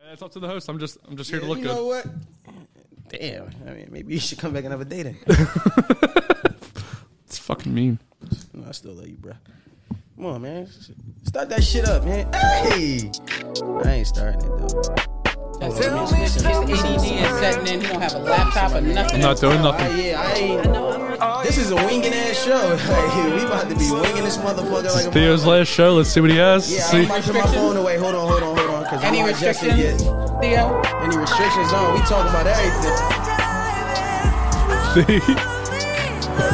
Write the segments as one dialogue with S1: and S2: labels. S1: Uh, It's up to the host. I'm just I'm just here to
S2: you
S1: look
S2: know
S1: good.
S2: what? Damn. I mean, maybe you should come back another day then.
S1: It's fucking mean.
S2: no, I still love you, bro. Come on, man. Start that shit up, man. Hey, I ain't starting it though.
S3: That's it. It's ADD and setting in. He don't have a laptop or nothing.
S1: I'm not doing nothing.
S2: Hey, yeah, I ain't. This is a winging ass show. Like, we about to be winging this motherfucker like a
S1: Theo's last show. Let's see what he has.
S2: Yeah,
S1: see,
S2: I'm about to put my phone away. Hold on, hold on, hold on. Cause
S3: Any
S2: I'm not adjusted
S3: restrictions,
S2: yet.
S3: Theo?
S2: Any restrictions on? We talking about everything.
S1: see. we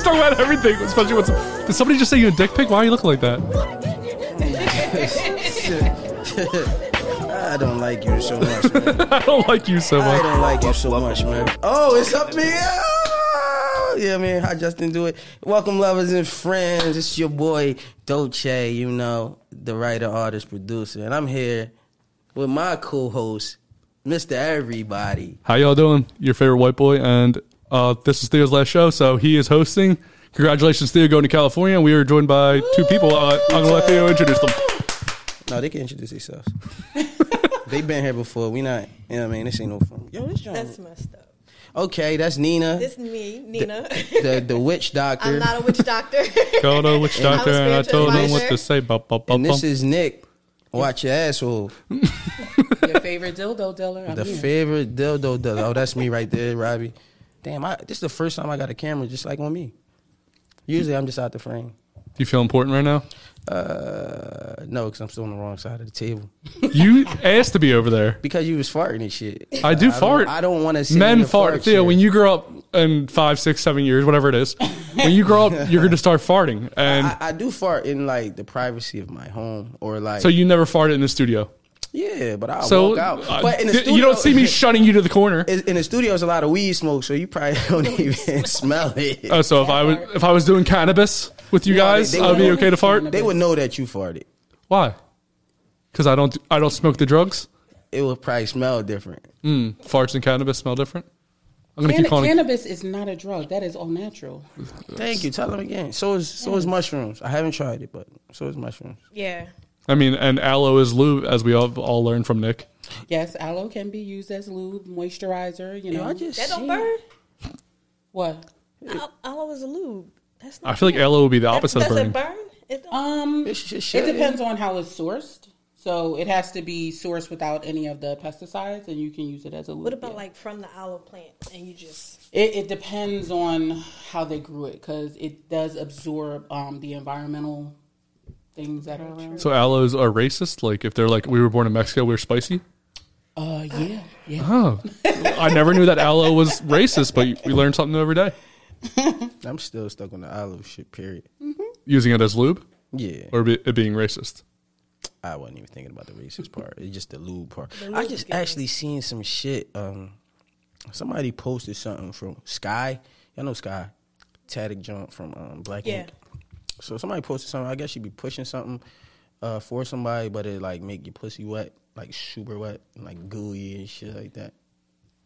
S1: talk about everything, especially what's. Did somebody just say you a dick pic? Why are you looking like that?
S2: I don't like you so much, man.
S1: I don't like you so
S2: I
S1: much.
S2: don't like you so much, man. Oh, it's up here. Oh, Yeah, man. How Justin do it? Welcome, lovers and friends. It's your boy Dolce. You know, the writer, artist, producer, and I'm here with my co-host, Mr. Everybody.
S1: How y'all doing? Your favorite white boy, and uh, this is Theo's last show, so he is hosting. Congratulations, Theo, going to California. We are joined by two people. Uh, I'm gonna let Theo introduce them.
S2: No, they can introduce themselves. they been here before. We not. You know what I mean? This ain't no fun. Yo, this John.
S4: That's messed up.
S2: Okay, that's Nina,
S4: This me, Nina.
S2: the the witch doctor,
S4: I'm not a witch doctor.
S1: Don't know which
S4: I was
S1: doctor, and I
S4: spiritual
S1: told him what
S4: advisor.
S1: to say. Bop, bop, bop,
S2: and this
S1: bop.
S2: is Nick. Watch your asshole.
S3: Your favorite dildo dealer? I'm
S2: The
S3: here.
S2: favorite dildo does. Oh, that's me right there, Robbie. Damn, I, this is the first time I got a camera just like on me. Usually I'm just out the frame.
S1: you feel important right now?
S2: Uh, no, because I'm still on the wrong side of the table.
S1: You asked to be over there.
S2: Because you was farting and shit.
S1: I do fart.
S2: I don't want to.
S1: Men fart. Theo,
S2: Chair.
S1: when you grow up in five, six, seven years, whatever it is, when you grow up, you're going to start farting. And
S2: I, I do fart in like the privacy of my home or like.
S1: so you never farted in the studio.
S2: yeah, but I
S1: So
S2: walk out.
S1: uh,
S2: but in the
S1: th- you don't see me
S2: studio-
S1: shunning you to the corner.
S2: in in the studio is a lot of weed smoke, so you probably don't even smell it.
S1: Oh, so if I was if I was doing cannabis with you
S2: No, they-
S1: guys,
S2: they
S1: I'd be
S2: wouldn't-
S1: okay to fart.
S2: They would know that you farted.
S1: Why? Because I don't I don't smoke the drugs. Hmm,
S2: It would probably smell different.
S1: Farts and cannabis smell different. I'm gonna
S3: Canna-
S1: keep calling. it
S3: cannabis is not a drug. That is all natural.
S2: Thank you. Tell them again. So is so is mushrooms. I haven't tried it, but so is mushrooms.
S4: yeah.
S1: I mean, and aloe is lube, as we all all learned from Nick.
S3: Yes, aloe can be used as lube, moisturizer. You know
S2: I just
S4: That
S2: seen-
S4: don't burn?
S3: what?
S4: Al- Aloe is a lube. That's not
S1: I feel like aloe would be the
S4: That-
S1: opposite of
S4: does
S1: burning.
S4: it burn? It don't.
S3: Um,
S2: It
S3: it,
S2: sh- it should.
S3: depends on how it's sourced. So it has to be sourced without any of the pesticides, and you can use it as a lube.
S4: what about
S3: yeah.
S4: like from the aloe plant and you just.
S3: It, it depends on how they grew it because it does absorb um, the environmental things that are around.
S1: So aloes are racist. Like if they're like we were born in Mexico, we're spicy.
S3: Uh, yeah, yeah.
S1: Oh, I never knew that aloe was racist, but we learn something new every day.
S2: I'm still stuck on the olive shit. Period.
S1: Using it as lube
S2: Yeah,
S1: or be, it being racist.
S2: I wasn't even thinking about the racist part. It's just the lube part. I just actually seen some shit. Um, somebody posted something from Sky. Y'all know Sky, Tadic Jump from um, Black
S4: Yeah.
S2: Ink. So somebody posted something. I guess you'd be pushing something uh, for somebody, but it like make your pussy wet, like super wet, and, like gooey and shit like that.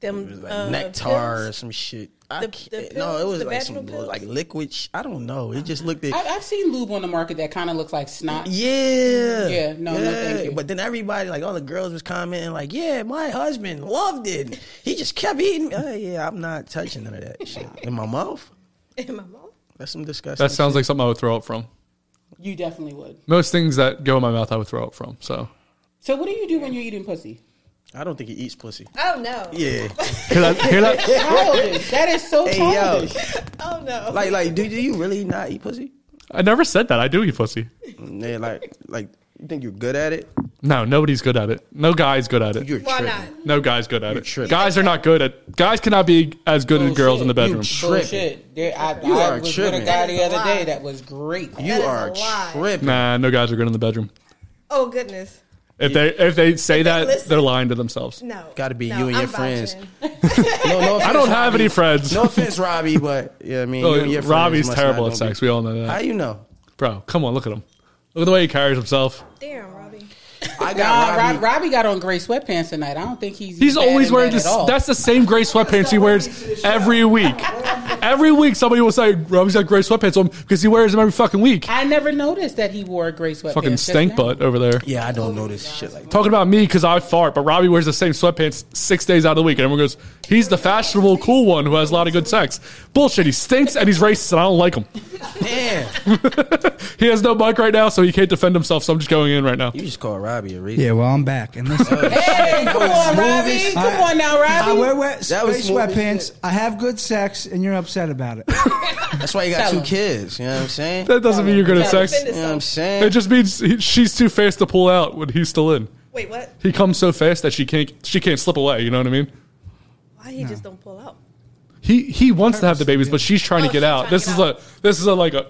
S2: It was
S4: Them.
S2: like
S4: uh,
S2: nectar or
S4: pills?
S2: some shit. I
S4: The-
S2: can't-
S4: the
S2: no, it
S4: pills?
S2: was
S4: The
S2: like some
S4: vaginal pills? Mm-hmm.
S2: like liquid. Sh- I don't know. It just looked. At,
S3: I, I've seen lube on the market that kind of looks like snot.
S2: yeah.
S3: Yeah, no, no, thank you.
S2: But then everybody, like all the girls, was commenting, like, "Yeah, my husband loved it. He just kept eating." Uh, yeah, I'm not touching none of that shit in my mouth.
S4: In my mouth?
S2: That's some disgusting.
S1: That sounds like something I would throw up from.
S3: You definitely would.
S1: Most things that go in my mouth, I would throw up from. So
S3: So what do you do when you're eating pussy?
S2: I don't think he eats pussy.
S4: Oh no.
S2: Yeah,
S1: hear that? Hear that?
S3: Childish. that is so
S2: Hey, yo.
S3: childish.
S4: Oh no.
S2: like, like, do, do you really not eat pussy?
S1: I never said that. I do eat pussy.
S2: And they're like, like, you think you're good at it?
S1: No, nobody's good at it. No guy's good at it.
S2: You're
S4: Why
S2: tripping.
S4: not?
S1: No guy's good at
S2: You're
S1: it.
S2: tripping.
S1: Guys are not good at. Guys cannot be as good
S3: Oh,
S1: as girls in the bedroom.
S2: You
S3: Bullshit. There, I,
S2: You
S3: I
S2: are
S3: was with
S2: tripping.
S3: a guy the
S4: That is a
S3: other day
S4: lie.
S3: that was great.
S2: You
S4: That is
S2: are
S4: a lie.
S2: tripping.
S1: Nah, no guys are good in the bedroom.
S4: Oh goodness.
S1: If they if they say that,
S4: listen-
S1: they're lying to themselves.
S4: No.
S2: Gotta be
S4: No,
S2: you and your
S4: I'm
S2: friends.
S4: vouching.
S2: No, no
S1: I don't have any friends.
S2: No offense, Robbie, but yeah, I mean, you and your friends
S1: Oh, Robbie's
S2: must not
S1: terrible at
S2: gonna be-
S1: sex. We all know that.
S2: How you know?
S1: Bro, come on, look at him. Look at the way he carries himself.
S4: Damn, Robbie.
S2: I
S3: Nah,
S2: got Robbie.
S3: Rob, Robbie got on gray sweatpants tonight. I don't think he's.
S1: He's
S3: bad
S1: always
S3: in
S1: wearing
S3: that
S1: this.
S3: at all.
S1: That's the same gray sweatpants he wears every week. Every week, somebody will say Robbie's got gray sweatpants on because he wears them every fucking week.
S3: I never noticed that he wore gray sweatpants.
S1: Fucking
S3: just
S1: stank
S3: now.
S1: butt over there.
S2: Yeah, I don't know this shit like that.
S1: Talking about me because I fart, but Robbie wears the same sweatpants six days out of the week, and everyone goes, "He's the fashionable, cool one who has a lot of good sex." Bullshit. He stinks and he's racist, and I don't like him.
S2: Damn.
S1: He has no mic right now, so he can't defend himself. So I'm just going in right now.
S2: You just called Robbie a racist.
S5: Yeah, well, I'm back. And
S2: Oh,
S5: listen,
S3: Hey, come on, Robbie.
S2: Movies.
S3: Come on now,
S5: I
S3: Robbie.
S5: wear wet,
S2: That was smooth as
S5: sweatpants.
S2: shit.
S5: I have good sex, and you're upset about it.
S2: That's why you got
S3: Tell
S2: two
S3: him.
S2: kids. You know what I'm saying?
S1: That doesn't mean you're good at
S4: Tell him.
S1: sex.
S2: You know what I'm
S1: It
S2: saying?
S1: just means he, she's too fast to pull out when he's still in.
S4: Wait, what?
S1: He comes so fast that she can't she can't slip away. You know what I mean?
S4: Why he just don't pull out?
S1: He he wants to have the babies, but she's trying to
S4: Oh,
S1: get
S4: she's
S1: out.
S4: trying to
S1: This
S4: get
S1: is
S4: out.
S1: a this is a like a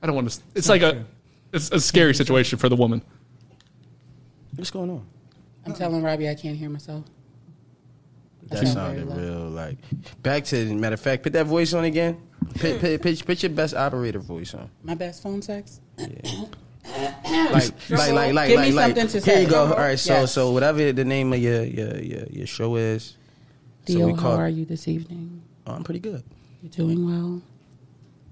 S1: I don't want to. It's like
S5: true.
S1: a it's a scary situation for the woman.
S2: What's going on?
S3: I'm telling Robbie I can't hear myself.
S2: That sounded real like. Back to matter of fact, put that voice on again. Put, put, put, put your best operator voice on.
S3: My best phone sex.
S2: Like like like like
S3: Give
S2: like,
S3: me
S2: like.
S3: something to
S2: Here
S3: say.
S2: you go. All right, so
S3: Yes.
S2: so whatever the name of your your your, your show is.
S3: Theo,
S2: we
S3: how
S2: call-
S3: are you this evening?
S2: Oh, I'm pretty good.
S3: You doing well?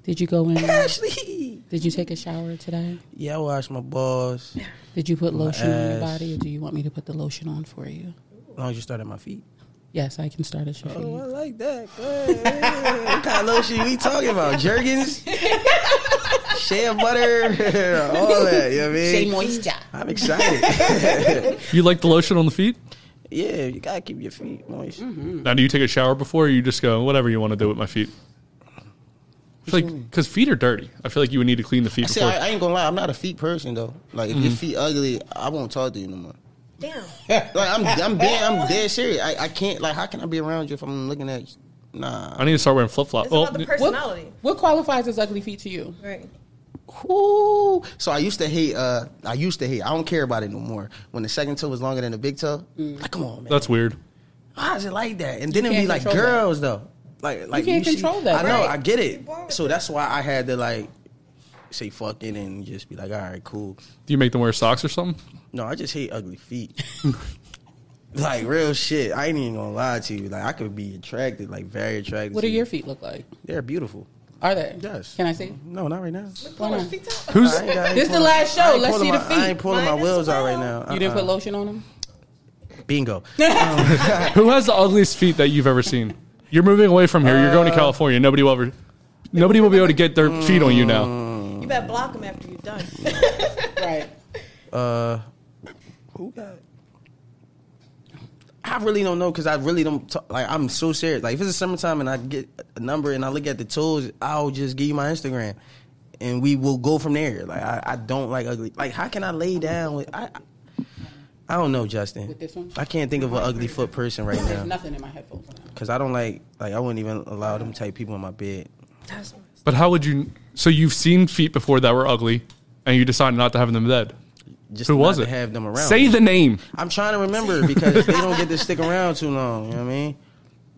S3: Did you go in?
S2: Ashley.
S3: Did you take a shower today?
S2: Yeah, I wash my balls.
S3: Did you put lotion on your
S2: ass.
S3: body, or do you want me to put the lotion on for you?
S2: As long as you start at my feet.
S3: Yes, I can start a show. for
S2: Oh, I
S3: you.
S2: like that. Good. what kind of lotion we talking about? Jergens? Shea butter? All that, you know what I mean?
S3: Shea moisture.
S2: I'm excited.
S1: You like the lotion on the feet?
S2: yeah, you gotta keep your feet moist.
S1: Now, do you take a shower before, or you just go whatever you want to do with my feet? I feel like because feet are dirty. I feel like you would need to clean the feet
S2: See,
S1: before.
S2: I, I ain't gonna lie, I'm not a feet person though. Like, if your feet ugly, I won't talk to you no more.
S4: Damn.
S2: Like, I'm, I'm dead, I'm dead serious. I, I can't, like, how can I be around you if I'm looking at you? Nah.
S1: I need to start wearing flip flops.
S4: It's about the personality.
S3: What, what qualifies as ugly feet to you?
S4: Right.
S2: Ooh. So I used to hate. Uh, I used to hate. I don't care about it no more. When the second toe was longer than the big toe, like, come on, man.
S1: that's weird.
S2: Why is it like that? And then
S3: Mm. You
S2: it'd be
S3: can't
S2: like
S3: control that.
S2: girls though. Like like
S3: can't control that,
S2: I know,
S3: right.
S2: I get it. So that's why I had to like say fuck it and just be like, all right, cool.
S1: Do you make them wear socks or something?
S2: No, I just hate ugly feet. like real shit. I ain't even gonna lie to you. Like I could be attracted, like very attracted.
S3: What
S2: to
S3: do your feet look like?
S2: They're beautiful.
S3: Are they?
S2: Yes. Mm-hmm.
S3: Can I see?
S2: No, not right now.
S4: Pull
S3: Why
S4: his
S3: not?
S4: feet out.
S1: Who's
S2: I ain't got- I ain't
S3: This the
S2: pulling-
S3: last show.
S2: I ain't
S3: Let's
S2: pulling
S3: see the
S2: my- I
S3: feet.
S2: ain't pulling my
S4: Mine is
S2: wheels out right
S4: small.
S2: now.
S3: You didn't
S2: Uh-uh.
S3: put lotion on them?
S2: bingo.
S1: who has the ugliest feet that you've ever seen? You're moving away from here. You're going
S2: Uh,
S1: to California. Nobody will ever. Nobody will be able to get their feet on you
S2: Mm.
S1: now.
S4: You better block him after you're done.
S3: Right.
S2: Uh, who got? I really don't know because I really don't talk, like. I'm so serious. Like if it's the summertime and I get a number and I look at the tools, I'll just give you my Instagram, and we will go from there. Like I, I don't like ugly. Like how can I lay down with? I, I don't know, Justin.
S3: With this one?
S2: I can't think of an ugly foot person right
S3: There's
S2: now
S3: nothing in my headphones.
S2: because I don't like. Like I wouldn't even allow them type people in my bed.
S4: That's
S1: But how would you? So you've seen feet before that were ugly, and you decided not to have them dead.
S2: Just
S1: Who
S2: not
S1: was
S2: to
S1: it?
S2: Have them around.
S1: Say the name.
S2: I'm trying to remember because they don't get to stick around too long. You know what I mean?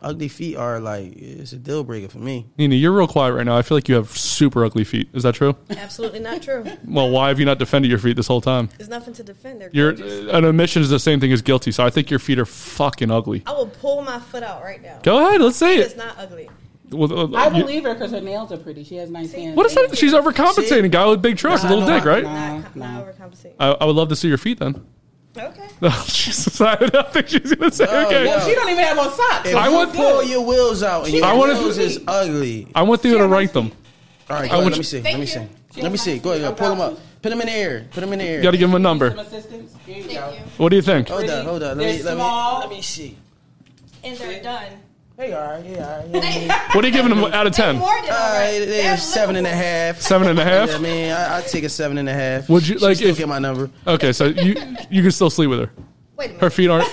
S2: Ugly feet are like it's a deal breaker for me.
S1: Nina, you're real quiet right now. I feel like you have super ugly feet. Is that true?
S4: absolutely not true.
S1: Well, why have you not defended your feet this whole time?
S4: There's nothing to defend. They're
S1: Your
S4: gorgeous.
S1: an omission is the same thing as guilty, so I think your feet are fucking ugly.
S4: I will pull my foot out right now.
S1: Go ahead, let's see
S4: It's
S1: it.
S4: not ugly.
S1: Well, uh,
S3: I
S1: you-
S3: believe her because her nails are pretty. She has nice hands.
S1: What is that? She's overcompensating. Guy with big trucks, a
S2: Nah,
S1: little
S2: no,
S1: dick,
S2: I-
S1: right?
S4: Not,
S3: Nah,
S4: not
S3: nah.
S4: overcompensating.
S1: I, I would love to see your feet then.
S4: Okay.
S1: Oh, Jesus, I don't think she's gonna say
S2: No,
S1: okay.
S2: no.
S3: She don't even have on socks.
S1: I
S2: I
S1: want-
S2: want pull your wheels out and your
S1: I wanna-
S2: wheels is ugly.
S1: I want you to rank them.
S2: All right, go ahead,
S1: want
S2: let
S1: you-
S2: me see. Let me
S4: Thank
S2: see.
S4: you.
S2: Let me see. Go ahead, go pull them up. Put them in the air. Put them in the air.
S1: You gotta give them a
S3: Some
S1: number.
S3: assistance. Here you go.
S1: What do you think?
S2: hold on, hold on. Let
S3: They're
S2: me, let me
S3: small.
S2: let me see.
S4: And they're done.
S2: Hey, all right, yeah, all right. Yeah, yeah.
S1: What are you giving them out of ten?
S4: More than
S2: All right,
S4: alright.
S2: there's seven and a half.
S1: Seven and a half.
S2: Yeah, man, I, I take a seven and a half.
S1: Would you-
S2: She
S1: like,
S2: still
S1: if-
S2: get my number?
S1: Okay, so you you can still sleep with her.
S4: Wait a minute.
S1: Her feet aren't.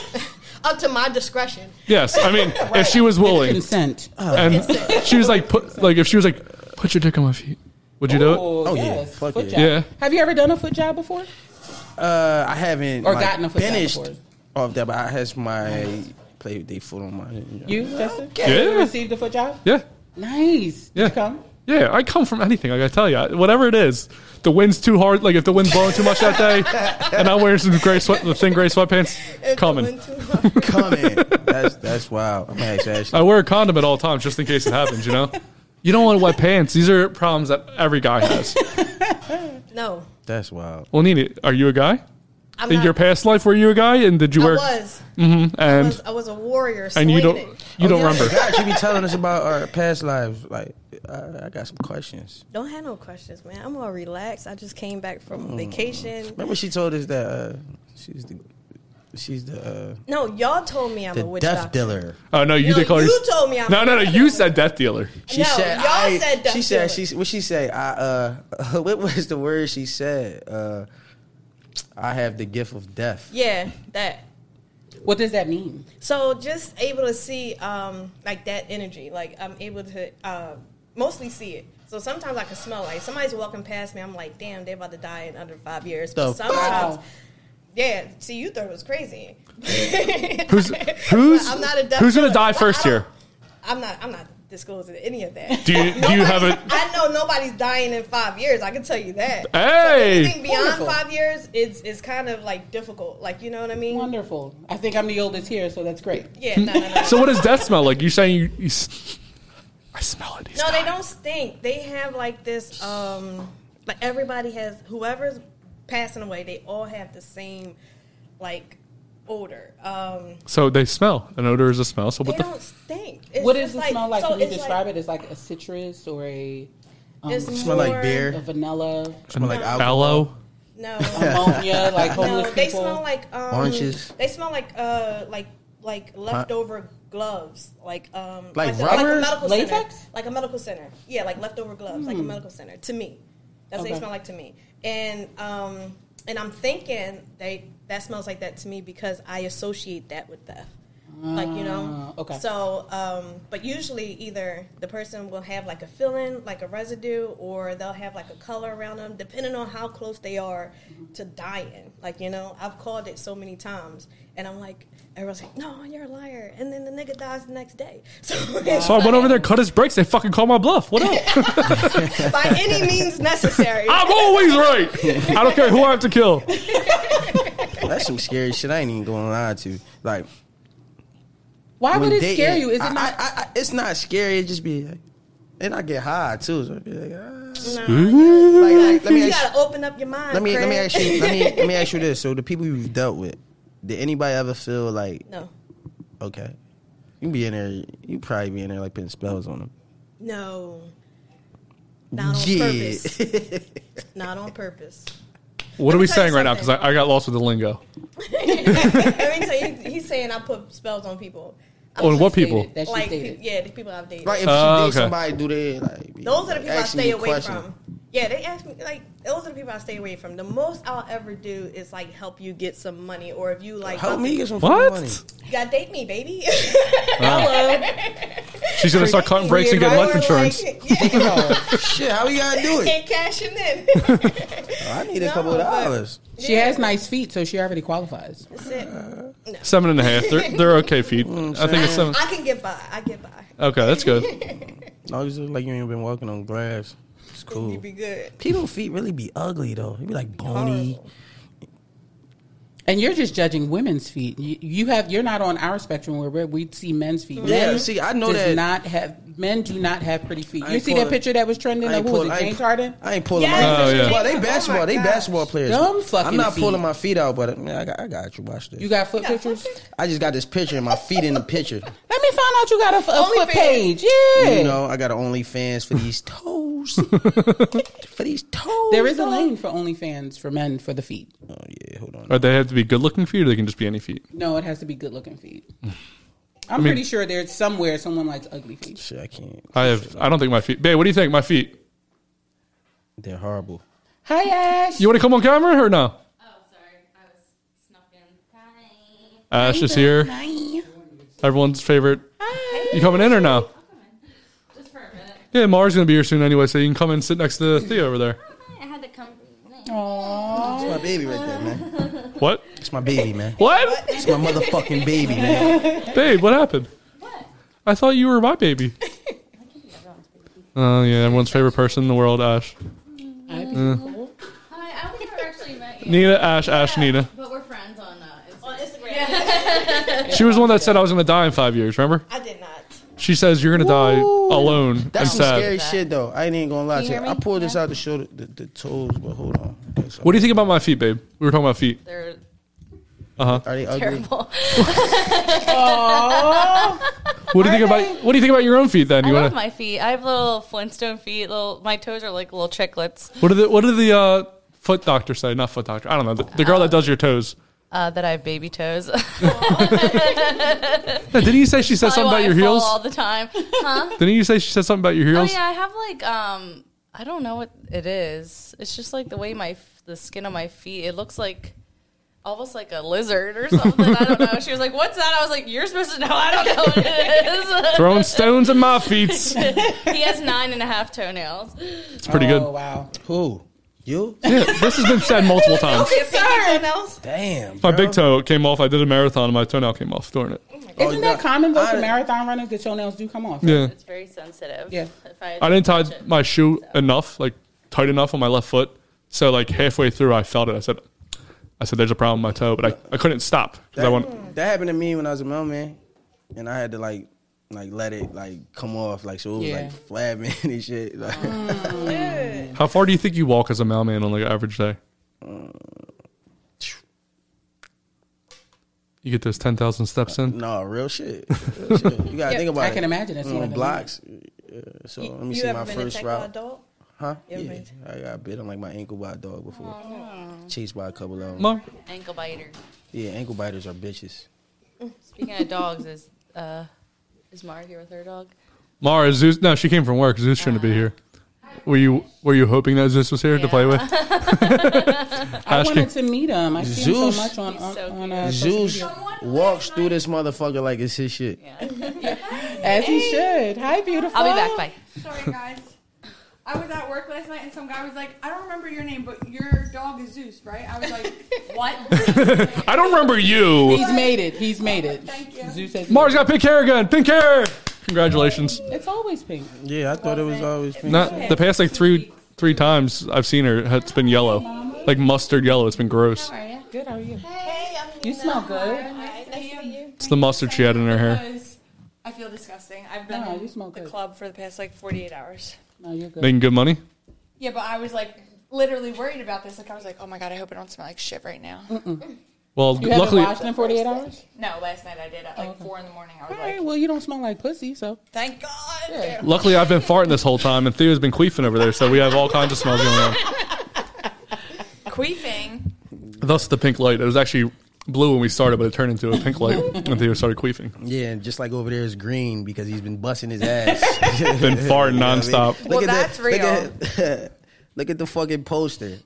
S4: Up to my discretion.
S1: Yes, I mean if she was willing
S3: Consent.
S1: and she was like put like if she was like put your dick on my feet, would you do it?
S2: yeah.
S3: Oh, yes.
S2: Fuck
S3: Foot
S2: yeah.
S3: job.
S1: Yeah.
S3: Have you ever done a foot job before?
S2: Uh, I haven't
S3: Or
S2: like,
S3: gotten a foot down
S2: finished
S3: before.
S2: off that, but I has my play. They foot on my.
S3: You, Justin?
S1: Yeah.
S3: You received a foot job?
S1: Yeah,
S3: Nice. Did
S1: Yeah.
S3: you come?
S1: Yeah, I come from anything. Like I tell you, whatever it is, the wind's too hard. Like if the wind's blowing too much that day, and I'm wearing some gray sweat, the thin gray sweatpants, coming.
S2: Coming. that's that's wild. I'm gonna ask Ashley.
S1: I wear a condom at all times just in case it happens. You know, you don't want wet pants. These are problems that every guy has.
S4: No.
S2: That's wild.
S1: Well, Nini, are you a guy?
S4: I'm
S1: In
S4: not,
S1: your past life, were you a guy? And did you
S4: I
S1: wear? Mm-hmm.
S4: was. I
S1: And
S4: was. Oh, I was a warrior.
S1: and you
S4: slaying
S1: don't
S4: it.
S1: you don't remember?
S2: Oh, God, you be telling us about our past lives. Like, I, I got some questions.
S4: Don't have no questions, man. I'm all relaxed. I just came back
S2: Mm.
S4: from vacation.
S2: Remember, she told us that uh, she's the she's the uh,
S4: No, y'all told me I'm a
S2: the
S4: witch
S2: death
S4: doctor.
S2: dealer.
S1: Oh no, you
S4: No,
S1: did call
S4: you
S1: yours-
S4: told me I'm
S1: No,
S4: a
S1: no, no.
S4: death
S1: You
S4: dealer.
S1: said death dealer.
S2: She
S4: No,
S2: said,
S4: y'all
S2: I,
S4: said death
S2: she said
S4: dealer.
S2: she what she say? I uh, what was the word she said? Uh, I have the gift of death.
S4: Yeah, that.
S3: What does that mean?
S4: So just able to see um, like that energy. Like I'm able to uh, mostly see it. So sometimes I can smell like somebody's walking past me. I'm like, damn, they're about to die in under five years.
S2: The
S4: But sometimes,
S3: fuck?
S4: yeah. See, you thought it was crazy.
S1: Who's who's
S4: I'm not a death
S1: who's gonna
S4: dealer.
S1: die
S4: But
S1: first
S4: I don't-
S1: here?
S4: I'm not. I'm not disclosing any of that.
S1: Do you do you have a?
S4: I know nobody's dying in five years. I can tell you that.
S1: Hey!
S4: so anything beyond
S2: Wonderful.
S4: five years is is kind of like difficult. Like you know what I mean?
S3: Wonderful. I think I'm the oldest here, so that's great.
S4: Yeah. No, no, no.
S1: So what does death smell like? You saying you? you s- I smell it. he's
S4: no, they
S1: dying.
S4: don't stink. They have like this. um Like everybody has whoever's passing away. They all have the same like odor. Um
S1: So they smell. An odor is a smell. So
S4: They
S1: what the?
S4: don't stink. It's
S3: what does
S4: just
S3: it smell like?
S4: so
S3: Can you
S4: it's
S3: describe it as like a citrus or a,
S4: It's
S2: Smell like
S4: more-
S3: a
S2: beer.
S3: vanilla,
S2: Smell like alcohol.
S1: Aloe.
S4: No.
S3: ammonia, like homeless
S4: No, they
S3: people?
S4: smell like um,
S2: Oranges.
S4: They smell like uh, like like leftover gloves, like um,
S2: Like
S4: a-
S2: rubber?
S4: a medical
S3: Latex? Hmm.
S4: center, like a medical center. Yeah, like leftover gloves, like a medical center. To me, that's what
S3: Okay.
S4: they smell like to me. And um, and I'm thinking they that smells like that to me because I associate that with death. Like you know,
S3: Ah, okay.
S4: So, um, but usually either the person will have like a filling, like a residue, or they'll have like a color around them, depending on how close they are to dying. Like you know, I've called it so many times, and I'm like, everyone's like, "No, you're a liar," and then the nigga dies the next day. So, it's
S1: So I went
S4: like,
S1: over there, cut his brakes. They fucking called my bluff. What up?
S4: by any means necessary.
S1: I'm always right. I don't care who I have to kill.
S2: That's some scary shit. I ain't even going to lie to. you. Like,
S3: Why
S2: when
S3: would it
S2: dating,
S3: scare you? Is
S2: I-
S3: it
S2: I,
S3: not?
S2: I, I, it's not scary. It just be, like, and I get high too. So I be like, ah.
S4: No,
S2: like, like, let me
S4: you
S2: ask,
S4: gotta open up your mind.
S2: let me let me
S4: Craig.
S2: ask you let me let me ask you this. So the people you've dealt with, did anybody ever feel like
S4: no,
S2: okay, you be in there, you probably be in there like putting spells on them.
S4: no, not on purpose. Not on purpose.
S1: What are
S4: me
S1: we
S4: tell you
S1: saying right now? Because
S4: something.
S1: I, I got lost with the lingo.
S4: Let me tell you, he's saying I put spells on people. I'm
S1: On
S4: just
S1: what
S3: Dated,
S1: people?
S3: That she
S4: Like, pe-
S3: dated.
S4: yeah, the people I've dated.
S2: like if
S1: Oh,
S2: you date
S1: okay.
S2: somebody, do they like? be-
S4: those are the people I
S2: asking
S4: stay
S2: you
S4: away
S2: questions?
S4: from. Yeah, they ask me like those are the people I stay away from. The most I'll ever do is like help you get some money, or if you like
S2: Help me get some fucking money.
S1: What?
S4: you gotta date me, baby.
S1: She's gonna Ah. start cutting brakes and getting
S4: Or,
S1: life insurance.
S4: Like, yeah,
S2: Shit, how you gotta do it?
S4: and cashing in.
S1: Oh,
S2: I need a
S4: No,
S2: couple of
S4: but-
S2: dollars.
S3: She has nice feet, so she already qualifies.
S4: That's it.
S1: Seven and a half. They're, they're okay feet. I think it's Mm, seven.
S4: I can get by. I get by.
S1: Okay, that's good.
S2: As long as it look like you ain't been walking on grass, it's
S4: You
S2: cool.
S4: be good.
S2: People feet really be ugly though. They be like bony.
S3: And you're just judging women's feet. You, you have you're not on our spectrum where we're- we see men's feet.
S2: Yeah,
S3: Men
S2: see, I know
S3: does
S2: that-
S3: Not have men do not have pretty feet.
S2: I
S3: You
S2: ain't
S3: see that
S2: pulling-
S3: picture that was trending?
S2: I
S3: Of
S2: ain't
S3: who was
S2: pulling.
S3: it?
S2: I ain't,
S3: James Harden.
S2: I ain't pulling
S4: Yes,
S2: my.
S1: Oh, yeah.
S2: Well, they
S4: Oh, my
S2: basketball. they
S4: God.
S2: basketball players.
S3: Dumb
S2: I'm
S3: fucking
S2: not pulling
S3: feet.
S2: my feet out, but man, I got, I got you. Watch this.
S3: You got foot
S4: Yeah,
S3: pictures.
S4: fuck it.
S2: I just got this picture and my feet in the picture.
S3: Let me find out you got a, f- a
S4: Only
S3: foot
S4: fans.
S3: page. Yeah.
S2: You know, I got an OnlyFans for these toes. for these toes.
S3: there is a
S2: dog.
S3: lane for OnlyFans for men for the feet.
S2: Oh yeah, hold on.
S1: Or they have to be good looking feet, or they can just be any feet.
S3: No, it has to be good looking feet. I'm pretty sure there's somewhere someone likes ugly feet.
S2: Shit, I can't.
S1: I have. I don't think my feet. Babe, what do you think? My feet.
S2: They're horrible.
S3: Hi Ash.
S1: You want to come on camera or no?
S6: Oh, sorry. I was snuffing. Hi.
S1: Ash is here.
S3: Hi.
S1: Everyone's favorite.
S3: Hi.
S1: You coming in or no?
S6: I'll come in. Just for a minute.
S1: Yeah, Mara's gonna be here soon anyway, so you can come and sit next to Theo over there.
S6: Hi, I had to come.
S3: Aww.
S2: It's my baby right there, man.
S1: What?
S2: It's my baby, man.
S1: What?
S2: It's my motherfucking baby, man.
S1: Babe, what happened?
S6: What?
S1: I thought you were my baby.
S6: I can be everyone's baby.
S1: Oh yeah, everyone's favorite person in the world, Ash.
S3: I think-
S6: Hi, I've never actually met you.
S1: Nita, Ash, Ash, Nita.
S6: But we're friends on uh, Instagram.
S4: on Instagram.
S1: She was the one that said I was gonna die in five years. Remember?
S4: I did not.
S1: She says you're gonna die alone and
S2: That's some
S1: sad.
S2: scary shit though. I ain't even gonna lie
S6: Can you
S2: to you.
S6: hear me?
S2: I pulled this
S6: Yeah.
S2: out to show the, the, the toes, but hold on.
S1: What do you think about my feet, babe? We were talking about feet.
S6: They're
S1: Uh huh.
S2: Are they ugly?
S6: terrible.
S1: What do you think about What do you think about your own feet? Then
S6: I
S1: you
S6: love
S1: wanna
S6: my feet. I have little Flintstone feet. Little my toes are like little chiclets
S1: What do the What do the uh, foot doctor say? Not foot doctor. I don't know. The, the girl that does your toes.
S6: uh, that I have baby toes.
S1: Yeah, didn't you say she said
S6: Probably
S1: something
S6: why
S1: about
S6: I
S1: your
S6: fall
S1: heels?
S6: all the time. Huh?
S1: Didn't you say she said something about your
S6: oh
S1: heels?
S6: yeah, I have like um I don't know what it is. It's just like the way my f- the skin on my feet. It looks like almost like a lizard or something. I don't know. She was like, "What's that?" I was like, "You're supposed to know. I don't know what it is."
S1: Throwing stones at my feet. It's
S6: he has nine and a half toenails.
S1: pretty
S3: Oh
S1: good.
S3: wow.
S2: Who? You?
S1: Yeah, this has been said multiple times.
S4: Your pinky toenails?
S2: Damn.
S1: My
S2: bro.
S1: big toe came off. I did a marathon and my toenail came off during it.
S3: Isn't that
S2: oh, yeah.
S3: common though for
S2: I-
S3: marathon runners that your nails do come off?
S1: Yeah.
S6: It's very sensitive.
S3: Yeah.
S6: If I,
S1: I didn't tie
S6: touch it.
S1: my shoe enough, like tight enough on my left foot. So like halfway through, I felt it. I said, I said, there's a problem with my toe, but I, I couldn't stop because I want.
S2: That happened to me when I was a mailman, and I had to like, like let it like come off, like so it was
S3: Yeah.
S2: like flabbing and shit.
S4: Oh.
S2: Like,
S1: How far do you think you walk as a mailman on like an average day? You get those ten thousand steps in.
S2: no, real shit. Real shit. You gotta think about
S3: I
S2: it.
S3: can imagine that's
S2: I'm
S3: one
S2: on
S3: of the
S2: blocks. Yeah, so
S4: You,
S2: let me
S4: you
S2: see
S4: ever
S2: my
S4: been
S2: first
S4: attacked by a
S2: route.
S4: dog?
S2: Huh?
S4: You
S2: Yeah,
S4: ever been- Oh.
S2: I got bit on like my ankle by a dog before. Chased by a couple of them.
S1: Mom,
S6: ankle biter.
S2: Yeah, ankle biters are bitches.
S6: Speaking of dogs, is uh, is Mara here with her dog?
S1: Mara, Zeus. No, she came from work. Zeus shouldn't be here.
S3: Uh,
S1: Were you Were you hoping that Zeus was here to play with?
S3: I
S1: Ash
S3: wanted
S1: came-
S3: to meet him. I see him
S2: Zeus.
S3: so much on on,
S6: so
S3: on uh, social
S2: Zeus
S3: media.
S2: walks through this motherfucker like it's his shit.
S3: as he should. Hi, beautiful.
S6: I'll be back. Bye.
S7: Sorry, guys. I was at work last night and some guy was like, I don't remember your name, but your dog is Zeus, right? I was like, what?
S1: I don't remember you.
S3: He's made it. He's made it.
S7: Thank you.
S3: Zeus has
S1: Mara's got pink hair again. Pink hair. Congratulations.
S3: It's always pink.
S2: Yeah, I thought it was always.
S1: Not the past like three three times I've seen her. It's been yellow, like mustard yellow. It's been gross.
S3: Good, how are you?
S4: Hey, I'm
S3: You smell good.
S7: Nice to meet you.
S1: It's the mustard she had in her hair.
S7: Because I feel disgusting. I've been
S3: No,
S7: in
S3: you smell
S7: the
S3: good.
S7: club for the past like 48 hours.
S3: No, you're good.
S1: Making good money.
S7: Yeah, but I was like literally worried about this. Like, I was like, oh my God, I hope I don't smell like shit right now.
S1: Well,
S3: you haven't
S1: luckily,
S3: washed in 48 hours?
S7: No, last night I did at like 4 in the morning. I
S3: All
S7: was
S3: right,
S7: like,
S3: well, you don't smell like pussy, so.
S7: thank God.
S1: luckily I've been farting this whole time, and Theo's been queefing over there, so we have all kinds of smells going on.
S7: Queefing.
S1: Thus the pink light. It was actually blue when we started, but it turned into a pink light, and Theo started queefing.
S2: Yeah, and just like over there is green because he's been busting his ass. You know
S1: Been farting
S2: what I mean?
S1: nonstop.
S2: Look
S7: Well,
S2: at
S7: that's
S2: the, Look at, look at the fucking poster.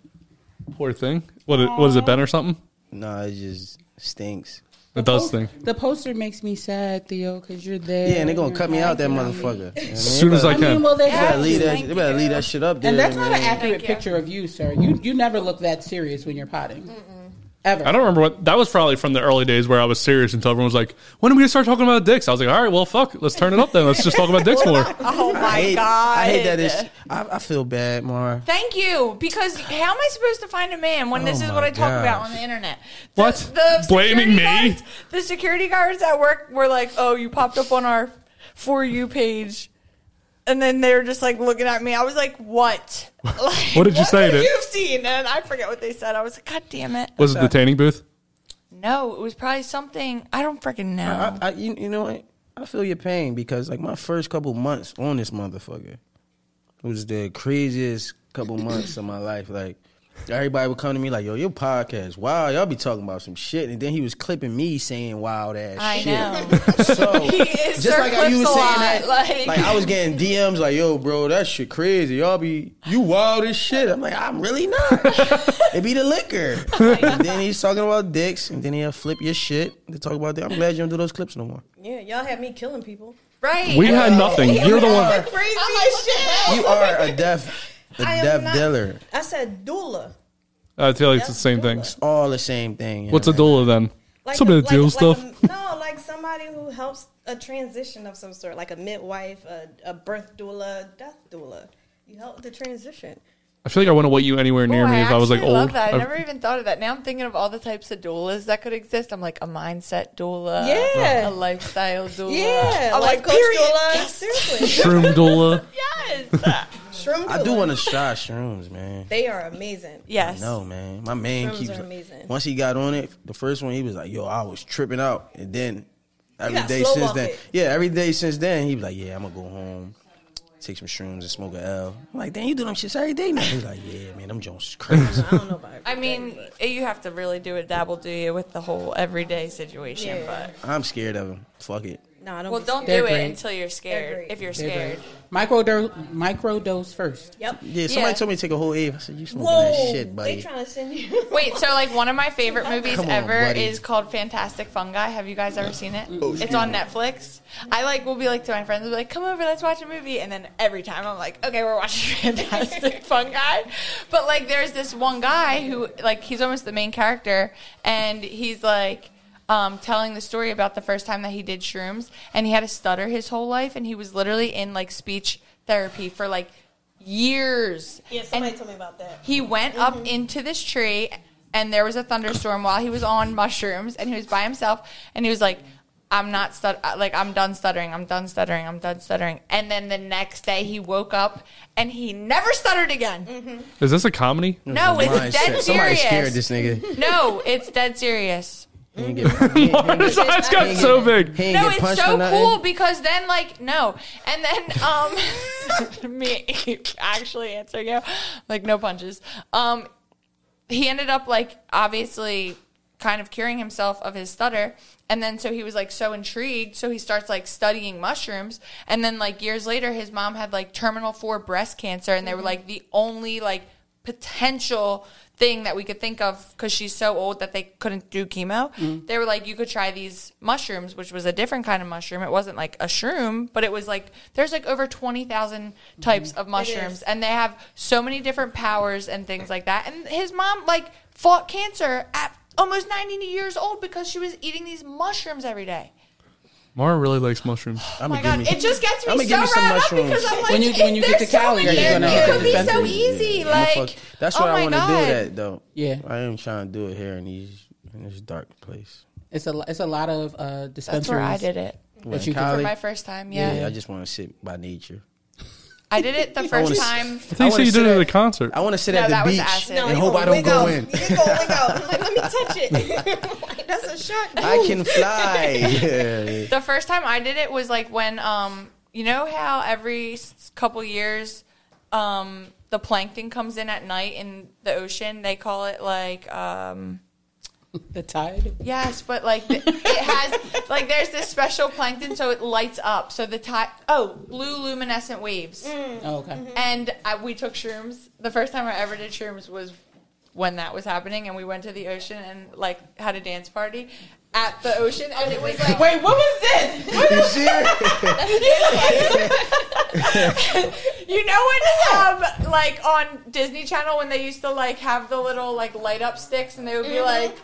S1: Poor thing. What? It, what is it? Ben or something?
S2: Nah, it just stinks.
S1: It does thing.
S3: The poster makes me sad, Theo, because you're there.
S2: Yeah, and they're gonna
S3: You're
S2: cut me out that
S3: hacking on me.
S2: motherfucker. You know what I mean?
S1: As soon as I
S3: I mean,
S1: can.
S3: well, they
S2: They better
S3: have
S2: leave
S3: to.
S2: that. They better leave that shit up there.
S3: And that's not an
S2: man.
S3: accurate
S7: Thank you.
S3: picture of you, sir. You you never look that serious when you're potting. Ever.
S1: I don't remember what that was. Probably from the early days where I was serious until everyone was like, "When are we gonna start talking about dicks?" I was like, "All right, well, fuck, let's turn it up then. Let's just talk about dicks more."
S7: Oh my
S2: I hate,
S7: God.
S2: I hate that. It's, I, I feel bad, Mara.
S7: Thank you, because how am I supposed to find a man when this
S2: Oh
S7: is
S2: my
S7: what I talk about
S2: gosh.
S7: on the internet? The,
S1: What? Blaming
S7: security
S1: me?
S7: Guards, the security guards at work were like, "Oh, you popped up on our for you page," and then they were just like looking at me. I was like, "What? Like,
S1: What did you say to-
S7: That you've seen? And I forget what they said. I was like, "God damn it!"
S1: Was it the tanning booth?
S7: No, it was probably something I don't freaking know.
S2: I, I, you, you know what? I feel your pain because like my first couple months on this motherfucker was the craziest couple months of my life. Like everybody would come to me like, "Yo, your podcast, wow, y'all be talking about some shit," and then he was clipping me saying wild ass
S7: I
S2: shit.
S7: know.
S2: So
S7: He is
S2: just like how you was
S7: surfaced a
S2: saying
S7: lot,
S2: that, like,
S7: like-
S2: I was getting DMs like, "Yo, bro, that shit crazy. Y'all be you wild as shit." I'm like, I'm really not. it be the liquor. and then he's talking about dicks, and then he'll flip your shit to talk about that. I'm glad you don't do those clips no more.
S4: Yeah, y'all had me killing people.
S7: right?
S1: We had nothing. You're the one.
S4: Crazy
S2: You are a deaf, a
S4: I am
S2: deaf
S4: not-
S2: dealer.
S4: I said doula.
S1: I feel like Uh, it's the same things.
S2: All the same thing. you
S1: What's a
S2: know?
S1: doula then?
S4: Like
S1: Somebody
S4: a-
S1: that deals
S4: like a-
S1: stuff.
S4: no, like somebody who helps a transition of some sort, like a midwife, a, a birth doula, death doula. You help the transition.
S1: I feel like I wouldn't want you anywhere near
S7: Oh,
S1: me if I was like
S7: actually
S1: old.
S7: Love that. I,
S1: I-
S7: never even thought of that. Now I'm thinking of all the types of doulas that could exist. I'm like a mindset doula,
S4: Yeah.
S7: a lifestyle doula,
S4: Yeah,
S7: a
S4: like
S7: life coach
S4: period.
S7: doula.
S4: Seriously,
S1: Shroom doula.
S7: Yes,
S4: shroom.
S2: I do
S4: doula.
S2: want to try shrooms, man.
S4: They are amazing.
S7: yes.
S2: No, man. My man
S4: Shrooms
S2: keeps.
S4: are amazing.
S2: Once he got on it, the first one, he was like, "Yo, I was tripping out," and then every
S4: gotta
S2: day
S4: slow
S2: since
S4: walk
S2: then,
S4: it.
S2: yeah, every day since then, he was like, "Yeah, I'm gonna go home, take some shrooms and smoke a L." I'm like, "Damn, you do them shits every day now." He's like, "Yeah, man, them Jones is crazy."
S4: I don't know about.
S7: I mean, eh, you have to really do a dabble, do you, with the whole everyday situation?
S4: Yeah.
S2: I'm scared of him. Fuck it.
S4: no, I
S7: But
S4: don't.
S7: well,
S4: be
S7: don't
S4: scared.
S7: do
S3: great.
S7: it until you're scared.
S4: great.
S7: If you're
S3: They're
S7: scared,
S3: great. Microdose, microdose first.
S4: Yep.
S2: Yeah, somebody
S7: Yeah.
S2: told me to take a whole eighth. I said, "You smoking that shit,
S4: Whoa, they
S2: buddy?"
S4: trying to send you.
S7: wait. So, like, one of my favorite movies
S2: Come on,
S7: ever
S2: buddy. Oh,
S7: is called Fantastic Fungi. Have you guys ever seen it? it's on Netflix. I like will be like to my friends, will be like, "Come over, let's watch a movie." And then every time I'm like, "Okay, we're watching Fantastic Fungi," but like, there's this one guy who like he's almost the main character, and he's like. um, telling the story about the first time that he did shrooms and he had to stutter his whole life and he was literally in like speech therapy for like years.
S4: Yeah, somebody
S7: And
S4: told me about that.
S7: He went up into this tree and there was a thunderstorm while he was on mushrooms and he was by himself and he was like, I'm not stud- uh, like I'm done stuttering. I'm done stuttering. I'm done stuttering. And then the next day he woke up and he never stuttered again.
S1: Is this a comedy?
S7: No, it's
S2: Somebody
S7: dead
S2: scared- Somebody
S7: serious.
S2: scared this nigga.
S7: No, it's dead serious.
S2: He ain't get, he ain't-
S1: His eyes got so big.
S2: he ain't
S7: No,
S2: get
S7: it's
S2: punched or
S7: so
S2: nothing.
S7: cool because then, like, no, and then, um, me actually answering you, like, no punches. Um, he ended up like obviously kind of curing himself of his stutter, and then so he was like so intrigued, so he starts like studying mushrooms, and then like years later, his mom had like terminal four breast cancer, and they were like the only like potential thing that we could think of because she's so old that they couldn't do chemo. They were like, you could try these mushrooms, which was a different kind of mushroom. It wasn't like a shroom, but it was like there's like over twenty thousand types of mushrooms, and they have so many different powers and things like that. And his mom like fought cancer at almost ninety years old because she was eating these mushrooms every day.
S1: Mara really likes mushrooms.
S2: I'm
S7: Oh my god, it just gets me
S2: I'ma
S7: so
S2: give you some
S7: riled up
S2: mushrooms.
S7: because I'm like,
S3: When you- when you get
S7: there's
S3: to Cali,
S7: so many
S3: you're gonna have
S7: in here.
S3: to
S7: It would be so
S3: dispensary.
S7: easy.
S2: fuck,
S7: like
S2: that's why I
S7: oh my
S2: want to do
S7: God.
S2: that though.
S3: Yeah.
S2: I ain't trying to do it here in these in this dark place.
S3: It's a it's a lot of uh, dispensaries.
S7: That's where I did it.
S2: What,
S3: you
S2: in
S3: can-
S7: For
S2: Cali?
S7: my first time,
S2: yeah.
S7: yeah.
S2: I just want to sit by nature.
S7: I did it the
S2: wanna
S7: first
S2: s-
S7: time.
S1: I think you
S2: wanna
S1: said you
S2: sit
S1: did it at
S2: at-
S1: a concert.
S2: I want to sit
S7: No,
S2: at
S7: that
S2: the
S7: was
S2: beach
S7: acid.
S4: No,
S2: and
S4: you
S2: hope I
S4: gonna
S2: don't
S4: wig
S2: go
S4: out.
S2: in.
S4: You go wig out. I'm like, let me touch it. like, that's a shot.
S2: I can fly. Yeah.
S7: The first time I did it was like when um you know how every s- couple years um the plankton comes in at night in the ocean. They call it like um
S3: The tide.
S7: yes, but like th- it has like there's this special plankton so it lights up. So the tide oh, blue luminescent waves.
S3: Oh, okay.
S7: And I, we took shrooms. The first time I ever did shrooms was when that was happening, and we went to the ocean and like had a dance party at the ocean, and it was like
S3: Wait, what was this?
S2: You serious?
S7: you know when um, like on Disney Channel when they used to like have the little like light up sticks, and they would
S4: Mm-hmm.
S7: be like.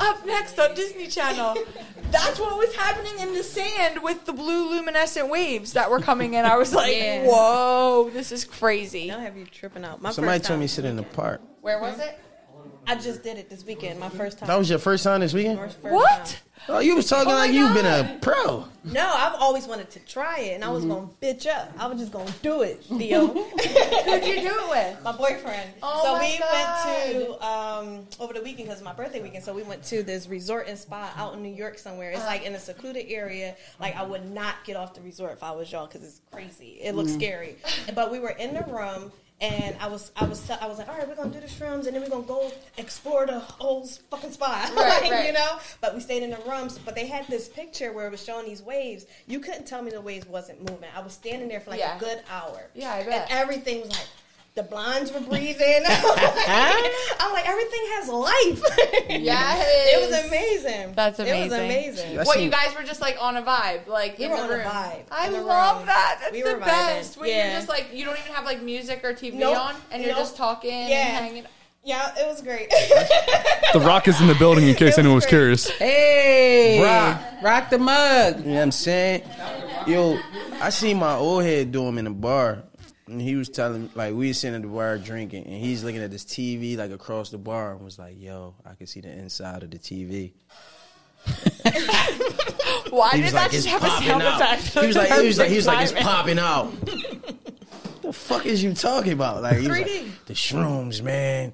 S7: Up next on Disney Channel. That's what was happening in the sand with the blue luminescent waves that were coming in. I was like,
S4: Yeah.
S7: whoa, this is crazy.
S4: Now have you tripping out? My
S2: Somebody
S4: first
S2: told me
S4: time.
S2: to sit in the park.
S7: Where was it?
S4: I just did it this weekend. My first time.
S2: That was your first time this weekend.
S4: First
S7: What?
S4: time.
S2: Oh, you was talking
S7: Oh
S2: like
S7: my
S2: you've been a pro.
S4: No, I've always wanted to try it, and I was
S2: Mm-hmm.
S4: gonna bitch up. I was just gonna do it, Theo.
S7: Who'd you do it with?
S4: my boyfriend.
S7: Oh
S4: so
S7: my
S4: we went to um, over the weekend because my birthday weekend. So we went to this resort and spa out in New York somewhere. It's like in a secluded area. Like I would not get off the resort if I was y'all because it's crazy. It looks scary. But we were in the room. And I was, I was, te- I was like, all right, we're gonna do the shrooms, and then we're gonna go explore the whole fucking spa,
S7: Right,
S4: Like, you
S7: right.
S4: know. But we stayed in the rooms. But they had this picture where it was showing these waves. You couldn't tell me the waves wasn't moving. I was standing there for like
S7: Yeah.
S4: a good hour.
S7: Yeah, I
S4: And
S7: bet.
S4: everything was like the blinds were breathing. I'm like, everything has life.
S7: Yes.
S4: It was amazing.
S7: That's
S4: It was
S7: amazing.
S4: amazing.
S2: That's-
S7: What
S2: seen-
S7: you guys were just like on a vibe, like
S4: We
S7: in
S4: were
S7: the
S4: on a
S7: room.
S4: vibe
S7: I
S4: in the
S7: love
S4: room.
S7: that. That's
S4: We
S7: the
S4: were vibing.
S7: best. When
S4: Yeah.
S7: you're just like you don't even have like music or TV
S4: Nope.
S7: on, and you're
S4: Nope.
S7: just talking
S4: Yeah.
S7: and hanging.
S4: Yeah, it was great.
S1: The Rock is in the building in case
S4: was
S1: anyone was
S4: great.
S1: curious.
S3: Hey,
S2: Rock.
S3: rock the mug.
S2: You know what I'm saying? Yo, I seen my old head do him in a bar. And he was telling like we was sitting at the bar drinking and he's looking at this TV like across the bar and was like, Yo, I can see the inside of the TV.
S7: Why
S2: He
S7: did
S2: was
S7: that
S2: like, it's
S7: just have us
S2: popping out.
S7: traumatized?
S2: He was like, he was like, he was like, it's
S7: Timing.
S2: popping out. the fuck is you talking about? Like, he was like,
S4: 3D.
S2: the shrooms, man.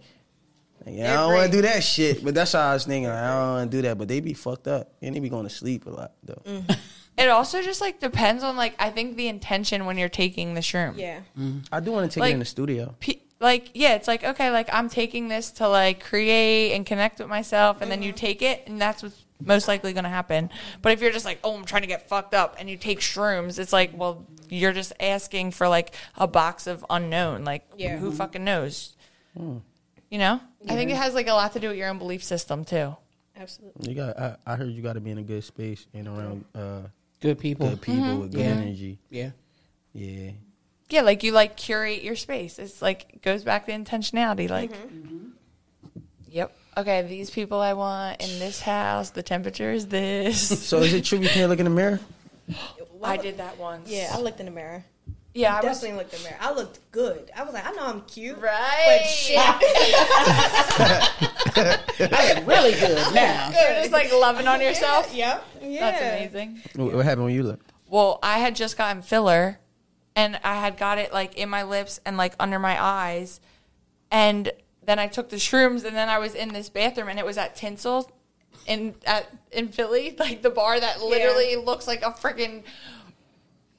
S2: Like, yeah, I don't want to do that shit, but that's how I was thinking. like, I don't want to do that, but they be fucked up and they be going to sleep a lot though.
S7: Mm. It also just like depends on like I think the intention when you're taking the shroom.
S4: yeah.
S7: Mm.
S2: I do want to take it
S7: Like-
S2: in the studio.
S7: P- like yeah, it's like okay, like I'm taking this to like create and connect with myself, and then you
S4: Mm-hmm.
S7: take it, and that's what's most likely going to happen. But if you're just like, oh, I'm trying to get fucked up, and you take shrooms, it's like, well, you're just asking for like a box of unknown. Like,
S4: Yeah.
S7: who fucking knows?
S2: Hmm.
S7: You know, I think it has like a lot to do with your own belief system too.
S4: Absolutely.
S2: You got. I, I heard you got to be in a good space and around uh,
S3: Good people.
S2: good people with good
S3: Yeah.
S7: Mm-hmm.
S2: energy.
S3: Yeah.
S2: Yeah.
S7: Yeah, like you like curate your space. It's like it goes back to intentionality. Like,
S4: Mm-hmm.
S7: yep. Okay, these people I want in this house. The temperature is this.
S2: So is it true you can't look in the mirror?
S7: I did that once.
S4: Yeah, I looked in the mirror.
S7: yeah. I was,
S4: Definitely looked in the mirror. I looked good. I was like, I know I'm cute.
S7: right.
S4: But shit.
S3: Really good now.
S7: You're just like loving on yourself.
S4: yep. Yeah.
S7: That's amazing.
S2: What, what happened when you looked?
S7: Well, I had just gotten filler, and I had got it like in my lips and like under my eyes, and then I took the shrooms, and then I was in this bathroom, and it was at Tinsel, in at in Philly, like the bar that literally looks like a freaking.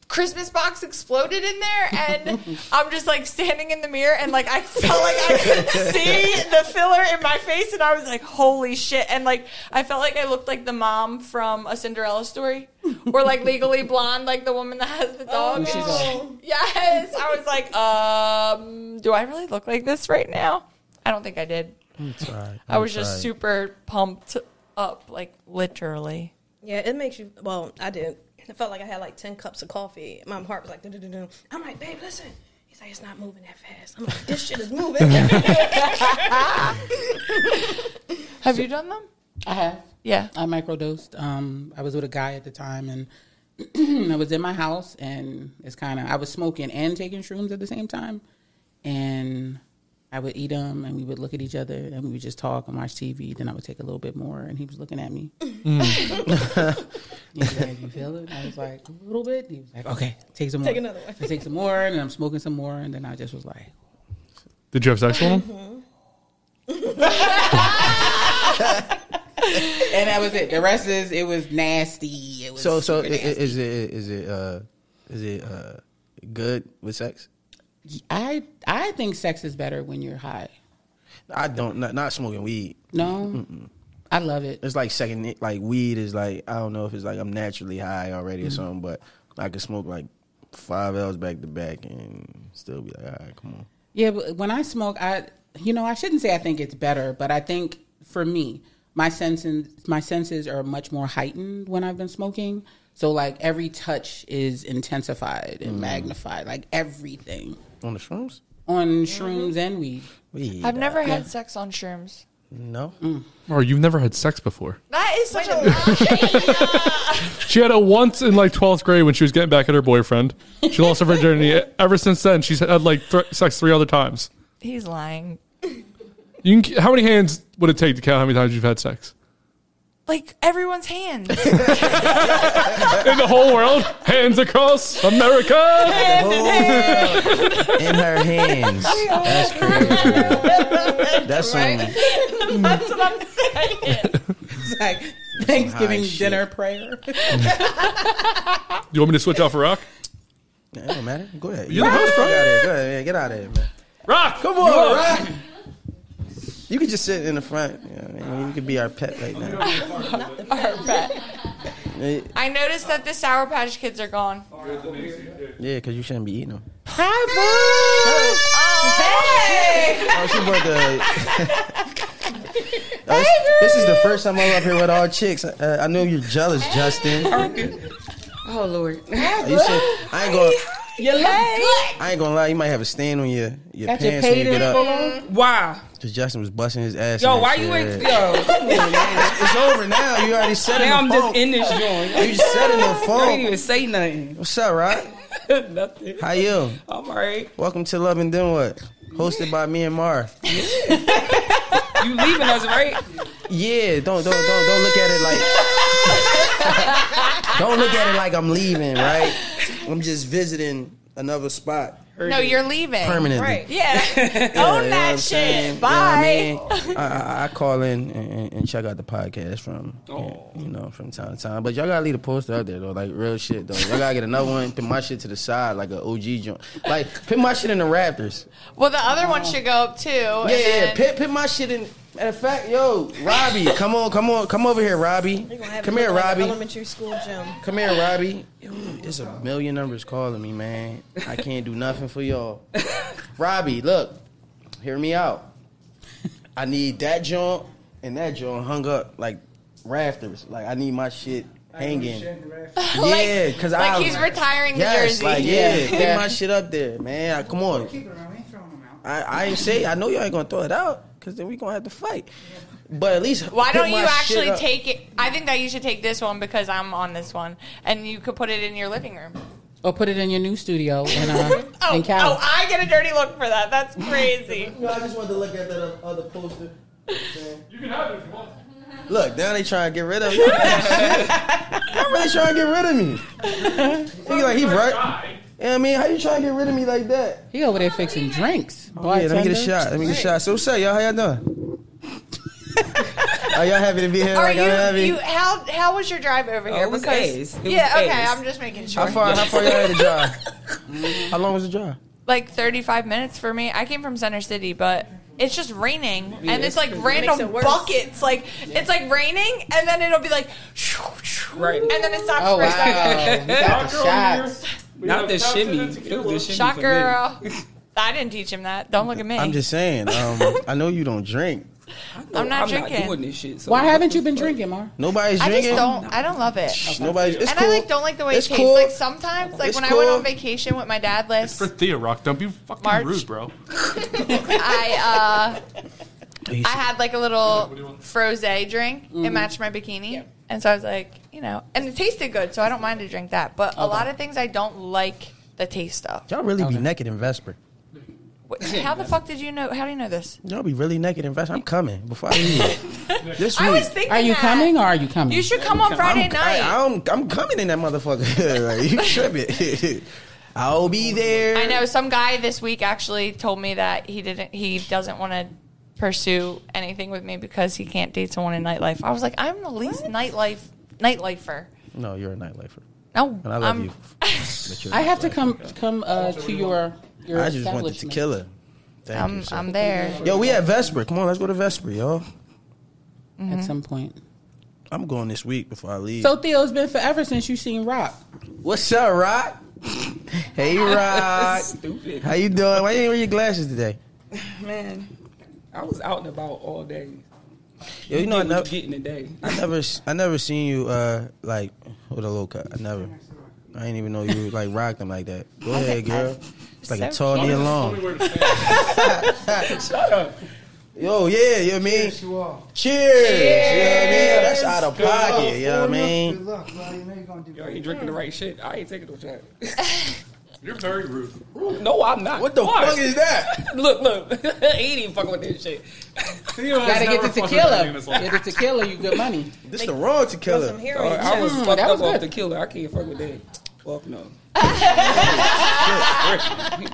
S7: Christmas box exploded in there, and I'm just like standing in the mirror, and like I felt like I could see the filler in my face, and I was like, "Holy shit!" And like I felt like I looked like the mom from a Cinderella story, or like Legally Blonde, like the woman that has the dog.
S4: She's all-
S7: Yes, I was like, um, do I really look like this right now? I don't think I did.
S2: I'm sorry.
S7: I was just super pumped up, like literally.
S4: Yeah, it makes you. Well, I did. I felt like I had like ten cups of coffee. My heart was like, "Dun-dun-dun-dun." I'm like, babe, listen. He's like, it's not moving that fast. I'm like, this shit is moving.
S7: Have you done them?
S3: I have.
S7: Yeah.
S3: I microdosed. Um, I was with a guy at the time, and I was in my house, and it's kind of I was smoking and taking shrooms at the same time, and I would eat them, and we would look at each other, and we would just talk and watch TV. Then I would take a little bit more, and he was looking at me.
S4: Mm.
S3: he was like, "You feel it?" And I was like, "A little bit." And he was like, "Okay, take some more."
S4: Take another one.
S3: I take some more, and I'm smoking some more, and then I just was like,
S1: Did you have sex with him?
S3: and that was it. The rest is it was nasty. It was
S2: So so i- i-
S3: super nasty.
S2: is it is it uh is it uh good with sex?
S3: I I think sex is better when you're high.
S2: I don't not, not smoking weed.
S3: No, I love it.
S2: It's like second like weed is like I don't know if it's like I'm naturally high already or
S7: Mm-hmm.
S2: something, but I could smoke like five L's back to back and still be like, all right, come on.
S3: Yeah, but when I smoke, I you know I shouldn't say I think it's better, but I think for me, my senses my senses are much more heightened when I've been smoking. So like every touch is intensified
S8: Mm.
S3: and magnified, like everything
S2: On the shrooms?
S3: on
S8: Mm-hmm.
S3: shrooms and weed.
S2: Weed.
S7: I've never had sex on shrooms.
S2: No.
S1: Or you've never had sex before?
S7: That is such a lie.
S1: She had a once in like 12th grade when she was getting back at her boyfriend. She lost her virginity. Ever since then, she's had like th- sex three other times.
S7: He's lying.
S1: You can, how many hands would it take to count how many times you've had sex
S7: Like everyone's hands.
S1: in the whole world? Hands across America.
S2: in her hands. That's crazy. That's some
S7: That's what I'm saying.
S3: It's like Thanksgiving
S2: high shit.
S3: dinner prayer.
S1: You want me to switch off for Rock?
S2: It don't matter. Go ahead.
S1: You're the
S2: Get
S1: host,
S2: the fuck out of here. Go ahead, man. Get out of here, man.
S1: Rock,
S2: Come on, Rock. You could just sit in the front. You, know, what I mean? you could be our pet right now. Eh,
S7: I noticed that the Sour Patch Kids are gone.
S2: Yeah, because you shouldn't be eating them.
S7: Oh,
S2: Oh, she brought the. Oh, this, this is the first time I'm up here with all chicks. Uh, I know you're jealous, Justin.
S3: oh Lord,
S2: You said I ain't going.
S3: You look good.
S2: I ain't gonna lie, you might have a stain on your your
S3: Got your
S2: pants when you
S3: payday
S2: get
S3: full
S2: up.
S3: on? Wow.
S2: Cause Justin was busting his ass.
S8: Yo,
S2: in that
S8: why you
S2: shit.
S8: ain't yo?
S2: It's over now. You already said it.
S8: Now
S2: in
S8: I'm
S2: the
S8: just
S2: phone.
S8: in this joint.
S2: You just said it in the
S8: I didn't
S2: phone.
S8: even say nothing.
S2: What's up, right?
S8: Nothing.
S2: How you?
S8: I'm alright.
S2: Welcome to Love and Then What, hosted by me and Mar.
S8: You leaving us, right?
S2: Yeah, don't don't don't don't look at it like. don't look at it like I'm leaving, right? I'm just visiting another spot
S7: No, you're leaving.
S2: permanently.
S4: Right.
S7: Yeah.
S2: Own that shit. Bye. I, I, I call in and, and- and check out the podcast from
S4: Oh.
S2: you know from time to time. But y'all gotta leave a poster out there though, like real shit though. Y'all gotta get another one. Put my shit to the side like a OG joint. Like put my shit in the Raptors.
S7: Well, the other one should go up too. and
S2: Oh. Yeah, yeah.
S7: then-
S2: yeah. Put, put my shit in. Matter of fact, yo, Robbie, come on, come on, come over here, Robbie.
S4: They gonna have
S2: Come
S4: it
S2: here,
S4: look like an
S2: Robbie.
S4: Elementary school gym.
S2: Come here, Robbie. Yo, It's a million numbers calling me, man. I can't do nothing for y'all. Robbie, look, hear me out. I need that joint and that joint hung up like rafters. Like I need my shit hanging.
S7: Like-
S2: Yeah, because
S7: like
S2: I
S7: he's retiring the
S2: yes,
S7: jersey.
S2: Like, yeah,
S7: Yeah.
S2: get my shit up there, man. I- come on. I, I ain't say I know y'all ain't gonna throw it out because then we gonna have to fight. But at least
S7: Why
S2: put
S7: don't you
S2: my shit
S7: actually
S2: up.
S7: take it? I think that you should take this one because I'm on this one, and you could put it in your living room.
S3: Or put it in your new studio in,
S2: Uh-huh.
S3: uh,
S7: Oh,
S3: in Cali.
S7: oh, I get a dirty look for that. That's crazy.
S2: No, I just wanted to look at that other poster.
S1: You can have it if you want.
S2: Look, now they trying to get rid of me. Y'all really trying to get rid of me. He like he right. You know what I mean? How you trying to get rid of me like that?
S3: he over there fixing drinks.
S2: Oh, yeah, let me get a shot. Let me get a shot. So what's up, y'all? How y'all doing? Are y'all happy to be here?
S7: Are
S2: like, y'all
S7: you,
S2: happy?
S7: you? How how was your drive over
S8: Oh,
S7: here?
S8: it was
S7: Because-
S8: A's. It was
S7: yeah. Okay.
S8: A's.
S7: I'm just making
S2: how
S7: sure.
S2: far? How far y'all had to drive? How long was the drive?
S7: Like 35 minutes for me. I came from Center City, but. It's just raining, and it's like
S4: Makes
S7: random
S4: it worse.
S7: buckets. Like it's like raining, and then it'll be like,
S8: Right.
S7: and then it stops
S3: Oh,
S7: for a
S3: wow.
S7: second.
S3: We got the shots.
S8: Not the shimmy. It was the shimmy
S7: Shock
S8: for me.
S7: girl. I didn't teach him that. Don't look at me.
S2: I'm just saying. Um, I know you don't drink.
S8: No,
S7: I'm not drinking.
S8: doing this shit. So
S3: Why
S8: what
S3: haven't
S8: the
S3: you been
S8: fuck?
S3: drinking, Mar?
S2: Nobody's
S7: I just
S2: drinking.
S7: don't. I don't love it.
S2: Nobody's. It's
S7: and
S2: cool.
S7: I like don't like the way
S2: It's
S7: it tastes.
S2: cool.
S7: Like sometimes, like
S2: It's
S7: when I went
S2: cool.
S7: on vacation with my dad last,
S1: For Thea Rock, don't be fucking
S7: March.
S1: rude, bro.
S7: I uh,
S2: He's-
S7: I had like a little froze drink. It
S3: Mm-hmm.
S7: matched my bikini, and so I was like, you know, and it tasted good, so I don't mind to drink that. But a lot of things I don't like the taste of.
S2: y'all really be naked in Vesper.
S7: Wh- How the fuck did you know? How do you know this?
S2: Y'all be really naked in Vesper. I'm coming before I leave. this week.
S7: I was thinking.
S3: Are you
S7: that.
S3: coming or are you coming?
S7: You should come on Friday
S2: I'm,
S7: night.
S2: I, am I'm coming in that motherfucker. like, you tripping? I'll be there.
S7: I know some guy this week actually told me that he didn't he doesn't want to pursue anything with me because he can't date someone in nightlife. I was like, I'm the least nightlife nightlifer.
S2: No, you're a nightlifer,
S7: No,
S2: and I love
S7: I'm-
S2: you. But you're
S3: I have to
S2: nightlifer.
S3: come come uh, to your your
S2: I just wanted to
S3: establishment.
S2: kill her. Thank
S7: I'm
S2: you. sir.
S7: I'm there.
S2: Yo, we at Vesper. Come on, let's go to Vesper, y'all. Mm-hmm.
S3: at some point.
S2: I'm going this week before I leave.
S3: So Theo, it's been forever since you seen Rock.
S2: What's up, Rock? hey, Rock.
S8: Stupid.
S2: How you doing? Why you ain't wear your glasses today?
S8: Man, I was out and about all day.
S2: Yo, you know I
S8: Get
S2: never,
S8: what you getting today.
S2: I never, I never seen you uh like with a low cut. I never. I didn't even know you like rocked them like that. Go ahead, girl. It's like a tall knee long.
S8: Shut up.
S2: Yo, yeah, you know what I mean? Cheers.
S5: You all.
S2: You know what I mean? That's out of pocket, you know what I
S5: Good
S2: mean?
S5: luck, bro. You know you're gonna do
S8: Yo,
S5: great.
S8: you drinking the right shit. I ain't taking no shot.
S1: You're very rude.
S8: No, I'm not.
S2: What the
S8: Why?
S2: fuck is that?
S8: Look, look. he ain't even fucking with this shit.
S1: Thea
S3: Gotta
S1: has
S3: get
S1: never
S3: the
S1: fucking
S3: tequila.
S1: drinking this long.
S3: Get the tequila, you good money.
S2: This the wrong
S4: Throw some
S2: tequila.
S8: Dog,
S7: Oh,
S4: heroin.
S8: I
S4: too.
S8: was
S3: Mm,
S8: fucked
S3: that
S8: up
S3: was
S8: off
S3: good.
S8: the killer. I can't fuck with that. Fuck no.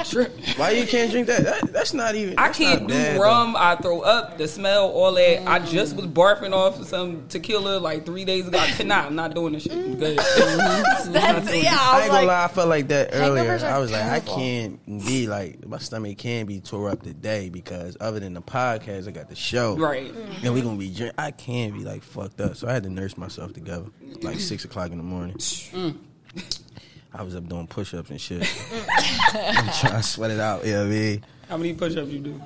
S8: Trip.
S2: Why you can't drink that? that that's not even.
S8: I
S2: that's
S8: can't
S2: not
S8: do
S2: bad,
S8: rum. I throw up. The smell, all that. I
S7: Mm.
S8: just was barfing off some tequila like three days ago. I could not. I'm not doing this shit. I'm good.
S7: Mm. That's, yeah,
S2: though. I
S7: I
S2: ain't
S7: was
S2: gonna
S7: like,
S2: lie, I felt like that earlier.
S7: hangovers are
S2: I was like, I
S7: terrible.
S2: can't be like my stomach can be tore up today because other than the podcast, I got the show,
S8: Right.
S2: And we gonna be drink. I can't be like fucked up, so I had to nurse myself together like six o'clock in the morning. I was up doing push ups and shit. I'm trying to sweat it out. Yeah, you know what I mean?
S8: How many push-ups you do?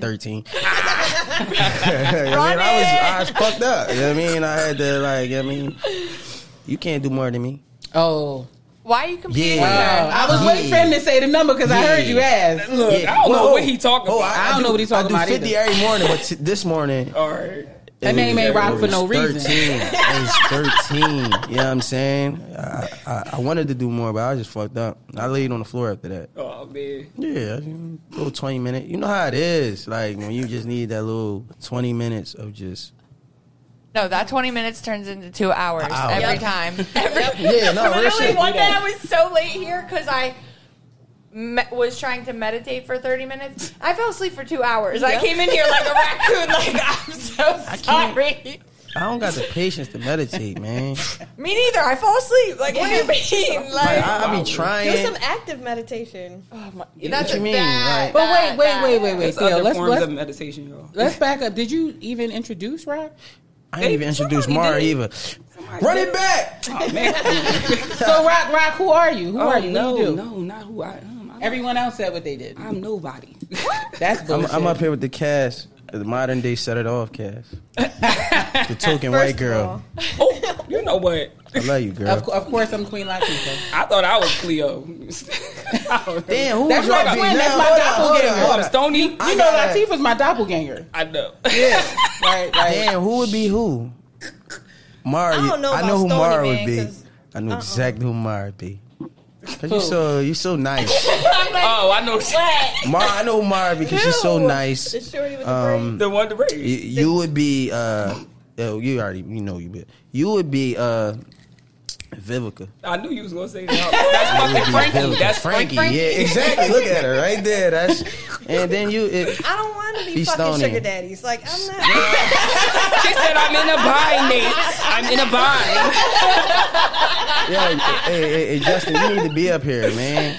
S2: thirteen. You know what I mean, I was I was fucked up. You know what I mean? I had to like. you know what I mean, you can't do more than me.
S3: Oh,
S7: Why are you competing
S2: Yeah.
S7: with her?
S3: Uh, I was waiting for him to say the number because I heard you ask.
S8: Look, I don't know what he talking
S2: oh,
S8: about.
S3: I don't know what he talking
S2: I
S3: about
S2: do 50
S3: either.
S2: every morning, but t- this morning.
S8: All right.
S3: That name ain't rock for no reason.
S2: 13. It's 13. You know what I'm saying? I, I, I wanted to do more, but I was just fucked up. I laid on the floor after that.
S8: Oh man.
S2: Yeah, a little 20 minute. You know how it is. Like, when you just need that little 20 minutes of just.
S7: No, that 20 minutes turns into two hours
S2: hour. Yep.
S7: every time. Every,
S2: Yeah, no, real
S7: literally,
S2: shit.
S7: one day I was so late here because I me- was trying to meditate for 30 minutes. I fell asleep for two hours. I came in here like a raccoon. Like, I'm so
S2: can't-
S7: sorry.
S2: I don't got the patience to meditate, man.
S7: Me neither. I fall asleep. Like, what do you mean?
S2: Like,
S7: Like,
S2: I,
S8: um,
S2: I be
S4: Do
S2: trying.
S4: some active meditation.
S7: that's
S2: what you mean,
S7: bad,
S2: like-
S3: But wait,
S7: bad,
S3: wait,
S7: bad.
S3: wait, wait, wait,
S8: It's
S3: Theo.
S8: other
S3: Let's
S8: forms
S3: let's,
S8: of meditation, y'all.
S3: let's back up. Did you even introduce Rock?
S2: I didn't even introduce
S8: somebody
S2: Mara
S8: did.
S2: either. Run it back!
S3: So Rock, Rock, who are you? Who
S8: Oh
S3: are you?
S8: no,
S3: what do you do?
S8: no, not who I am. I'm,
S3: Everyone else said what they did.
S8: I'm nobody.
S3: That's
S2: I'm,
S3: bullshit.
S2: I'm up here with the cast, the modern day set it off cast. the token
S4: First
S2: white
S4: of
S2: girl.
S8: oh, you know what?
S2: I love you, girl.
S3: Of, cou- of course, I'm Queen Latifah.
S8: I thought I was Cleo.
S2: Damn, who was
S3: That's
S2: y'all
S3: my
S2: beating
S3: twin, that's
S2: up?
S3: my
S2: Hold on,
S3: doppelganger.
S2: hold on, hold
S8: I'm
S2: on.
S8: Stony.
S3: You know,
S2: got it.
S3: Latifah's my doppelganger.
S8: I know.
S3: Right, right.
S2: Damn, who would be who? Mara.
S4: I don't know
S2: I
S4: about
S2: know who
S4: Stony
S2: Mara
S4: Man,
S2: would be.
S4: 'cause- uh-uh.
S2: I know exactly who Mara would be. Cause you so you so nice,
S8: Oh, I know.
S2: Mara. I know who Mara because she's so nice.
S4: The shorty with the
S2: Um,
S8: The one to
S2: you,
S8: raise.
S2: you would be. Uh, oh, you already you know you. Be, you would be uh, Vivica.
S8: I knew you was gonna say that. That's fucking Frankie.
S2: Vivica
S8: That's
S2: Frankie.
S8: Frankie.
S2: Yeah, exactly. Look at her right there. That's and then you. It,
S4: I don't want to be
S2: Be
S4: fucking
S2: stony.
S4: sugar daddies. Like I'm not.
S8: She said, "I'm in a bind, Nate. I'm in a
S7: Oh
S8: bind."
S2: Yeah, hey, hey, hey, Justin, you need to be up here, man.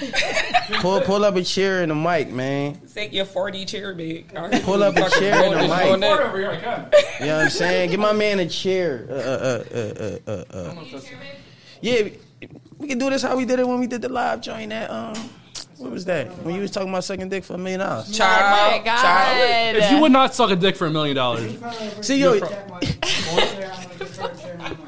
S2: Pull, pull up a chair and a mic, man.
S8: Take your 40 chair big. All right.
S2: Pull up a
S8: Fucking
S2: chair and a
S8: bonus
S2: mic.
S8: on that.
S2: You know what I'm saying? Give my man a chair. Uh, uh, uh, uh, uh, uh. Yeah, we can do this how we did it when we did the live joint. That um, what was that? When you was talking about sucking dick for a million dollars?
S8: Child,
S7: Oh my God.
S8: child.
S1: If you would not suck a dick for a million dollars,
S2: See, yo,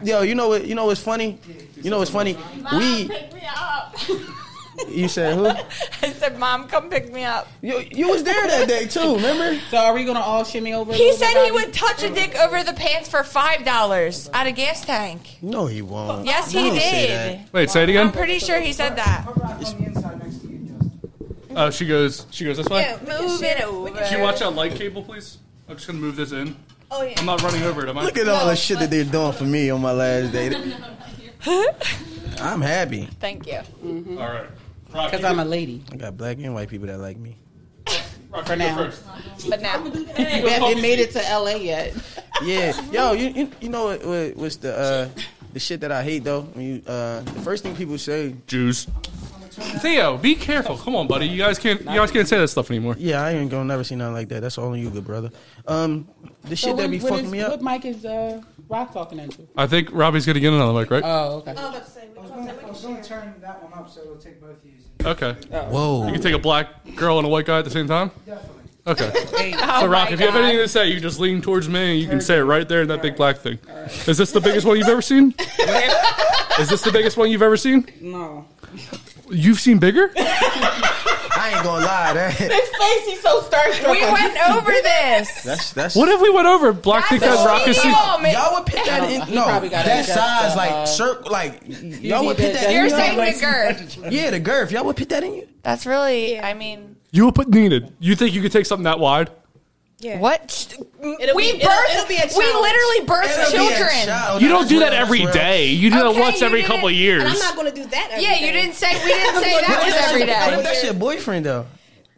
S2: yo, you know what? You know what's funny? You know what's funny? We,
S7: Pick me up.
S2: you said who?
S7: I said, Mom, come pick me up.
S2: You, you was there that day too. Remember?
S3: So are we gonna all shimmy over? a
S7: He
S3: little bit,
S7: said he
S3: Rocky?
S7: would touch a dick over the pants for $5 at a gas tank.
S2: No, he won't.
S7: Yes, he
S2: Don't say
S7: did.
S1: wait, say it
S7: I'm
S1: again.
S7: pretty sure he said that.
S1: Uh, she goes. She goes this way.
S4: Yeah,
S7: Move it over.
S1: Can you watch that light cable, please? I'm just gonna move this in.
S4: Oh yeah.
S1: I'm not running over it, am I?
S2: Look at all the shit that they're doing for me on my last day. I'm happy.
S7: Thank you.
S1: All right. Rock,
S3: Because I'm a lady.
S2: I got black and white people that like me.
S1: Rock,
S3: for
S1: you go
S3: now.
S1: first.
S7: But now,
S3: We haven't made it to LA yet.
S2: Yeah, yo, you you, you know what, what what's the uh, the shit that I hate though? When you uh, the first thing people say,
S1: Jews. Theo, be careful. Come on, buddy. You guys can't. You guys can't say that stuff anymore.
S2: yeah, I ain't gonna never see nothing like that. That's all on you, good brother. Um, the shit
S3: what-
S2: that be
S3: what
S2: fucking
S3: is-
S2: me up.
S3: What mic is uh, Rock talking into?
S1: I think Robbie's gonna get another mic, right?
S3: Oh, okay.
S4: I was about to say, we can- we
S5: I
S4: can
S5: was
S4: share.
S5: going to turn that one up so it'll take both of you.
S1: Okay.
S2: Whoa,
S1: You can take a black girl and a white guy at the same time.
S5: Definitely.
S1: Okay. so Rock, if you have anything to say, you just lean towards me and you can say it right there in that big black thing. Is this the biggest one you've ever seen? Is this the biggest one you've ever seen?
S7: Oh.
S3: No.
S1: You've seen bigger?
S2: I ain't gonna lie, that
S3: His face, he's so starstruck.
S7: we went over this.
S2: that's that's
S1: What if we went over black because
S7: That's
S1: Rock is seen?
S7: illegal, man.
S2: y'all would put that
S3: He
S2: in? No,
S3: probably gotta
S2: that
S3: adjust
S2: size
S3: the, uh,
S2: like circle like y'all
S3: need
S2: would put
S3: to
S2: that. in
S7: You're
S2: y'all?
S7: saying the girth.
S2: yeah, the girth. Y'all would put that in you.
S7: That's really, I mean,
S1: You would put needed. You think you could take something that wide?
S4: Yeah.
S7: what?
S4: It'll be-
S7: we birth,
S4: it'll- it'll be a
S7: we
S4: challenge.
S7: literally birth
S2: It'll be a
S7: children.
S2: child.
S1: You don't
S2: That's
S1: do
S2: real,
S1: that every
S2: that's real.
S1: day. You do
S7: Okay,
S1: that once
S7: you
S1: every
S7: didn't-
S1: couple of
S4: And I'm
S1: years.
S4: not gonna do that. Every
S7: Yeah, you
S4: day.
S7: didn't say, we didn't say that was every
S2: What
S7: day.
S2: if that's your boyfriend though?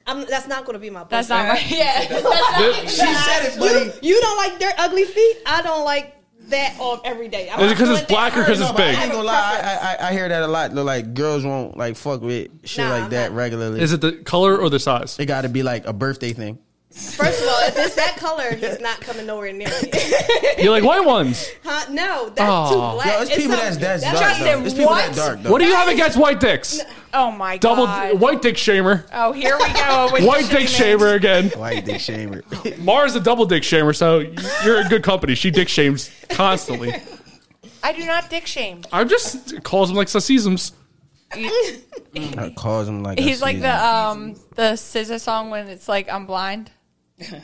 S4: I'm, that's not gonna be my. Person.
S7: That's not my, yeah. That's not-
S1: Th-
S2: She said it, buddy.
S4: You don't like their ugly feet. I don't like that on every day. I'm
S1: Is it
S4: not
S1: 'cause it's
S4: doing that
S1: black or 'cause
S4: every
S1: it's
S4: day.
S1: big?
S4: I
S2: I
S4: have
S2: ain't
S4: a
S2: gonna lie,
S4: preference.
S2: I, I, I hear that a lot. Though, like girls won't like fuck with shit
S4: Nah,
S2: like
S4: I'm
S2: that
S4: not.
S2: regularly.
S1: Is it the color or the size?
S2: it got to be like a birthday thing.
S4: First of all, if it's that color, he's not coming nowhere near me.
S1: You like white ones?
S4: huh? No, that's
S1: Aw.
S4: too black.
S2: Yo, it's, people
S4: some-
S2: that's that's, dark.
S4: Justin,
S2: Though. It's people that
S7: what?
S2: dark. Though.
S1: What do you have against white dicks?
S7: Oh my
S1: Double
S7: God.
S1: white dick shamer.
S7: Oh, here we go. With
S1: White
S7: the
S1: dick
S7: shitty man.
S1: shamer again.
S2: White dick shamer.
S1: Mara's a double dick shamer, so you're in good company. She dick shames constantly.
S7: I do not dick shame.
S1: I'm just calls them like sissisms.
S2: I calls him like I
S7: He's
S2: see
S7: like
S2: him.
S7: the um the scissor song when it's like I'm blind.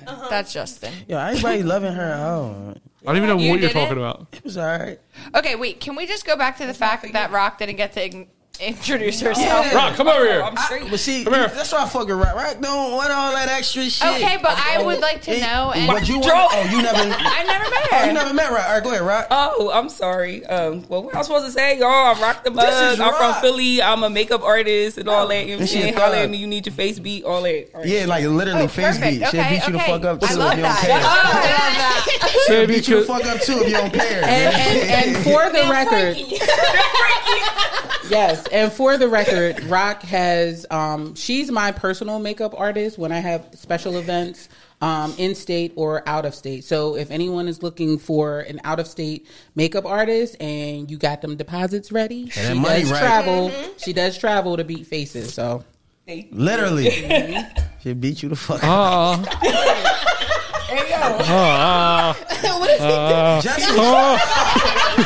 S7: That's Justin.
S2: Yo, everybody loving her. Oh,
S1: I don't even know
S7: You
S1: what you're
S7: did
S1: talking
S7: it?
S1: about.
S2: it was all right.
S7: Okay, wait. Can we just go back to the fact that Rock didn't get to in- introduce herself?
S1: Rock, come over here.
S8: I'm straight.
S2: But see,
S1: Come here.
S2: that's why I fucking rock. Rock don't want all that extra shit.
S7: Okay, but I would like to
S2: Hey,
S7: know.
S2: But
S7: And
S2: you want? Oh, you never.
S7: I never met
S2: Oh,
S7: her.
S2: you never met Rock. All right, go ahead, Rock.
S8: Oh, I'm sorry. Um, well, what am I supposed to say, y'all? I rock the mug.
S2: This is
S8: I'm
S2: rock.
S8: from Philly. I'm a makeup artist and all that. You know what I'm
S2: And she a
S8: saying? Holla at
S2: thug.
S8: me. You need your face beat. All that. All right.
S2: Yeah, like literally
S7: Oh,
S2: face
S7: perfect.
S2: beat. She'll
S7: Okay,
S2: beat you the
S7: okay.
S2: fuck up too
S7: I love
S2: if you don't
S7: that.
S2: care.
S7: Oh, I love that.
S1: Baby,
S2: Beat you the
S1: could-
S2: fuck up too if you don't care. man.
S3: and, and for the record, yes, and for the record, Rock has um, she's my personal makeup artist when I have special events um, in state or out of state. So if anyone is looking for an out of state makeup artist and you got them deposits ready, she
S2: that money
S3: does
S2: right.
S3: travel. She does travel to beat faces. So
S2: Literally. She'll beat you the fuck up.
S1: Ah. Ah, ah,
S2: Justin,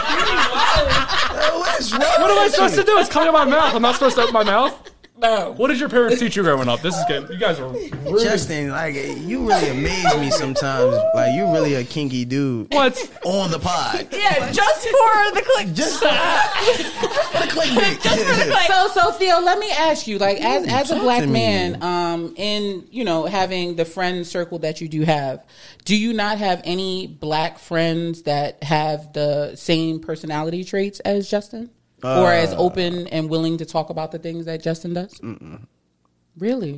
S1: ah.
S2: what is wrong?
S1: What am I supposed to do? It's coming out of my mouth. I'm not supposed to open my mouth.
S8: No.
S1: What did your parents teach you growing up? This is good. You guys are rude.
S2: Justin, like you really amaze me sometimes. Like you really a kinky dude
S1: What?
S2: on the pod.
S7: Yeah, just for the click.
S2: Just for the clickbait.
S3: So, so Theo, let me ask you, like, as as a
S2: talk
S3: black
S2: to me.
S3: man, um, in you know having the friend circle that you do have, do you not have any black friends that have the same personality traits as Justin, or as
S2: Uh,
S3: open and willing to talk about the things that Justin does? Really?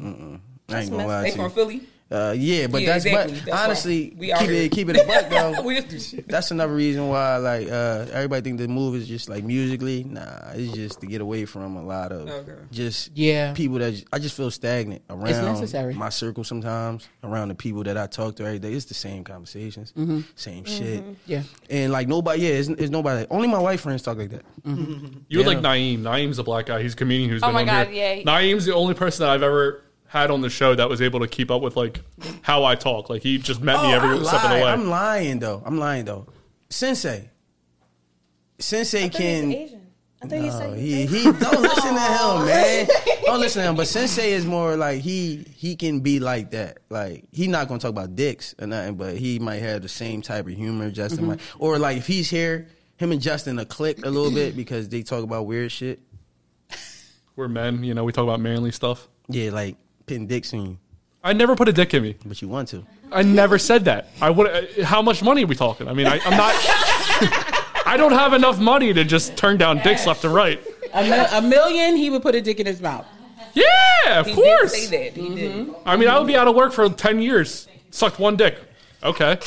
S2: I ain't gonna lie
S8: They
S2: to
S8: from
S2: you.
S8: Philly.
S2: Uh, yeah, but
S8: Yeah,
S2: that's
S8: exactly.
S2: but
S8: That's why
S2: honestly,
S8: we out
S2: keep
S8: here.
S2: it keep it a buck though.
S8: We do shit.
S2: That's another reason why like uh, everybody think the move is just like musically. Nah, it's just to get away from a lot of
S8: Okay.
S2: just
S3: Yeah.
S2: people that I just feel stagnant around
S3: necessary.
S2: my circle sometimes around the people that I talk to every day. It's the same conversations, same shit,
S3: Mm-hmm. Yeah.
S2: and like nobody. Yeah, it's, it's nobody. Only my white friends talk like that.
S3: Mm-hmm.
S1: You're
S2: Yeah.
S1: like Naeem. Naeem's a black guy. He's a comedian who's
S7: Oh
S1: been
S7: my
S1: on
S7: God,
S1: here.
S7: yay.
S1: Naeem's the only person that I've ever had on the show that was able to keep up with like how I talk. Like he just met me every
S2: Oh, I
S1: step of the
S2: lied.
S1: way.
S2: I'm lying though. I'm lying though. Sensei, Sensei can.
S4: Asian. I thought you
S2: Oh,
S4: said
S2: he, he don't listen to him, man. Don't listen to him. But Sensei is more like he he can be like that. Like he not gonna talk about dicks or nothing, but he might have the same type of humor Justin might, or like if he's here, him and Justin a click a little bit because they talk about weird shit.
S1: We're men, you know, we talk about manly stuff.
S2: Yeah, like putting dicks in you,
S1: I never put a dick in me.
S2: but you want to.
S1: I never said that. I would. uh, How much money are we talking? I mean, I, I'm not. I don't have enough money to just turn down dicks left and right.
S3: A, mil- a million, he would put a dick in his mouth.
S1: Yeah, of
S8: He
S1: course.
S8: did say that. He did.
S1: I mean, I would be out of work for ten years. Sucked one dick. Okay.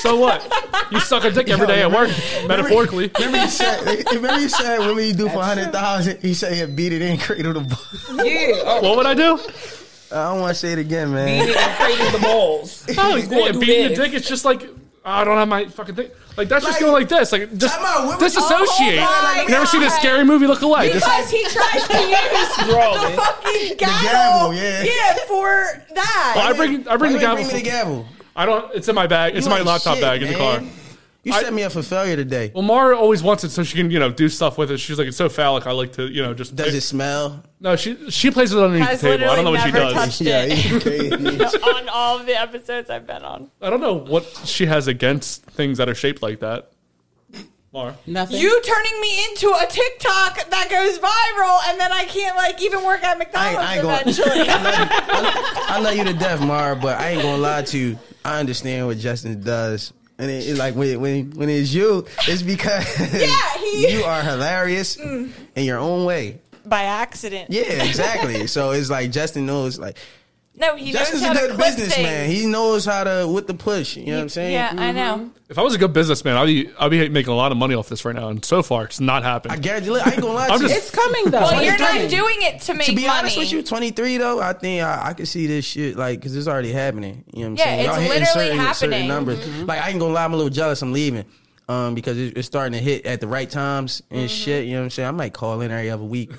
S1: so what? You suck a dick every day at work, metaphorically.
S2: Remember he said, remember he said, what do you do for hundred thousand? He said he'd beat it in, cradle the ball.
S8: Yeah. Oh,
S1: What would I do?
S2: I don't want to say it again, man.
S8: he didn't cradle the balls.
S1: Oh,
S8: He's gonna
S1: yeah,
S8: do
S1: beating the
S8: this.
S1: dick. It's just like "Ah, I don't have my fucking dick. Like that's just
S2: Like-
S1: going like this. Like just
S2: Time out, what was-
S1: disassociate.
S2: Oh my
S1: You Never seen a
S2: God.
S1: scary movie look alike. Just-
S6: Because he tries to use the fucking gavel.
S2: gavel, yeah.
S6: for that.
S1: I bring I bring the
S2: Why you
S1: gavel.
S2: Bring me the gavel.
S1: I don't. It's in my bag. It's
S2: You
S1: in my
S2: ain't
S1: laptop
S2: shit,
S1: bag in the car.
S2: man. You
S1: I-
S2: set me up for failure today.
S1: Well, Mara always wants it so she can, you know, do stuff with it. She's like, it's so phallic. I like to, you know, just.
S2: Does it smell?
S1: no, she she plays with it underneath
S7: Has
S1: the table. I don't know
S7: literally
S1: what she
S7: never
S1: does.
S7: touched-
S2: Yeah. yeah.
S7: on all of the episodes I've been on.
S1: I don't know what she has against things that are shaped like that. Mara,
S3: Nothing.
S7: You turning me into a TikTok that goes viral, and then I can't like even work at
S2: I,
S7: McDonald's
S2: I ain't gonna.
S7: eventually.
S2: I love, you- I love- I love you to death, Mara, but I ain't gonna lie to you. I understand what Justin does, and it, it like when when when it's you, it's because
S7: Yeah, he- Mm.
S2: you are hilarious in your own way.
S7: By accident.
S2: Yeah, exactly. so it's like Justin knows like.
S7: No, he
S2: Justin's
S7: knows
S2: a
S7: how
S2: good
S7: to clip
S2: businessman.
S7: things.
S2: He knows how to with the push. You know what I'm saying? Mm-hmm.
S7: Yeah, I know.
S1: if I was a good businessman, I'd be I'd be making a lot of money off this right now. And so far, it's not
S2: I
S1: happening.
S2: guarantee. I ain't gonna lie
S1: I'm
S2: to you.
S1: just-
S3: it's coming though.
S7: Well, you're
S3: It's coming.
S7: not doing it to make
S2: to be
S7: money.
S2: honest with you, 23 though, I think I, I could see this shit like because it's already happening. You know what I'm
S7: Yeah,
S2: saying?
S7: it's
S2: hitting
S7: literally
S2: certain, certain
S7: happening. Mm-hmm.
S2: numbers. Like I ain't gonna lie, I'm a little jealous. I'm leaving. Um, because it, it's starting to hit at the right
S7: Mm-hmm.
S2: times and shit. You know what I'm saying? I might call in every other week.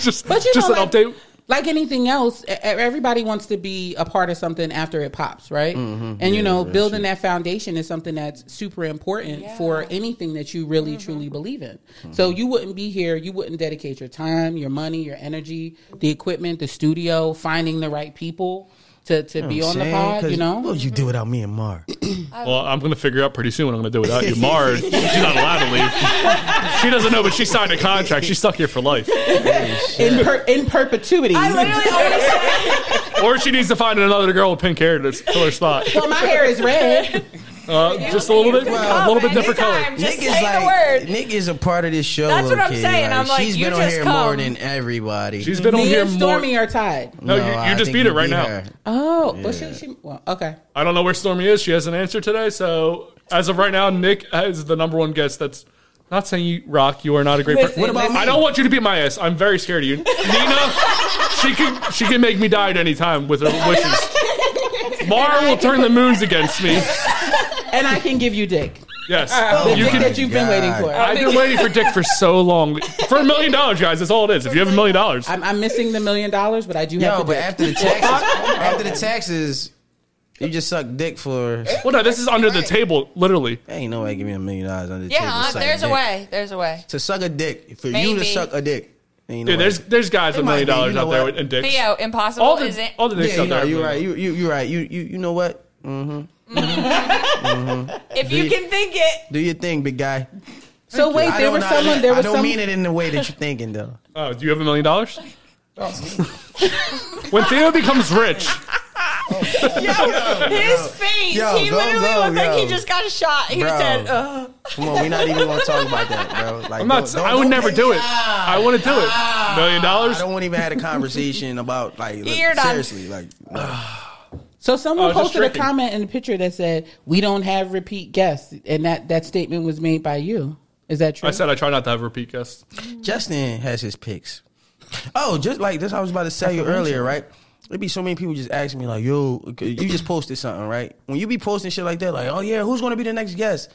S1: just
S3: But you
S1: just
S3: know,
S1: an
S3: like,
S1: update.
S3: like anything else, e- e- everybody wants to be a part of something after it pops, right? And you know, building that foundation is something that's super important for anything that you really truly believe in. So you wouldn't be here, you wouldn't dedicate your time, your money, your energy, the equipment, the studio, finding the right people to to be on the
S2: Saying,
S3: pod.
S2: 'cause
S3: You know,
S2: What would you do without me and Mar?
S1: Well, I'm going to figure out pretty soon what I'm going to do without you. Marred. She's not allowed to leave. She doesn't know, but she signed a contract. She's stuck here for life.
S3: in per- in perpetuity.
S7: I literally always say,
S1: Or she needs to find another girl with pink hair to fill her spot.
S3: well, my hair is red.
S1: Uh, just a little bit, a little bit different color.
S7: Anytime, Just say the word.
S2: Nick is a part of this show.
S7: That's what I'm
S2: low-key.
S7: saying. I'm like,
S2: she's
S7: you
S2: been on
S7: just
S2: here
S7: come.
S2: more than everybody.
S1: She's been on
S3: Me
S1: here
S3: and
S1: more.
S3: Stormy are tied.
S1: No, you, you
S2: I
S1: just
S2: think
S1: beat
S2: you
S1: it right now.
S2: her.
S3: Oh, well, she, she, well, okay.
S1: I don't know where Stormy is. She hasn't answered today. So as of right now, Nick is the number one guest. That's not saying you rock. You are not a great person.
S8: Listen, What about
S1: I don't want you to beat my ass. I'm very scared of you, Nina. she can she can make me die at any time with her wishes. Mara will turn the moons against me.
S3: And I can give you dick.
S1: Yes,
S2: Oh.
S3: the
S1: you
S3: dick
S1: can.
S3: that you've been waiting for.
S1: I've been waiting for Dick for so long. For a million dollars, guys, that's all it is. If you have a million dollars,
S3: I'm, I'm missing the million dollars, but I do have.
S2: Yo,
S3: the
S2: but
S3: dick.
S2: after the taxes, after the taxes, you just suck dick for.
S1: well, no, this is under the table, literally.
S2: Ain't no way give me a million dollars under the
S7: yeah,
S2: table. to
S7: uh,
S2: suck
S7: there's a
S2: dick.
S7: way. There's a way.
S2: to suck a dick. For you to
S7: Maybe.
S2: suck a dick. Ain't no
S1: Dude,
S2: way.
S1: there's there's guys with a million
S2: might be, you
S1: dollars out
S2: know
S1: there
S2: what?
S1: with and dicks.
S7: Theo, impossible
S1: all the
S7: is it?
S1: all the dicks
S2: yeah,
S1: out
S2: you know,
S1: there.
S2: you're right. You you you're right. You you you know what? Mm-hmm.
S7: If you
S2: the-
S7: can think it,
S2: Do your thing, big guy.
S3: so wait, there
S2: don't-
S3: was someone. There
S2: I
S3: was
S2: don't
S3: some.
S2: mean it in the way that you're thinking though.
S1: Oh, do you have a million dollars? when Theo becomes rich,
S7: his face,
S2: Yo,
S7: he
S2: go,
S7: literally
S2: go,
S7: looked like
S2: yo.
S7: he just got a shot. He
S2: Bro.
S7: said, uh. Ugh.
S2: Come on, we're not even gonna talk about that, bro. Like
S1: I'm not.
S2: don't- don't-
S1: I would
S2: don't
S1: never
S2: take
S1: do
S2: me
S1: it.
S2: out.
S1: I wouldn't do it. Million
S2: I
S1: dollars.
S2: don't want to even have a conversation about like look,
S7: Ear done.
S2: seriously, like
S3: so someone
S1: Oh, just
S3: posted a
S1: tricking.
S3: comment in the picture that said, "We don't have repeat guests," and that that statement was made by you. Is that true?
S1: I said I try not to have repeat guests.
S2: Justin has his picks. Oh, just like this, I was about to tell you earlier, right? There'd be so many people just asking me, like, yo, okay, you just posted something, right? When you be posting shit like that, like, oh yeah, who's gonna be the next guest?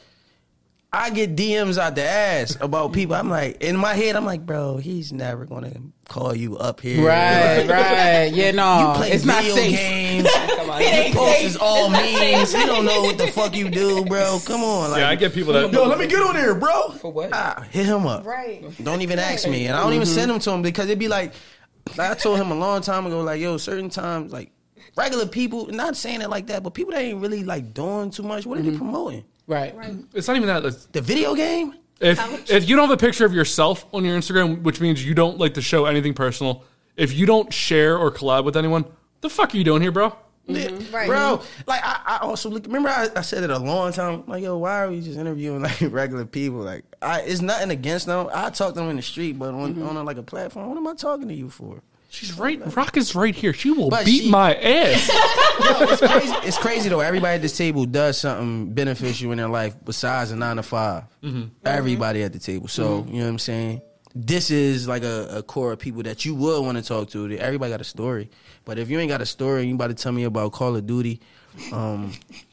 S2: I get DMs out the ass about people. I'm like, in my head, I'm like, bro, he's never gonna call you up here.
S3: right, right. Yeah, no,
S2: You play
S3: it's not
S2: video
S3: safe.
S2: games. Your post is all memes. You don't know what the fuck you do, bro. Come on, like,
S1: Yeah, I get people that.
S2: Yo, let me get on there, bro. For
S5: what?
S2: Ah, hit him up.
S4: Right.
S2: Don't even ask me, and I don't even send them to him because it'd be like, like I told him a long time ago, like yo, certain times, like regular people, not saying it like that, but people that ain't really like doing too much. What are they promoting?
S3: Right.
S1: It's not even that. It's-
S2: The video game?
S1: If if you don't have a picture of yourself on your Instagram, which means you don't like to show anything personal, if you don't share or collab with anyone, the fuck are you doing here, bro?
S2: Right. Bro, like I, I also look, remember I, I said it a long time. Like yo, why are we just interviewing like regular people? Like I, it's nothing against them. I talk to them in the street, but on on like a platform, what am I talking to you for?
S1: She's right. Rock is right here. She will
S2: But
S1: beat
S2: she-
S1: my ass.
S2: it's crazy. It's crazy though. Everybody at this table does something beneficial in their life besides a nine to 5 Everybody at the table. So you know what I'm saying. This is like a, a core of people that you would want to talk to. Everybody got a story, but if you ain't got a story, and you about to tell me about Call of Duty, um,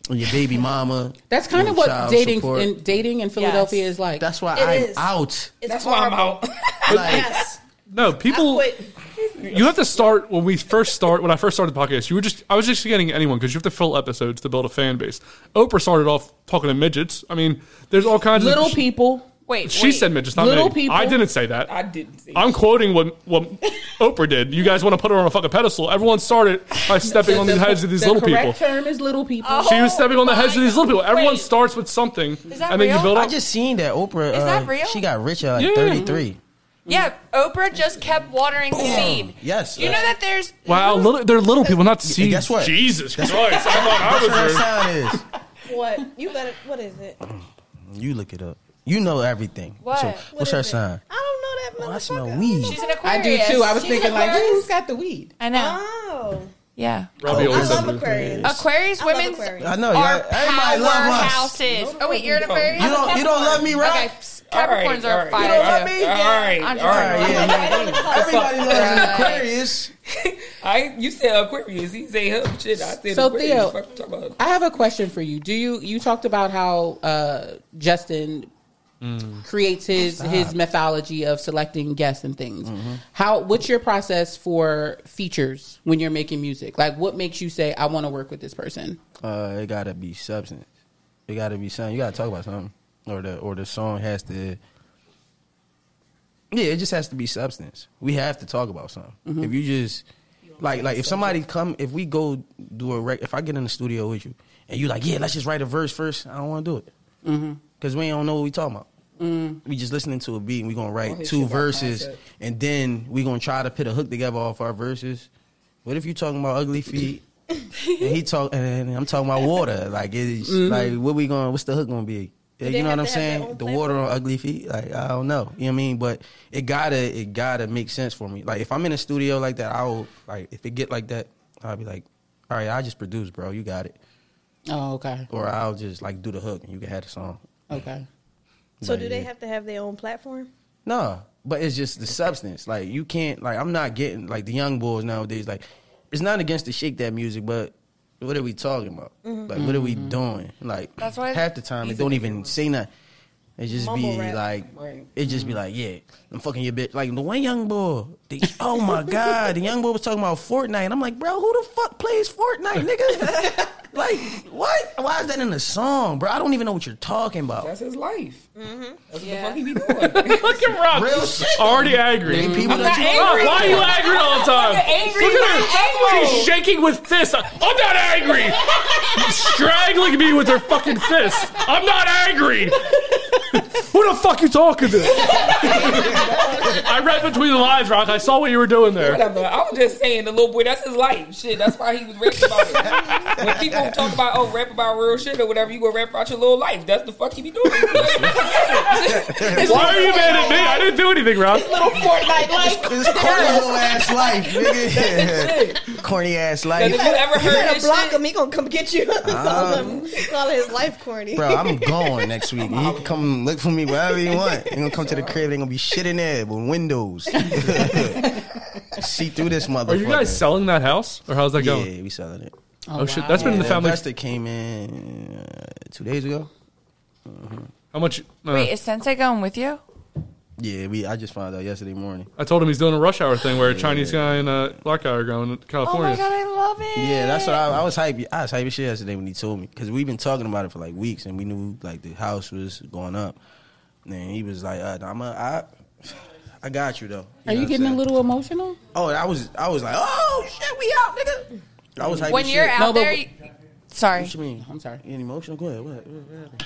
S2: or your baby mama.
S3: That's kind
S2: your
S3: of what
S2: child
S3: dating
S2: support.
S3: in, dating in Philadelphia is like.
S2: That's why
S4: It
S2: I'm
S4: is.
S2: out.
S4: It's
S5: That's why I'm
S4: horrible.
S5: out.
S2: Like,
S4: Yes.
S1: No, people.
S4: I quit.
S1: You have to start when we first start. When I first started the podcast, you were just I was just getting anyone because you have to fill episodes to build a fan base. Oprah started off talking to midgets. I mean, there's all kinds
S3: little
S1: of
S3: people.
S7: wait.
S1: She
S7: wait.
S1: said midgets, not
S3: Little
S1: me.
S3: people.
S1: I didn't say that.
S5: I didn't see.
S1: I'm quoting what what Oprah did. You guys want to put her on a fucking pedestal? Everyone started by stepping on the heads of these
S3: the
S1: little people.
S3: correct term is little people.
S1: She was stepping on the
S7: my
S1: heads of these little people. Everyone
S7: Wait.
S1: starts with something,
S7: Is that
S1: and then you
S7: real?
S1: build
S2: I
S1: up.
S2: just seen that Oprah.
S7: Is
S2: uh,
S7: that real?
S2: She got rich at like
S1: Yeah.
S2: 33.
S7: Yeah, Oprah just kept watering the seed.
S2: Yes.
S7: You know that there's
S1: wow, little, they're little people, not seeds.
S2: guess what?
S1: Jesus Christ! I thought I
S2: That's
S1: was
S2: what her
S1: there.
S2: sound is.
S4: What? You better. What is it?
S2: Oh. You look it up. You know everything.
S7: What?
S2: So,
S7: What
S2: what's
S4: is
S2: her
S4: it?
S2: sign?
S4: I don't know that
S2: Oh,
S4: motherfucker.
S2: I smell
S4: don't
S2: weed.
S4: know.
S7: she's an
S3: I
S7: Aquarius.
S3: do too. I was
S7: She's
S3: thinking
S7: an
S3: like,
S7: Aquarius.
S3: who's got the weed?
S7: I know.
S4: Oh,
S7: Yeah.
S1: Robbie
S4: I
S1: always
S4: love
S1: said-
S4: Aquarius.
S7: Aquarius
S4: I love
S7: women's
S4: Aquarius.
S2: I know. Y'all,
S7: are
S2: everybody love us.
S7: powerhouses. Oh wait, you're an Aquarius.
S2: You don't. You don't love me,
S7: Okay,
S2: right?
S7: pss,
S5: All right,
S7: Capricorns are
S5: all right.
S7: fire
S5: You don't
S2: love
S7: too.
S2: me?
S5: All right, all
S7: I'm just-
S5: right.
S2: All right, yeah, yeah.
S4: I don't know.
S2: Everybody loves an
S7: Right.
S2: Aquarius.
S5: I you said Aquarius. He said him. Shit, I said
S3: So,
S5: Aquarius.
S3: Theo-
S5: Fuck, talk about
S3: I have a question for you. Do you you talked about how uh, Justin
S1: Mm.
S3: creates his his methodology of selecting guests and things.
S1: Mm-hmm.
S3: How what's your process for features when you're making music? Like what makes you say I want to work with this person?
S2: Uh, it gotta be substance. It gotta be something. You gotta talk about something, or the or the song has to. Yeah, it just has to be substance. We have to talk about something. If Mm-hmm. you just like like if somebody come, if we go do a rec, if I get in the studio with you and you like, yeah, let's just write a verse first. I don't want to do it
S4: Mm-hmm.
S2: because we don't know what we talking about. We just listening to a beat and we gonna
S4: Oh,
S2: write
S5: hit you
S2: two
S5: about
S2: verses
S5: concept.
S2: and then we gonna try to put a hook together off our verses. What if you talking about ugly feet? and he talk, and I'm talking about water. Like it's like what we going? to What's the hook gonna be? Yeah,
S4: Mm-hmm. they
S2: you know
S4: have
S2: what I'm
S4: to have their
S2: saying?
S4: own
S2: The
S4: flavor?
S2: water on ugly feet. Like I don't know. You know what I mean? But it gotta it gotta make sense for me. Like if I'm in a studio like that, I'll like if it get like that, I'll be like, all right, I just produce, bro. You got it.
S3: Oh, okay.
S2: Or I'll just like do the hook and you can have the song.
S3: Okay.
S4: So
S2: Like,
S4: do they
S2: yeah.
S4: have to have their own platform?
S2: No, but it's just the substance. Like you can't. Like I'm not getting like the young boys nowadays. Like it's not against the shake that music, but what are we talking about? Like what are we doing? Like
S7: That's why
S2: half the time they
S7: these
S2: don't
S7: are
S2: even
S7: the-
S2: say nothing. It just be
S4: Mumble rap.
S2: like
S5: Right.
S2: it just be like yeah, I'm fucking your bitch. Like the one young boy. The, oh my god, the young boy was talking about Fortnite. I'm like, bro, who the fuck plays Fortnite, nigga? like what? Why is that in the song, bro? I don't even know what you're talking about.
S5: That's his life. That's
S6: Yeah.
S5: what the fuck he be doing.
S1: Look at Rob.
S2: Real shit.
S1: Already angry.
S2: Ain't people that you
S1: Rob, why are you angry all the time?
S5: angry,
S1: Look at
S5: I'm
S1: her.
S5: angry.
S1: She's shaking with fists. I'm not angry. She's strangling me with her fucking fist. I'm not angry. Who the fuck you talking to? I read between the lines, Rock. I saw what you were doing there.
S5: Whatever. I was just saying, the little boy, that's his life. Shit, that's why he was rapping about it. when people talk about, oh, rap about real shit or whatever, you go rap about your little life. That's the fuck he be doing.
S1: Why are you mad at me? I didn't do anything, Rob.
S5: little Fortnite life.
S2: It's corny little ass life, nigga. corny ass
S5: And if you
S2: life.
S5: ever
S4: You
S5: heard
S4: better
S5: this
S4: block
S5: shit,
S4: him. He gonna come get you. call, him, call his life corny.
S2: Um, Bro, I'm going next week. You can come look for me wherever you want. You're gonna come to the crib. They're gonna be shit in there with windows. See through this motherfucker.
S1: Are you guys selling that house, or how's that going?
S2: Yeah, we selling it.
S1: Oh, shit, that's been in
S2: The
S1: the family.
S2: investor came in uh, two days ago.
S1: How much? Uh,
S7: Wait, is Sensei going with you?
S2: Yeah, we. I just found out yesterday morning.
S1: I told him he's doing a rush hour thing where a Chinese guy and a black guy are going to
S7: Oh my
S1: California.
S7: god, I love it.
S2: Yeah, that's what I, I was hyped. I was hyped as shit yesterday when he told me because we've been talking about it for like weeks, and we knew like the house was going up. And he was like, uh, "I'm a, I, I got you though."
S3: Are
S2: know what
S3: you
S2: I'm
S3: getting a
S2: saying?
S3: little emotional?
S2: Oh, I was, I was like, "Oh shit, we out, nigga." I was hyped.
S7: When
S2: as
S7: you're
S2: shit.
S7: out
S3: No, but-
S7: there, you- sorry.
S2: what you mean?
S3: I'm sorry.
S2: You ain't emotional? Go ahead. What? what- what happened?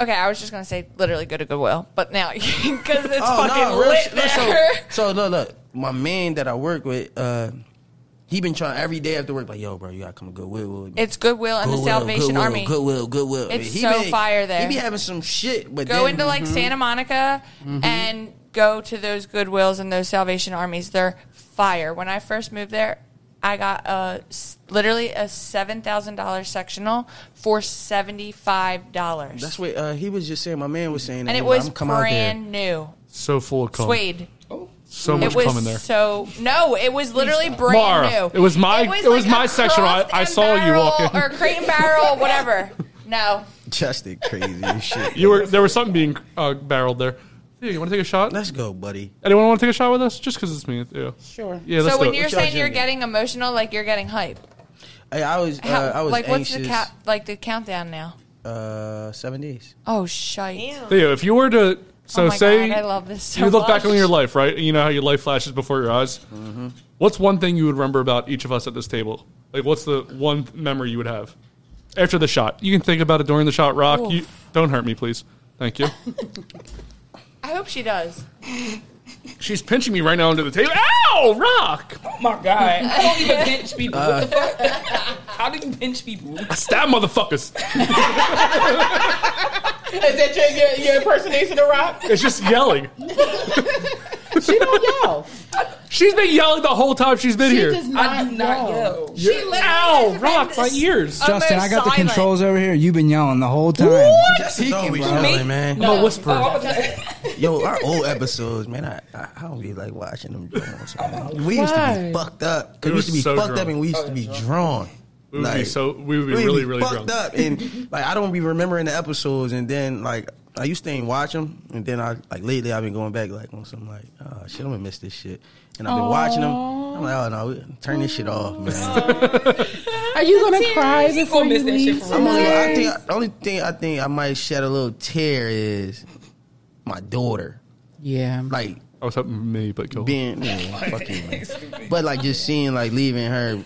S7: Okay, I was just gonna say literally go to Goodwill, but now because it's
S2: Oh,
S7: fucking
S2: no, real
S7: lit
S2: shit. Look, so-
S7: there.
S2: So, look, look, my man that I work with, uh, he been trying every day after work, like, "Yo, bro, you gotta come to Goodwill." with me."
S7: It's Goodwill and the
S2: Goodwill,
S7: Salvation
S2: Goodwill,
S7: Army.
S2: Goodwill, Goodwill.
S7: It's so fire there.
S2: He be having some shit, but
S7: Go
S2: then,
S7: into
S1: mm-hmm.
S7: like Santa Monica and go to those Goodwills and those Salvation Armies. They're fire. When I first moved there, I got a s- literally a seven thousand dollars sectional for seventy five dollars.
S2: That's what uh, he was just saying. My man was saying, that.
S7: and
S2: He
S7: it was
S2: I'm come out there.
S7: brand new
S1: So full of cum.
S7: suede.
S1: So much
S7: It was
S1: cum in there.
S7: so no, it was literally brand
S1: Mara,
S7: new.
S1: it was my- it was my
S7: a
S1: section. I-
S7: Croft
S1: I
S7: and
S1: saw you
S7: Barrel
S1: walk in.
S7: or Crate and Barrel, whatever. No,
S2: Just the craziest shit.
S1: You were there was something being uh, barreled there. Theo, you want to take a shot?
S2: Let's go, buddy.
S1: Anyone want to take a shot with us? Just because it's me. Yeah.
S3: Sure.
S1: Yeah. Let's
S7: so when
S1: do
S7: you're
S1: it.
S2: y'all
S7: saying you're
S2: drinking?
S7: getting emotional, like you're getting hype.
S2: Hey, I was, uh,
S7: How,
S2: I was
S7: like
S2: anxious.
S7: what's the count? like the countdown now?
S2: uh, seven days.
S7: Oh shite!
S4: Damn.
S1: Theo, if you were to, so
S7: oh my
S1: say
S7: God, I love this so
S1: you look
S7: much.
S1: back on your life, right? And you know how your life flashes before your eyes. What's one thing you would remember about each of us at this table? Like, what's the one memory you would have after the shot? You can think about it during the shot. Rock, you don't hurt me, please. Thank you.
S7: I hope she does.
S1: She's pinching me right now under the table. Ow, Rock!
S5: oh my god, I don't even pinch people.
S3: Uh.
S5: What the fuck? How do you pinch people?
S1: I stab motherfuckers.
S3: Is that your, your, your impersonation of Rock?
S1: It's just yelling.
S3: She don't yell.
S1: She's been yelling the whole time she's been
S3: She
S1: here.
S3: does not,
S5: I do not
S3: yell.
S5: yell.
S1: You're- Ow, Rock, my ears.
S2: Oh,
S9: Justin, I got the
S7: Almost silent.
S9: controls over here. You've been yelling the whhole time.
S2: That's always yelling, man.
S1: I'm a whisperer.
S5: Oh, I was like,
S2: Yo, our old episodes, man. I, I, I don't be like watching them. Jones, man. We used to
S3: Why?
S2: be fucked up.
S1: We
S2: 'Cause We used to
S1: were
S2: be
S1: so
S2: fucked up
S1: drunk.
S2: and we used to be drawn.
S1: We would be so we would be
S2: we'd
S1: really really
S2: fucked
S1: drunk.
S2: up and like I don't be remembering the episodes and then like I used to ain't watch them, and then I like lately I've been going back like on some like oh shit I'm gonna miss this shit, and I've been watching them. I'm like oh no, we- turn this shit off, man.
S3: Are you gonna cry before you
S5: gonna miss that shit
S3: leave?
S5: for
S2: I'm only, I
S3: tonight?
S2: think the only thing I think I might shed a little tear is my daughter,
S3: Yeah.
S2: like
S1: I was hoping Oh, me, but go.
S2: being yeah, fucking, man. but like just seeing like leaving her.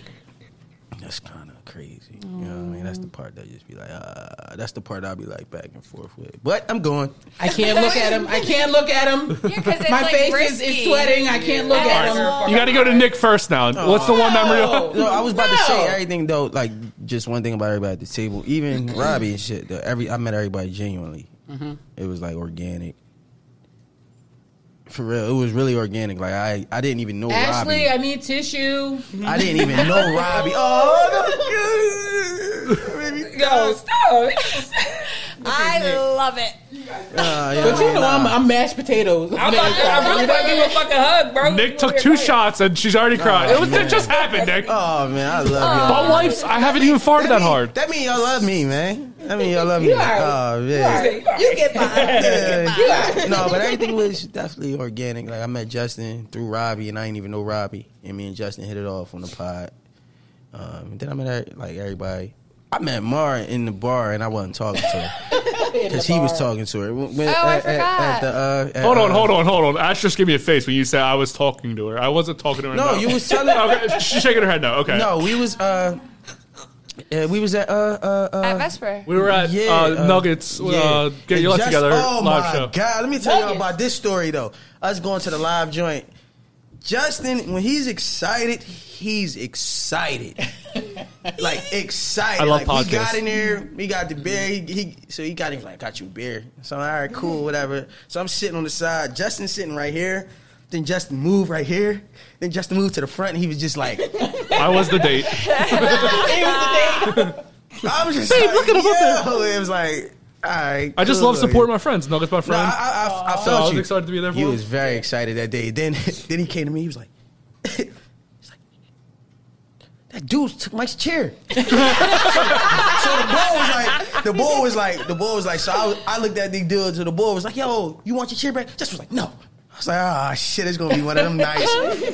S2: That's kind of crazy. You know what I mean? That's the part that just be like, uh, that's the part I'll be like back and forth with. But I'm going.
S3: I can't look at him. I can't look at him.
S7: Yeah, 'cause it's,
S3: My
S7: like,
S3: face is, is
S7: risky.
S3: sweating. I can't look
S7: And
S3: at
S7: it's
S3: him.
S7: all-
S1: You got to go to Nick first now. What's the one memory?
S2: No, I was about to
S3: No.
S2: say everything though. Like just one thing about everybody at the table, even
S3: Mm-hmm.
S2: Robbie and shit. Though, every I met everybody genuinely. It was like organic. For real, it was really organic. Like I, I didn't even know
S3: Ashley,
S2: Robbie.
S3: I need tissue.
S2: I, didn't even know Robbie. Oh, that was good. That made me-
S5: Yo, stop.
S7: I love it.
S2: Nah, yeah,
S3: But you know,
S2: nah.
S3: I'm, I'm mashed potatoes.
S5: I'm about to, I really about to give her a fucking hug, bro.
S1: Nick took two shots and she's already crying. It, was, it just happened, Nick.
S2: Oh man, I love y'all.
S1: But wipes, I haven't even farted that hard.
S2: That mean y'all love me, man. That mean y'all love me.
S3: are-
S2: Oh man.
S4: You get by.
S2: Yeah. no, but everything was definitely organic. Like I met Justin through Robbie, and I didn't even know Robbie. And me and Justin hit it off on the pod. Um, then I met er- like everybody. I met Mara in the bar, and I wasn't talking to her because he was talking to her. When- when-
S7: Oh, I
S2: at- at- at
S7: forgot.
S2: the, uh, at,
S1: Hold on,
S2: uh,
S1: hold on, hold on. Ash just gave me a face when you said I was talking to her. I wasn't talking to her.
S2: No, you was telling.
S1: Okay, she's shaking her head now. Okay.
S2: No, we was. Uh, yeah, we was at uh uh, uh
S7: At Vesper.
S1: We were at
S2: Yeah,
S1: uh, Nuggets uh, Get
S2: And
S1: Your Life
S2: just-
S1: Together
S2: Oh
S1: live
S2: my
S1: show.
S2: god! Let me tell y'all about this story though. Us going to the live joint. Justin, when he's excited, he's excited, like excited.
S1: I love
S2: like, We
S1: podcasts.
S2: got in there, we got the beer. He, he so he got him like got you beer. So I'm like, all right, cool, whatever. So I'm sitting on the side. Justin's sitting right here. Then Justin moved right here. Then Justin moved to the front, and he was just like,
S1: I was the date.
S2: I was just like, look at him It was like, all right.
S1: I just
S2: cool.
S1: love supporting my friends. Nuggets, my
S2: No, I,
S1: friend.
S2: I, I, I felt
S1: I was
S2: you.
S1: excited to be there for
S2: He
S1: him.
S2: was very excited that day. Then, then he came to me. He was like, he's like, that dude took Mike's chair. so, the ball was like, the ball was like, the ball was like. So I, was, I looked at the dude. So the ball was like, yo, you want your chair back? Just was like, no. I was like, ah, shit, it's gonna be one of them nights.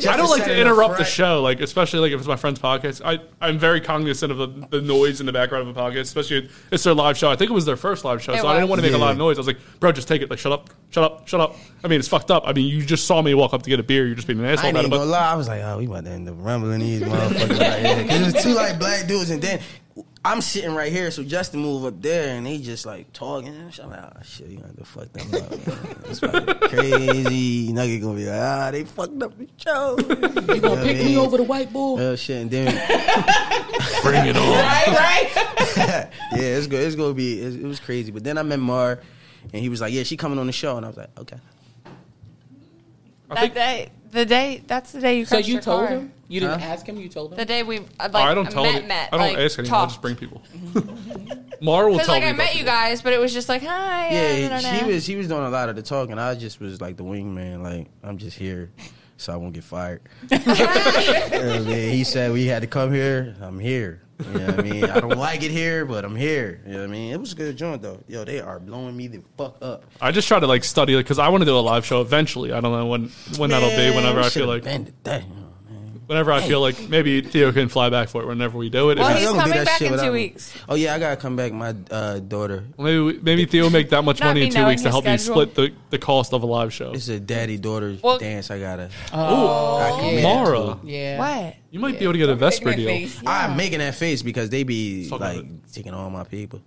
S1: I don't like to interrupt the
S2: show.
S1: show, like especially like if it's my friend's podcast. I I'm very cognizant of the, the noise in the background of a podcast, especially if it's their live show. I think it was their first live show, so I didn't want to make a
S2: Yeah.
S1: lot of noise. I was like, bro, just take it. Like, shut up, shut up, shut up. I mean, it's fucked up. I mean, you just saw me walk up to get a beer. You're just being an
S2: I
S1: asshole
S2: ain't
S1: about it.
S2: even gonna
S1: But
S2: lie. I was like, oh, we about to end up rumbling these motherfuckers right here. 'Cause it was two like black dudes, and then I'm sitting right here, so Justin moved up there, and they just like talking. And shit. I'm like, oh shit, you gonna have to fuck them up. man. It's fucking crazy. Nugget gonna be like, ah, they fucked up the show. You
S3: Gonna pick me over the white bull.
S2: Oh shit, and then
S1: bring it on.
S3: Right, right.
S2: yeah, it's go, it's gonna be it's, it was crazy. But then I met Mar, and he was like, yeah, she coming on the show, and I was like, okay.
S7: That day, the day, that's the day you
S3: So
S7: crashed
S3: you
S7: your
S3: told
S7: car.
S3: him? You didn't
S2: Huh?
S3: ask him. You told
S7: The
S3: him.
S7: day we uh, like
S1: Oh, I don't tell.
S7: met,
S1: it-
S7: met.
S1: I don't
S7: like,
S1: ask anyone. I
S7: talked.
S1: just bring people. Mara will
S7: Because
S1: tell
S7: like
S1: me
S7: I
S1: about
S7: met you
S1: people.
S7: guys, but it was just like hi. I
S2: Yeah,
S7: don't
S2: she
S7: know.
S2: was he was doing a lot of the talking. I just was like the wingman, like I'm just here, so I won't get fired. And then he said we had to come here. I'm here. You know what I mean? I don't like it here, but I'm here. You know what I mean? It was a good joint though. Yo, they are blowing me the fuck up.
S1: I just try to like study because I want to do a live show eventually. I don't know when when that'll be.
S2: Man,
S1: Whenever
S2: we
S1: I feel
S2: should've
S1: like
S2: been today, oh, man.
S1: whenever I feel like maybe Theo can fly back for it. Whenever we do it,
S7: Well,
S1: If-
S7: Oh, he's
S2: I'm gonna do
S7: coming
S2: that
S7: back
S2: shit
S7: in two
S2: without-
S7: weeks.
S2: Oh yeah, I gotta come back. My uh, daughter.
S1: Maybe we, maybe Theo will make that much
S7: Not
S1: money in
S7: me
S1: two
S7: knowing
S1: weeks to
S7: his
S1: help you
S7: schedule.
S1: split the, the cost of a live show.
S2: It's a daddy daughter
S7: Well-
S2: dance. I gotta.
S1: Oh,
S3: yeah.
S1: Mara,
S3: Yeah.
S7: What?
S1: you might be able to get a Vesper deal.
S2: I'm making that face because they be
S1: Talk about
S2: like taking all my people.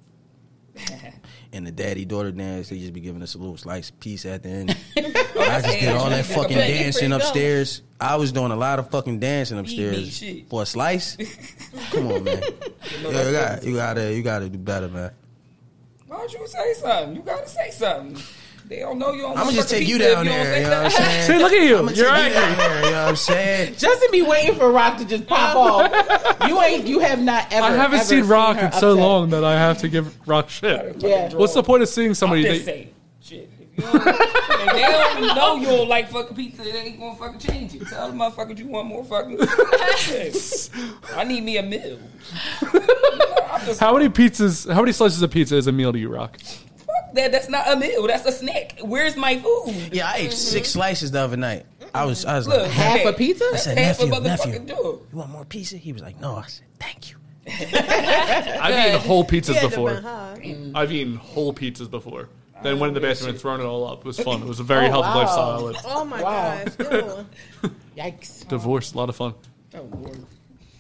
S2: And the daddy daughter dance, they just be giving us a little slice piece at the end. I just did all that fucking
S5: But you
S2: dancing
S5: pretty
S2: upstairs. I was doing a lot of fucking dancing upstairs
S5: shit.
S2: for a slice. Come on, man. Yo, you, got, you gotta, you gotta do better, man.
S5: Why don't you say something? You gotta say something. They don't know you don't
S2: I'm gonna
S5: want
S2: just
S5: fucking
S2: take you
S5: pizza if
S2: down
S5: you don't
S2: there.
S5: say
S2: You know what I'm
S5: nothing.
S2: saying?
S1: See, look at you.
S2: I'm gonna
S1: You're
S2: take you down
S1: angry.
S2: there. You know what I'm saying?
S3: Justin be waiting for Rock to just pop off. You ain't. You have not ever.
S1: I haven't
S3: ever
S1: seen Rock
S3: her
S1: in so
S3: upset.
S1: long that I have to give Rock shit.
S3: Yeah.
S1: What's the point of seeing somebody?
S5: Just
S1: That,
S5: say shit. If you don't- if they don't know you don't like fucking pizza, they ain't gonna fucking change it. Tell the motherfuckers you want more fucking. Shit. I need me a meal. I'm just
S1: how many pizzas? How many slices of pizza is a meal to you, Rock?
S5: fuck
S8: That that's not a meal. That's a snack. Where's my food?
S2: Yeah, I ate six
S5: Mm-hmm.
S2: slices the other night. I was, I was
S8: Look,
S2: like,
S3: Half
S8: okay,
S3: a pizza?
S2: I said,
S8: half a
S2: nephew, nephew,
S8: motherfucking door.
S2: you want more pizza? He was like, no. I said, thank you.
S1: I've eaten whole pizzas
S4: Yeah,
S1: before.
S7: Uh-huh.
S4: different, huh?
S1: I've eaten whole pizzas before. Then went in the bathroom and thrown it all up. It was fun. It was a very healthy
S3: wow.
S1: lifestyle. It's
S4: Oh my
S3: Wow.
S4: gosh. ew.
S3: Yikes.
S1: divorced. A lot of fun.
S3: Oh,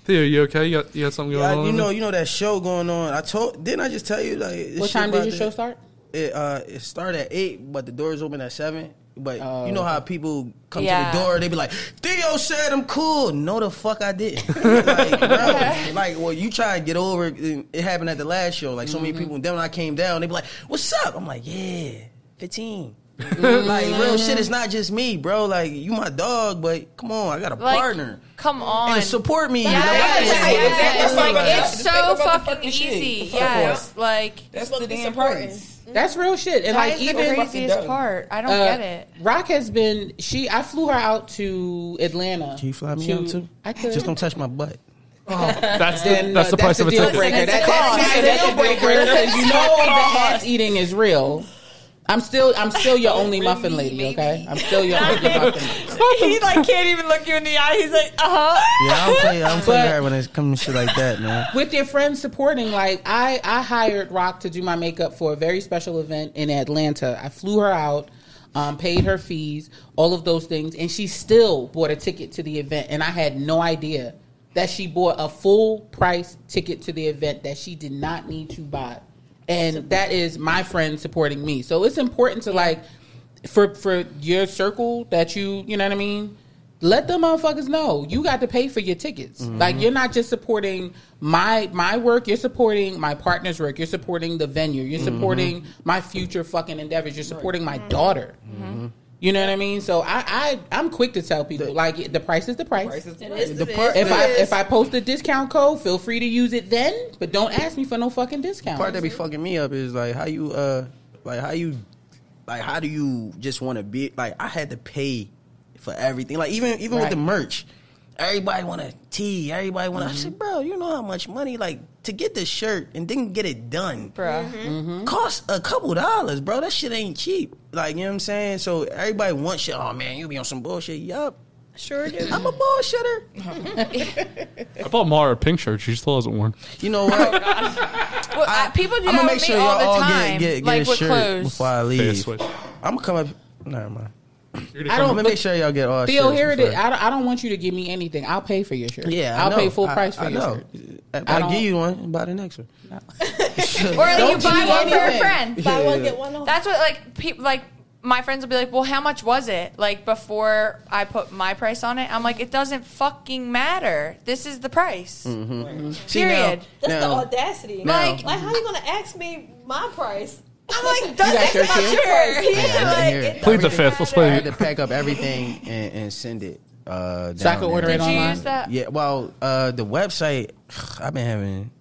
S1: Theo, you okay? You got, you got something going
S2: I,
S1: on?
S2: you know, you know that show going on. I told, didn't I just tell you like this
S3: What
S2: shit
S3: time did
S2: about
S3: your
S2: the-
S3: show start?
S2: It, uh, it started at eight, but the doors open at seven. But
S3: Oh.
S2: you know how people come
S7: Yeah.
S2: to the door, they be like, "Theo said I'm cool." No, the fuck I didn't. like, bro, like, well, you try to get over. It It happened at the last show. Like, so
S7: Mm-hmm.
S2: many people. Then when I came down, they be like, "What's up?" I'm like, "Yeah, 15."
S7: Mm-hmm.
S2: like real shit. It's not just me, bro. Like you my dog, but come on, I got a
S7: Like,
S2: partner.
S7: Come on.
S2: And support me.
S7: Yes.
S2: You know? Like,
S8: That's
S7: Yes.
S8: what I'm about to-
S7: It's
S8: that's what
S7: so
S8: I'm about to
S7: fucking
S8: fucking shit.
S7: easy.
S8: Fuck
S7: Yes. Like
S8: That's
S4: Supposed
S8: the
S4: to be
S8: damn
S4: supporting.
S8: price.
S3: That's real shit. And
S7: that
S3: like
S7: is the
S3: even
S7: craziest
S8: dumb.
S7: part. I don't
S3: uh,
S7: get it.
S3: Rock has been she I flew her out to Atlanta.
S2: Can you fly me
S3: to-
S2: out too?
S3: I could
S2: Just don't touch my butt.
S1: that's the,
S3: Then,
S1: that's
S3: uh,
S1: the price of a
S3: deal
S1: ticket.
S3: breaker.
S7: Listen,
S3: That-
S7: it's a cost.
S3: that's-
S7: It's a
S3: that's a
S7: deal
S3: breaker. 'cause you know the ass eating is real. I'm still I'm still your only muffin lady, okay? I'm still your only muffin lady.
S7: he like can't even look you in the eye. He's like, uh huh.
S2: Yeah, I'm play. I'm
S3: But-
S2: play hard when it comes to shit like that, man.
S3: With your friends supporting, like I I hired Rock to do my makeup for a very special event in Atlanta. I flew her out, um, paid her fees, all of those things, and she still bought a ticket to the event and I had no idea that she bought a full price ticket to the event that she did not need to buy. And that is my friend supporting me. So it's important to like for for your circle that you you know what I mean. Let the motherfuckers know you got to pay for your tickets.
S2: Mm-hmm.
S3: Like you're not just supporting my my work, you're supporting my partner's work, you're supporting the venue, you're
S2: Mm-hmm.
S3: supporting my future fucking endeavors, you're supporting my daughter.
S2: Mm-hmm.
S3: You know what I mean? So I, I I'm quick to tell people like the price is the price.
S8: Price is
S4: It is
S2: The
S4: the
S2: part-
S4: part,
S3: if I if I post a discount code, feel free to use it then, but don't ask me for no fucking discount.
S2: part that be fucking me up is like how you uh like how you like how do you just want to be like I had to pay for everything like even even with the
S3: Right. Mm-hmm.
S2: merch everybody want to tee everybody want to I said bro you know how much money like to get this shirt and then get it done
S7: Bruh.
S2: costs a couple dollars bro that shit ain't cheap like you know what I'm saying so everybody wants shit oh man you be on some bullshit yup
S4: sure do.
S2: I'm a bullshitter
S1: I bought Mara a pink shirt. She still hasn't worn.
S2: you know what
S7: Well, I, people do that
S2: I'ma
S7: with me all the time. like with clothes.
S2: before I
S1: Fair
S2: leave
S1: switch.
S2: I'm gonna come up never mind
S1: You're gonna
S3: I
S1: come
S3: don't-
S2: I'ma make sure y'all get all
S3: Theo,
S2: shirts
S3: here it is.
S2: before-
S3: I don't, I don't want you to give me anything. I'll pay for your shirt.
S2: Yeah, I
S3: I'll
S2: know.
S3: pay full
S2: I-
S3: price for
S2: I
S3: your
S2: know.
S3: shirt. I
S2: I, will
S3: don't-
S2: give you one and buy the next one.
S7: Or like, you
S3: Don't
S7: buy
S3: do
S7: one for a
S3: anything.
S7: friend.
S4: Buy one get one off.
S7: That's what like people like my friends will be like, "Well, how much was it?" Like before I put my price on it, I'm like, "It doesn't fucking matter. This is the price."
S2: See, now-
S7: Period.
S4: That's the
S2: now-
S4: audacity.
S2: now-
S4: like, like, how you gonna ask me my price?
S7: I'm like, "Does
S3: got your
S7: it
S3: kid?
S7: matter?"
S4: Yeah,
S2: Yeah,
S4: like,
S2: right here.
S4: it
S1: Plead the
S4: doesn't
S1: fifth. Let's
S4: matter.
S1: play.
S2: I had to pack up everything and, and send it. Uh,
S3: So I
S2: down
S3: could order
S2: there.
S3: it
S7: Did you
S3: online.
S7: use that?
S2: Yeah, well, uh, the website, I've been having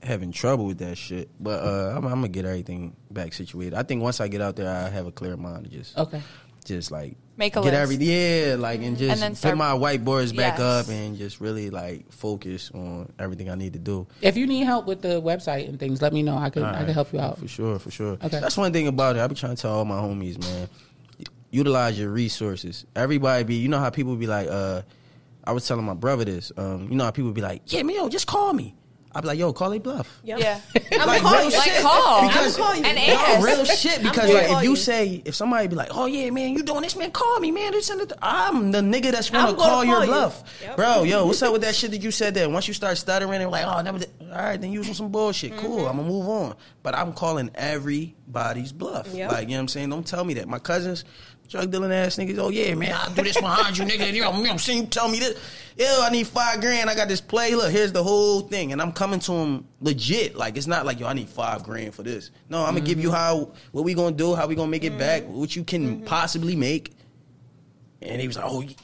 S2: having trouble with that shit, but uh, I'm, I'm gonna get everything back situated. I think once I get out there, I have a clear mind to just
S3: Okay.
S2: just like
S7: Make a
S2: get
S7: list.
S2: everything. Yeah, like and just
S7: And then
S2: put
S7: start-
S2: my whiteboards back
S7: Yes.
S2: up and just really like focus on everything I need to do.
S3: If you need help with the website and things, let me know. I can I can help you out.
S2: For sure, for sure.
S3: Okay.
S2: That's one thing about it. I be trying to tell all my homies, man. Utilize your resources. Everybody be, you know how people be like, uh, I was telling my brother this. Um, you know how people be like, yeah, man, yo, just call me. I be like, yo, call a bluff.
S4: Yep.
S7: Yeah.
S2: Like,
S4: call
S2: real
S4: you.
S7: Like, call.
S2: Because
S4: I'ma call you.
S7: And
S4: No,
S2: no,
S7: ask.
S2: real shit. Because
S4: gonna
S2: like,
S4: call
S2: if you
S4: you.
S2: say, if somebody be like, oh yeah, man, you doing this, man, call me, man. This and the, I'm the nigga that's gonna,
S4: I'm gonna
S2: call, your
S4: call you.
S2: bluff,
S4: Yep.
S2: bro. Yo, what's up with that shit that you said? That once you start stuttering and like, oh, never. Did. all right, then you was on some bullshit. Cool, I'm gonna move on. But I'm calling everybody's bluff.
S4: Yep.
S2: Like, you know what I'm saying? Don't tell me that. My cousins. Drug dealing ass niggas. Oh yeah, man, I do this behind you, nigga. You know, you know, see you tell me this. Yo, I need five grand. I got this play. Look, here's the whole thing, and I'm coming to him legit. Like it's not like yo, I need five grand for this. No, I'm gonna give you how what we gonna do, how we gonna make it back, what you can possibly make. And he was like, oh. y-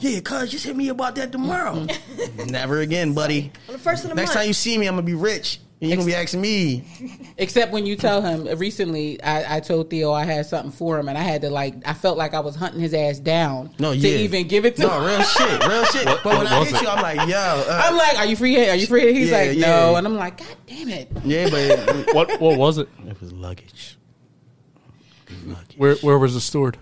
S2: Yeah, cuz just hit me about that tomorrow.
S7: Mm-hmm.
S2: Never again, buddy.
S4: On the first of the
S2: Next
S4: month.
S2: time you see me, I'm gonna be rich. And you're gonna be asking me.
S3: Except when you tell him recently, I, I told Theo I had something for him, and I had to like I felt like I was hunting his ass down
S2: No,
S3: to
S2: yeah.
S3: even give it to
S2: No,
S3: him.
S2: real shit, real shit. but when
S1: what
S2: I
S1: was
S2: hit
S1: it?
S2: you, I'm like, yo. Uh,
S3: I'm like, "Are you free? here? Are you free?" here?" He's
S2: Yeah,
S3: like,
S2: yeah.
S3: "No," and I'm like, "God damn it!"
S2: yeah, but
S1: What what was it?
S2: It was luggage.
S1: Where where was it stored?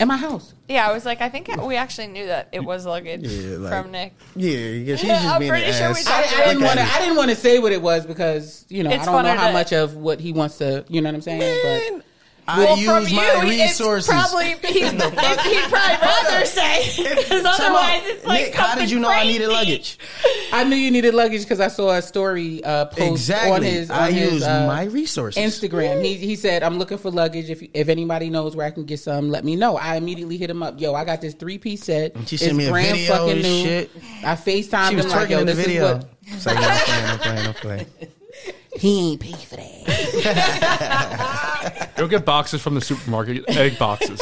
S3: At my house.
S7: Yeah, I was like, I think we actually knew that it was luggage
S2: Yeah, like-
S7: from Nick.
S2: Yeah, because he's
S7: Yeah,
S2: just
S7: I'm
S2: being an
S7: pretty sure we
S2: ass.
S7: talked
S3: I, I didn't
S2: Like
S3: want
S2: that.
S3: to. I didn't want to say what it was because you know
S7: It's
S3: I don't know
S7: funner
S3: how
S7: to-
S3: much of what he wants to. You know what I'm saying?
S2: Man, I use my resources.
S7: probably he'd, he'd probably rather say because otherwise it's like
S2: Nick, how did you know I needed luggage?
S3: But I knew you needed luggage because I saw a story uh, post
S2: Exactly.
S3: on his. On
S2: I
S3: his,
S2: use
S3: uh,
S2: my resources.
S3: Instagram. He he said, "I'm looking for luggage. If if anybody knows where I can get some, let me know." I immediately hit him up. Yo, I got this three piece set.
S2: she
S3: It's
S2: sent me a
S3: brand
S2: video
S3: fucking
S2: and
S3: new.
S2: shit.
S3: I Facetimed
S2: She was
S3: him like,
S2: twerking
S3: "Yo,
S2: in the
S3: this is
S2: video.
S3: what
S2: It's like, no, I'm playing, I'm playing, I'm playing.
S3: he ain't pay for that."
S1: Go get boxes from the supermarket. Egg boxes.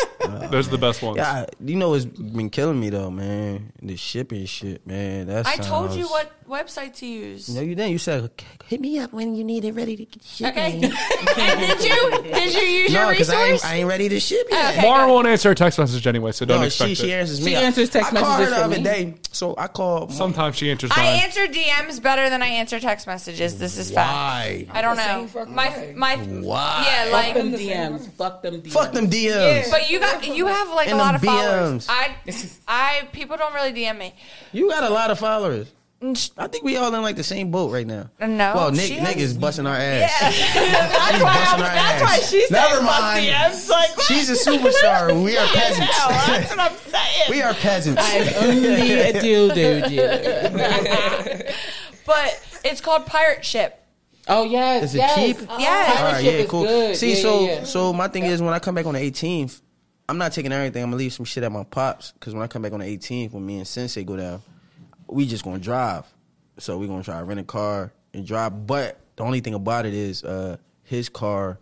S1: Those are the best ones.
S2: Yeah, I- you know what's been killing me though, man? The shipping shit, man. That's
S7: I told you what website to use.
S2: No, you didn't. You said "Okay, hit me up when you need it, ready to get shipped.
S7: Okay. and did you did you use
S2: No,
S7: your
S2: because
S7: resource?
S2: I ain't, I ain't ready to ship yet.
S7: Okay.
S1: Mara won't answer a text message anyway, so don't
S2: No,
S1: expect
S2: she,
S1: it.
S2: she answers me.
S3: She answers text
S2: I called her
S3: messages
S2: the
S3: for
S2: other
S3: me.
S2: day, so I called.
S1: Sometimes she answers
S7: I
S1: mine.
S7: answer DMs better than I answer text messages. This is fact.
S2: Why?
S7: I don't know. My my
S2: Why?
S7: yeah,
S3: Fuck them
S7: like
S3: DMs. Fuck them DMs.
S2: Fuck them DMs.
S7: but you got you have like a
S2: And
S7: lot of
S2: them DMs.
S7: followers. I I people don't really DM me.
S2: You got a lot of followers.
S7: Mm, sh-
S2: I think we all in like the same boat right now.
S7: No,
S2: Well, Nick,
S7: she
S2: Nick
S7: has-
S2: is busting our
S7: Yeah.
S2: ass.
S7: that's
S2: She's
S7: why I
S2: busting
S7: was,
S2: our
S7: that's why
S2: ass.
S7: she said
S2: Never
S7: fuck
S2: mind.
S7: DMs like
S2: She's a superstar. We are
S7: No,
S2: peasants.
S7: that's what I'm saying.
S2: we are peasants.
S3: I'm only a dildo dealer.
S7: but it's called pirate ship.
S3: Oh yes,
S2: Is it
S3: yes.
S2: cheap?
S3: Oh,
S7: Yes.
S2: All right,
S3: pirate ship
S2: yeah,
S3: is
S2: cool.
S3: good.
S2: See,
S3: Yeah,
S2: so
S3: yeah, yeah.
S2: so my thing is when I come back on the 18th, I'm not taking everything. I'm gonna leave some shit at my pops because when I come back on the 18th, when me and Sensei go down, we just gonna drive. So we gonna try to rent a car and drive. But the only thing about it is uh his car.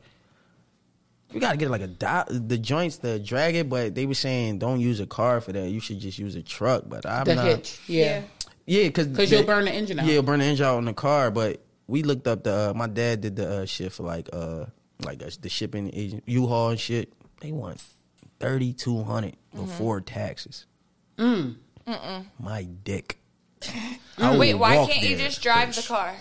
S2: We gotta get like a di- the joints to drag it, but they were saying don't use a car for that. You should just use a truck. But I'm
S3: the
S2: not.
S3: hitch. Yeah.
S2: Yeah, because
S3: 'Cause you'll burn the engine out.
S2: Yeah, burn the engine out in the car. But we looked up the. Uh, my dad did the uh, shit for like uh like uh, the shipping agent U-Haul and shit. They want thirty two hundred before
S7: Mm-hmm.
S2: taxes. Mm. My dick. I would
S7: Wait, why
S2: walk
S7: can't you
S2: there.
S7: just drive the car?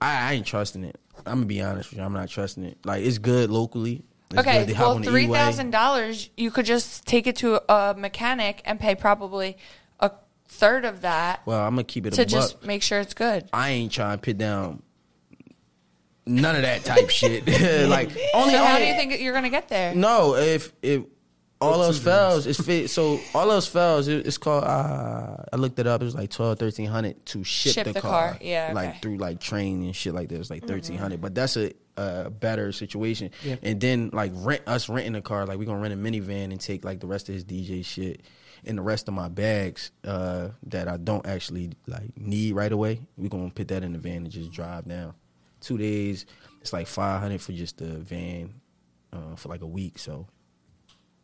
S2: I, I ain't trusting it. I'm gonna be honest with you. I'm not trusting it. Like it's good locally. It's
S7: Okay,
S2: good. They hop
S7: well,
S2: on the
S7: three
S2: E-way.
S7: thousand dollars, you could just take it to a mechanic and pay probably a third of that
S2: Well, I'm gonna keep it a
S7: to
S2: buck.
S7: just make sure it's good.
S2: I ain't trying to put down none of that type shit. like only
S7: so how
S2: only-
S7: do you think that you're gonna get there?
S2: No, if if all else fails, it's fit. So all else fails, it, it's called. Uh, I looked it up. It was like twelve, thirteen hundred to ship,
S7: Ship
S2: the,
S7: the
S2: car.
S7: car, yeah,
S2: like
S7: okay. Mm-hmm.
S2: through like train and shit like that. It's like thirteen hundred, but that's a, a better situation. And then like rent us renting a car. Like we gonna rent a minivan and take like the rest of his DJ shit. And the rest of my bags uh, that I don't actually like need right away, we gonna put that in the van and just drive down. Two days, it's like five hundred for just the van uh, for like a week. So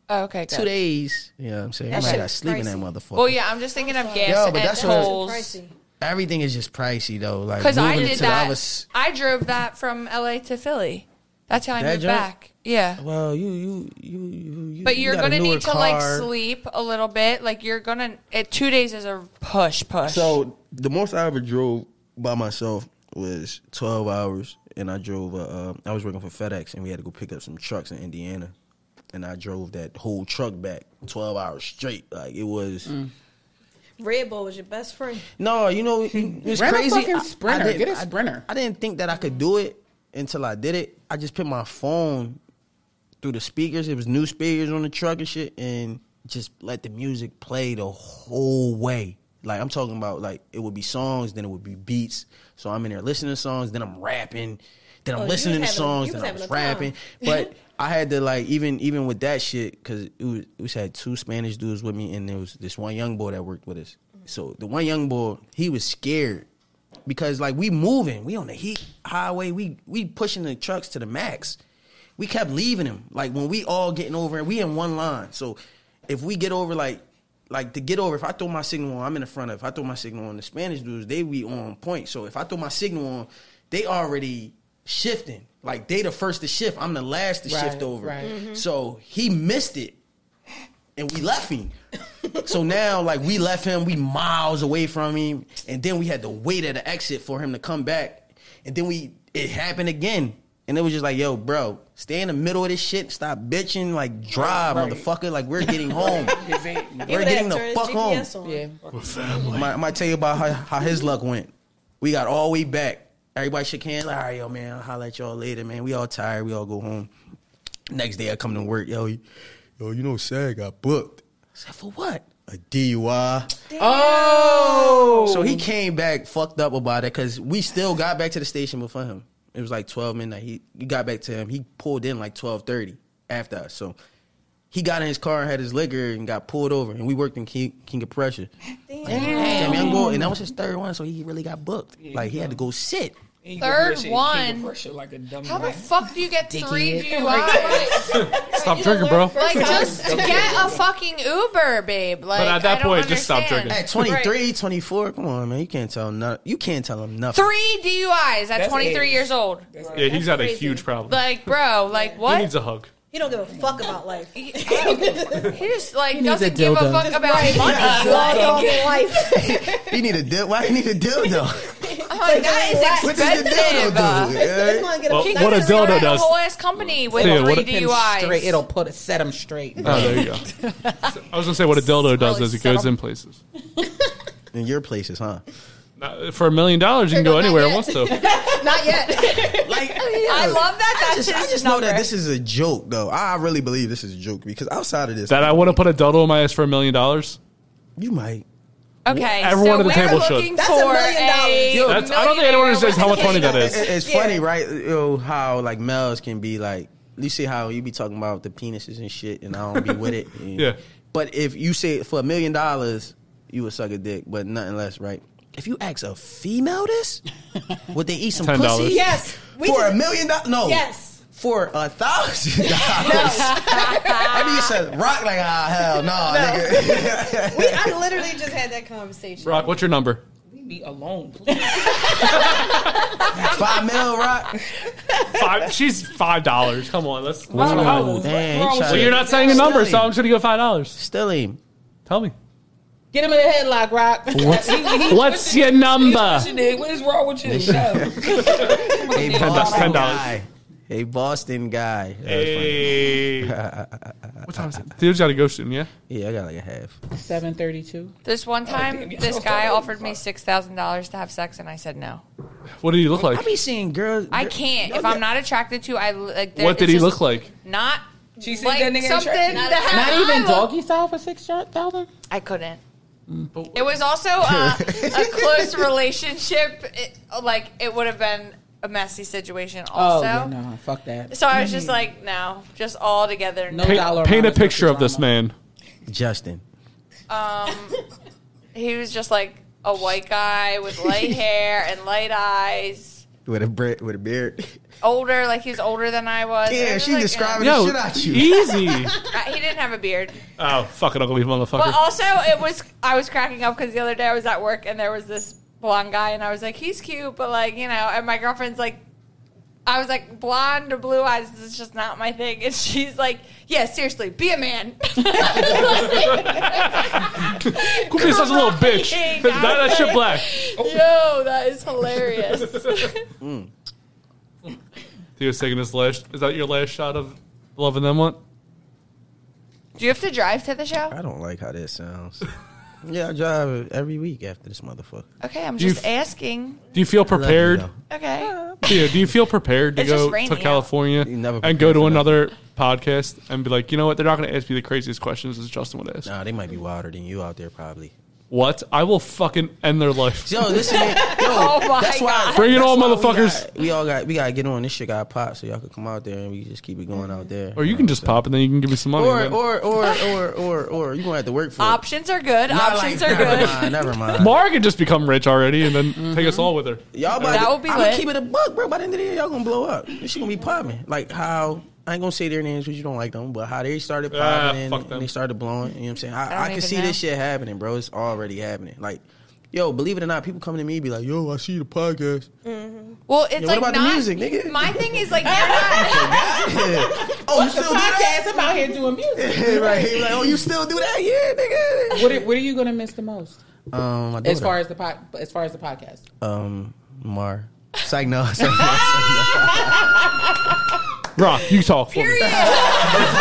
S7: Oh, okay, good.
S2: two days. You know what I'm saying?
S7: That
S2: I
S7: shit
S2: got
S7: is
S2: sleep in that
S7: pricey.
S2: motherfucker.
S7: Well, yeah, I'm just thinking of gas
S2: Yo, but
S7: and
S2: that's what-
S7: tolls.
S2: Everything is just pricey though. Like
S7: Because I
S2: moving
S7: did
S2: to The
S7: that.
S2: other s-
S7: I drove that from LA to Philly. That's how I
S2: That
S7: moved
S2: joint?
S7: back. Yeah.
S2: well, you you you you. you
S7: But
S2: you
S7: you're
S2: got a
S7: gonna
S2: newer
S7: need to like
S2: car.
S7: sleep a little bit. Like you're gonna it, two days is a push push.
S2: So the most I ever drove by myself was 12 hours, and I drove. Uh, uh, I was working for FedEx, and we had to go pick up some trucks in Indiana, and I drove that whole truck back 12 hours straight. Like it was.
S7: Mm.
S4: Red Bull was your best friend.
S2: No, you know it's
S3: Rent a
S2: crazy.
S3: fucking
S2: I- I
S3: Sprinter.
S2: didn't-
S3: Get a
S2: I-
S3: Sprinter.
S2: I, didn't think that I could do it until I did it. I just put my phone through the speakers. It was new speakers on the truck and shit, and just let the music play the whole way. Like I'm talking about, like it would be songs, then it would be beats. So I'm in there listening to songs, then I'm rapping, then I'm
S4: Oh, you
S2: listening to
S4: was having-
S2: songs,
S4: you
S2: then
S4: was
S2: I
S4: having
S2: was
S4: a time.
S2: rapping. But I had to like even even with that shit because it was, we just had two Spanish dudes with me, and there was this one young boy that worked with us. So the one young boy, he was scared because like we moving, we on the heat highway, we we pushing the trucks to the max. We kept leaving him like when we all getting over, and we in one line. So if we get over like. Like to get over, if I throw my signal on, I'm in the front of. If I throw my signal on, the Spanish dudes they be on point. So if I throw my signal on, they already shifting. Like they the first to shift, I'm the last to
S3: Right,
S2: shift over.
S3: right.
S2: So he missed it, and we left him. so now, like we left him, we miles away from him, and then we had to wait at the exit for him to come back, and then we it happened again. And it was just like, yo, bro, stay in the middle of this shit. Stop bitching. Like, drive, motfucker. Like, we're getting home. we're getting the fuck home.
S3: Yeah.
S2: I might, I might tell you about how, how his luck went. We got all the way back. Everybody shook hands. Like, all right, yo, man. I'll holler at y'all later, man. We all tired. We all go home. Next day, I come to work. Yo, you- yo, you know, Sag got booked. I said, for what? A DUI.
S3: Oh.
S2: So he came back fucked up about it because we still got back to the station before him. It was like twelve midnight. He we got back to him. He pulled in like twelve thirty after us. So he got in his car and had his liquor and got pulled over. And we worked in King, King of Pressure. Damn, I'm going- and that was his third one, so he really got booked. like he had to go sit.
S5: He
S7: Third
S5: give me a shit,
S7: one.
S5: King of Prussia Like a dumb
S7: How the
S5: man.
S7: fuck do you get three
S3: Dickhead.
S7: DUIs?
S1: Stop drinking, bro.
S7: like, just get a fucking Uber, babe. Like,
S1: at that
S7: I don't
S1: point, just stop
S7: understand.
S1: drinking.
S2: At 23, 24, come on, man, you can't tell no, you can't tell him nothing.
S7: Three DUIs at
S5: That's
S7: 23
S5: it.
S7: years old.
S1: Yeah, he's had a
S4: crazy.
S1: huge problem.
S7: Like, bro, like,
S1: he
S7: what?
S1: needs a hug.
S4: He don't give a fuck about life.
S7: He just like
S3: needs a
S7: doesn't give a
S3: dildo.
S7: fuck about money.
S2: He need a dildo. Why he need a dildo?
S7: I'm like, that is
S2: What does the
S7: expensive.
S2: dildo do?
S4: Just
S2: Yeah.
S4: wanna get a
S1: Well,
S4: fuck
S7: He
S4: out
S1: What
S7: could
S1: a
S4: of
S7: have
S1: dildo
S7: started a
S1: does.
S7: whole ass company with
S1: Yeah, what a-
S7: three
S3: Him straight.
S7: DUIs.
S3: It'll put set him straight.
S1: Oh, there you go. I was gonna say what a dildo does
S7: Really
S1: is it
S7: set
S1: goes
S7: him-
S1: in places.
S2: In your places, huh?
S1: Now, For a million dollars, you can go anywhere it wants to.
S7: Not yet.
S2: Like
S7: I love that.
S2: I
S7: That's
S2: just,
S7: his
S2: I just know
S7: number.
S2: that this is a joke, though. I really believe this is a joke because outside of this,
S1: That I want to put a dildo in my ass for a million dollars.
S2: you might.
S7: Okay,
S1: Everyone
S7: so
S1: at the
S7: we're
S1: table should.
S7: looking
S4: That's a
S7: for
S4: million dollars.
S7: a
S1: That's, I don't think anyone
S7: millionaire
S1: understands how much
S7: with-
S1: money that
S2: It-
S1: is.
S2: It's funny, right? You know, how like males can be like. You see how you be talking about the penises and shit, and I don't be with it. And-
S1: Yeah.
S2: But if you say for a million dollars, you would suck a dick, but nothing less, right? If you ask a female this, would they eat some
S1: $10.
S2: pussy?
S4: Yes. We
S2: for
S4: just-
S2: a million dollars? No.
S4: Yes.
S2: For a thousand dollars? I mean, you said rock like ah hell no, nigga.
S4: We, I literally just had that conversation.
S1: Rock, what's your number?
S5: Leave me alone. please.
S2: Five mil rock.
S1: Five. She's five dollars. Come on, let's.
S5: What's wrong with-
S2: Damn, he
S5: what's wrong
S1: Well,
S5: with-
S1: you're not saying a number, so I'm just gonna go five dollars.
S2: Still aim.
S1: Tell me.
S3: Get him in the headlock, Rock.
S1: What's,
S5: he-
S1: what's your number?
S5: What you did? What is wrong with you? No.
S2: Hey,
S1: $10.
S2: Boston guy. Hey, Boston guy. That was funny.
S1: Hey. what time is it? Dude's got to go soon. Yeah.
S2: Yeah, I got like a half.
S3: Seven thirty-two.
S7: This one time, this guy offered me six thousand dollars to have sex, and I said no.
S1: What did he look like?
S2: I be seeing girls.
S7: I can't. If I'm not attracted to, I like. there-
S1: What did
S7: it's
S1: he
S7: just
S1: look like?
S7: Not
S5: She said
S7: like
S5: that nigga
S7: something
S5: attracted.
S7: that
S3: Not even
S7: I look-
S3: doggy style for six thousand.
S7: I couldn't. It was also uh, a close relationship. It, like it would have been a messy situation.
S3: Oh
S7: Also,
S3: yeah, no, fuck that.
S7: so I was just like, no, just all together.
S3: No
S7: No.
S3: dollar.
S1: Paint, paint a
S3: amount is worth
S1: picture
S3: the
S1: of this
S3: drama.
S1: man.
S2: Justin.
S7: Um, He was just like a white guy with light hair and light eyes.
S2: With a bre- with a beard.
S7: Older, like he's older than I was. It
S2: Yeah,
S7: was
S2: she
S7: like,
S2: describing
S1: Yo,
S2: the shit out you.
S1: easy.
S7: uh, he didn't have a beard.
S1: oh, fucking ugly motherfucker.
S7: But also, it was I was cracking up because the other day I was at work and there was this blonde guy and I was like, he's cute, but like you know, and my girlfriend's like, I was like, blonde or blue eyes is just not my thing, and she's like, yeah, seriously, be a man.
S1: Could be such a little bitch.
S7: Crying.
S1: Dye that shit black.
S7: Yo, that is hilarious.
S1: He was taking his last. Is that your last shot of loving them one?
S7: Do you have to drive to the show?
S2: I don't like how that sounds. yeah, I drive every week after this motherfucker.
S7: Okay, I'm
S1: You
S7: just
S1: f-
S7: asking.
S1: Do you feel
S2: Love you,
S1: prepared?
S2: though. Uh,
S7: Okay,
S1: Theo, do you feel prepared to
S7: It's just
S1: go
S7: raining
S1: to
S7: out.
S1: California
S2: You never
S1: and go
S2: prepare
S1: to
S2: for
S1: another podcast and be like, you know what? They're not going to ask me the craziest questions as Justin would ask.
S2: Nah, they might be wilder than you out there probably.
S1: What? I will fucking end their life.
S2: Yo, this ain't. Yo, oh
S7: my
S2: that's why.
S1: Bring it
S2: that's
S1: on,
S2: why we
S1: motherfuckers.
S2: got- We all got. We gotta get on. This shit got pop, so y'all can come out there and we just keep it going out there.
S1: Or you can just pop and then you can give me some money.
S2: Or
S1: and then-
S2: or or or or or you gonna have to work for it.
S7: options are good.
S2: Not
S7: options
S2: like-
S7: are
S2: never
S7: good.
S2: Mind, never mind.
S1: Mara could just become rich already and then
S2: Mm-hmm.
S1: take us all with her.
S2: Y'all about
S7: That
S2: to,
S7: would be
S2: I'm
S7: lit.
S2: gonna keep it a buck, bro. By the end of the year, y'all gonna blow up. This shit gonna be popping. Like how I ain't gonna say their names because you don't like them, but how they started
S1: Ah,
S2: popping and,
S1: fuck them.
S2: and they started blowing. You know what I'm saying? I,
S7: don't
S2: I, can
S7: even
S2: see
S7: know.
S2: this shit happening, bro. It's already happening. Like, yo, believe it or not, people coming to me be like, yo, I see the podcast.
S7: Well, it's
S2: what
S7: like
S2: about the
S7: not,
S2: music, nigga?
S7: My thing is like you're not.
S2: Oh, you still do that?
S3: Podcast. I'm out here doing music.
S2: right? He Like, oh, you still do that? Yeah, nigga.
S3: What are, what are you gonna miss the most
S2: Um, my daughter.
S3: as far as the pod, as far as the podcast?
S2: um, Mar. Psych, no. Psych, no. Psych,
S1: Rock, you talk for me.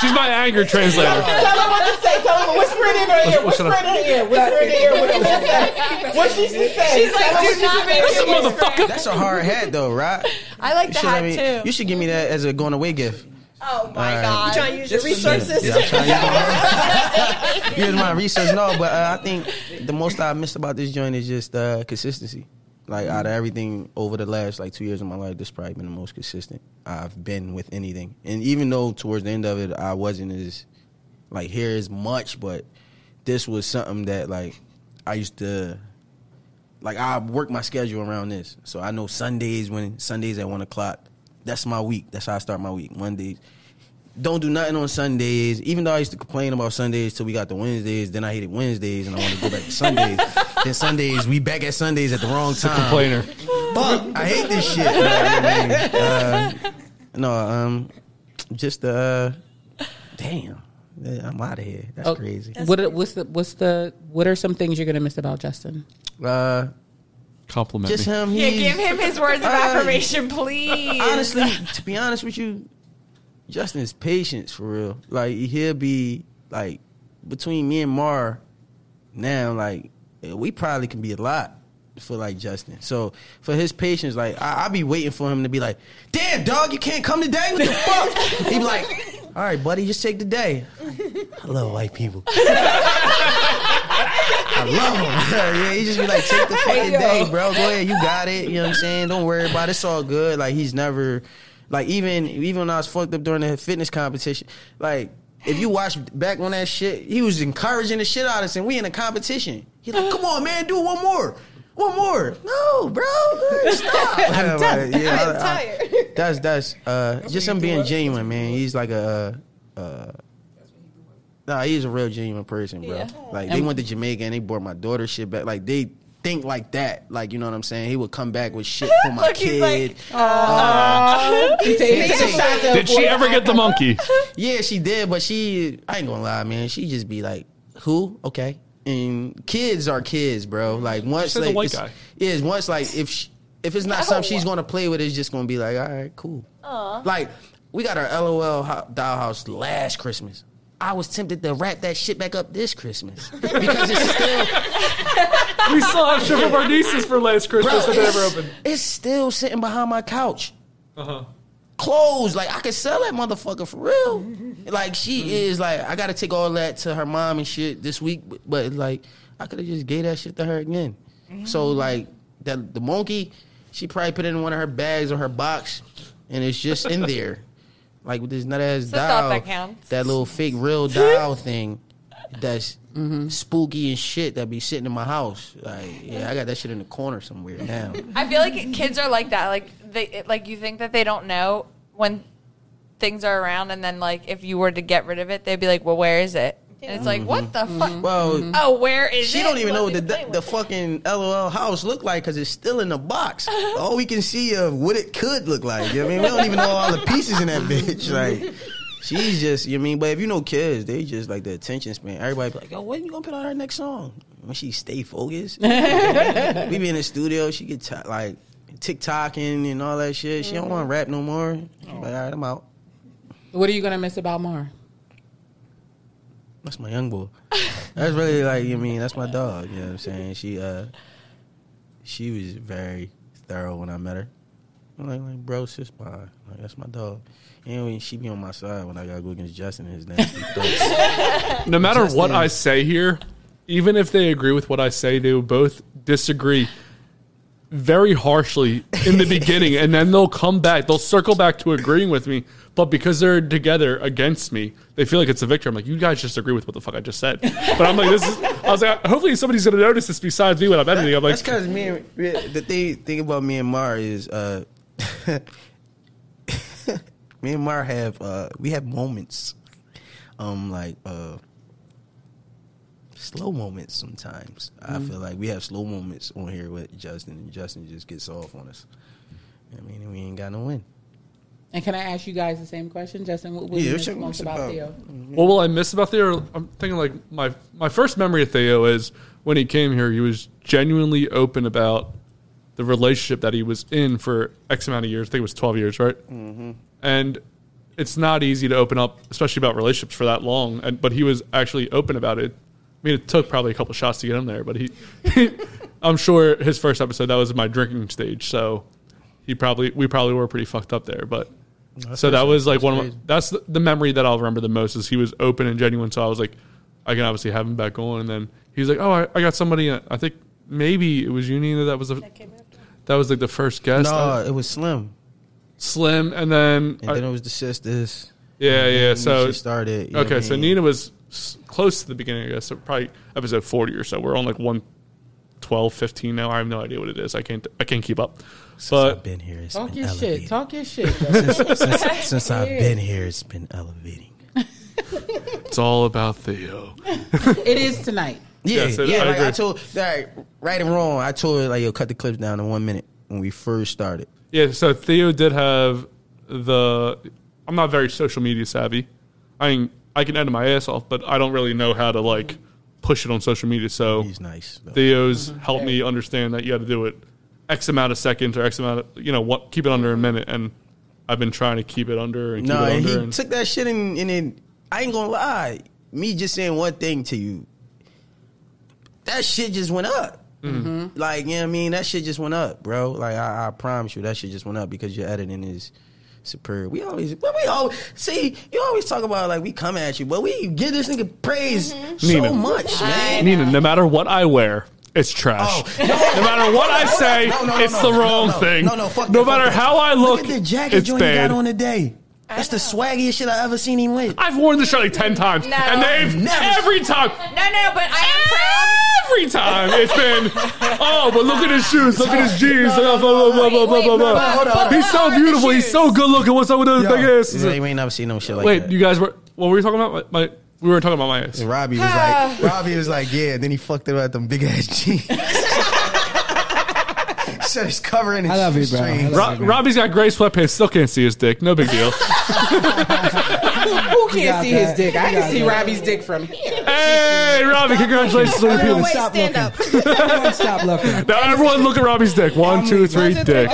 S1: She's my anger translator.
S10: Tell her what to say. Tell her whisper it in her ear. Whisper it in her ear. Whisper it in her ear. What she should say. What she should say.
S7: She's like, do not make
S1: This
S7: me whisper.
S2: no.
S1: motherfucker.
S2: That's a hard hat, though, right?
S7: I like
S2: You
S7: the
S2: should let
S7: hat
S2: me-
S7: too.
S2: You should give me that as a going away gift.
S7: oh my
S2: Alright.
S7: god.
S4: Trying to use your resources.
S2: Yeah, I'm trying to use my- use my research. No, but uh, I think the most I missed about this joint is just uh, consistency. Like out of everything over the last like two years of my life, this probably been the most consistent I've been with anything. And even though towards the end of it, I wasn't as like here as much, but this was something that like I used to like I work my schedule around this. So I know Sundays when Sundays at one o'clock, that's my week. That's how I start my week. Mondays. Don't do nothing on Sundays. Even though I used to complain about Sundays till we got to Wednesdays, then I hated Wednesdays and I want to go back to Sundays. then Sundays, we back at Sundays at the wrong time.
S1: Complainer.
S2: Fuck, I hate this shit. You know what I mean? Uh, no, um, just uh, damn, I'm out of here. That's
S3: Oh.
S2: crazy.
S3: What are- what's the what's the what are some things you're gonna miss about Justin?
S2: Uh,
S1: Compliment
S2: just
S1: me.
S2: him.
S7: Yeah,
S2: he's-
S7: give him his words of
S2: Uh,
S7: affirmation, please.
S2: honestly, to be honest with you, Justin's patience for real. Like he'll be like between me and Mar now, like eh, we probably can be a lot for like Justin. So for his patience, like I, I be waiting for him to be like, "Damn, dog, you can't come today. What the fuck?" he be like. All right, buddy, just take the day. I love white people. I love them. yeah, he just be like, take the fucking day, bro. Go ahead, you got it. You know what I'm saying? Don't worry about it. It's all good. Like he's never, like even even when I was fucked up during the fitness competition, like if you watch back on that shit, he was encouraging the shit out of us, and we in a competition. He like, come on, man, do one more. One more, no, bro, stop. I'm tired.
S4: I'm tired.
S2: that's that's uh, just him being genuine, man. He's like a. Uh, Nah, he's a real genuine person, bro. Like they went to Jamaica and they brought my daughter shit back. Like they think like that. Like you know what I'm saying? He would come back with shit for my
S7: Look, he's
S2: kid. Uh,
S7: like,
S3: Oh, He takes a shot to
S1: Did she ever get the monkey?
S2: yeah, she did, but she I ain't gonna lie, man. She just be like, who? Okay. And kids are kids, bro. Like once
S1: said the
S2: like
S1: white
S2: it's-
S1: guy.
S2: yeah, it's once like if she, if it's not something she's gonna play with, it's just gonna be like, all right, cool. Like we got our LOL ho- dollhouse last Christmas. I was tempted to wrap that shit back up this Christmas because it's still
S1: We still have shit from our nieces for last Christmas that they never
S2: it's,
S1: opened.
S2: it's still sitting behind my couch.
S1: Uh-huh.
S2: Clothes, like I could sell that motherfucker for real. like
S7: Mm-hmm.
S2: she is like I gotta take all that to her mom and shit this week, but, but, like I could have just gave that shit to her again.
S7: Mm-hmm.
S2: So like that the monkey, she probably put it in one of her bags or her box, and it's just in there, like with this nut ass
S7: a thought
S2: dial,
S7: that counts.
S2: little fake real dial thing. That's
S7: Mm-hmm.
S2: spooky and shit that be sitting in my house. Like, yeah, I got that shit in the corner somewhere now.
S7: I feel like kids are like that. Like they it- like you think that they don't know when things are around, and then like if you were to get rid of it, they'd be like, "Well, where is it?" And it's like, "What the fuck?
S2: Mm-hmm. Well,
S7: Oh, where is
S2: she
S7: it?"
S2: don't even know what the,
S4: Wasn't
S2: the, the
S4: playing with it.
S2: fucking LOL house look like because it's still in the box. all we can see of what it could look like. You know what I mean? We don't even know all the pieces in that bitch. Like, she's just, you know what I mean? But if you know kids, they just like the attention span. Everybody be like, yo, when you gonna put out her next song? When she stay focused. we be in the studio, she get ti like TikToking and all that shit. She don't want to rap no more. She like, all right, I'm out.
S3: What are you gonna miss about Mar?
S2: That's my young boy. That's really like you mean that's my dog. You know what I'm saying? She uh, she was very thorough when I met her. I'm like, like bro, sis, mine. Like that's my dog. And when she be on my side when I gotta go against Justin and his nasty thoughts.
S1: No matter
S2: Justin.
S1: what I say here, even if they agree with what I say, they will both disagree very harshly in the beginning, and then they'll come back. They'll circle back to agreeing with me, but because they're together against me, they feel like it's a victory. I'm like, you guys just agree with what the fuck I just said. But I'm like, this is. I was like, hopefully somebody's gonna notice this besides me when I'm editing. I'm like,
S2: that's because me. And, the thing, thing about me and Mar is uh, me and Mar have uh, we have moments, um, like uh, slow moments sometimes.
S1: Mm-hmm.
S2: I feel like we have slow moments on here with Justin, and Justin just gets off on us. I mean, we ain't got no win.
S3: And can I ask you guys the same question, Justin? What was
S2: Yeah,
S3: you
S2: check
S3: miss
S2: me
S3: most
S2: out.
S3: about Theo?
S1: Mm-hmm. What will I miss about Theo? I'm thinking like my my first memory of Theo is when he came here. He was genuinely open about the relationship that he was in for X amount of years. I think it was 12 years, right? Mm-hmm. And it's not easy to open up, especially about relationships for that long. And but he was actually open about it. I mean, it took probably a couple shots to get him there, but he, I'm sure his first episode that was my drinking stage, so he probably we probably were pretty fucked up there, but. so that was like one of my, that's the, the memory that I'll remember the most is he was open and genuine. So I was like, I can obviously have him back on. And then he's like, oh, I, I got somebody. uh, I think maybe it was Unina that was the, that, was like the first guest.
S2: No,
S1: Uh,
S2: it was Slim.
S1: Slim, and then
S2: And then it was the sisters.
S1: yeah,
S2: And
S1: yeah.
S2: then
S1: So
S2: she started. you know
S1: Okay,
S2: what I
S1: so
S2: mean?
S1: Nina was s- close to the beginning, I guess. So probably episode forty or so. We're on like one. 12, 15 now. I have no idea what it is. I can't. I can't keep up.
S2: I've
S1: But
S2: been here. It's
S3: Talk
S2: been
S3: your
S2: elevating.
S3: shit. Talk your shit.
S2: Since, since I've been here, it's been elevating.
S1: it's all about Theo.
S3: it is tonight.
S2: Yeah,
S1: Yes, I-
S2: yeah.
S1: I
S2: like I
S1: agree.
S2: told, like, right and wrong. I told her like, yo, cut the clips down to one minute when we first started.
S1: Yeah. So Theo did have the. I'm not very social media savvy. I can, I can edit my ass off, but I don't really know how to like push it on social media. So
S2: He's nice. though.
S1: Theo's helped me understand that you got to do it X amount of seconds or X amount of you know what keep it under a minute, and I've been trying to keep it under and keep
S2: No,
S1: it
S2: and
S1: under.
S2: he
S1: and-
S2: took that shit and, and then I ain't gonna lie. Me just saying one thing to you, that shit just went up.
S1: Mm-hmm.
S2: Like, you know what I mean? That shit just went up, bro. Like, I, I promise you, that shit just went up because your editing is superb. We always, but we always, see, you always talk about, like, we come at you, but we give this nigga praise
S1: Nina.
S2: so much, man.
S1: Nina, no matter what I wear, it's trash.
S2: Oh, no.
S1: no matter what I say,
S2: No, no, no,
S1: it's
S2: no,
S1: the
S2: no,
S1: wrong
S2: no,
S1: thing.
S2: No, no, fuck
S1: No
S2: that, fuck
S1: matter
S2: that.
S1: how I look,
S2: Look at the jacket
S1: it's
S2: joint he
S1: bad.
S2: got on today. That's the swaggiest shit I ever seen him with.
S1: I've worn this shirt like ten times,
S7: No.
S1: and they've
S2: Never.
S1: every time,
S7: No, no, no, but I
S1: every time it's been, oh, but look at his shoes, look at his jeans, blah blah blah blah blah
S7: Wait,
S1: blah blah.
S7: wait, no,
S2: hold on, hold
S1: blah.
S2: on.
S1: He's so
S7: What are the
S1: beautiful, he's
S7: shoes?
S1: so good looking. What's up with those big asses?
S2: Yeah, you ain't never seen no shit like
S1: Wait,
S2: that.
S1: you guys were what were you talking about? My, my we were talking about my ass.
S2: Robbie was like, Robbie was like, yeah. And then he fucked it up at them big ass jeans. so he's covering his
S9: I love you, bro. I
S2: strings.
S9: love
S1: Ro- Robbie's got gray sweatpants, still can't see his dick. No big deal.
S3: Who can't
S9: got
S3: see
S9: that.
S3: his dick? I
S9: You
S3: can
S9: got
S3: see
S9: that.
S3: Robbie's dick from here.
S1: hey, Robbie, congratulations on your
S9: Everyone
S1: penis.
S9: stop
S6: stand
S9: looking. Everyone stop looking.
S1: Now everyone look at Robbie's dick. One, two, three, dick.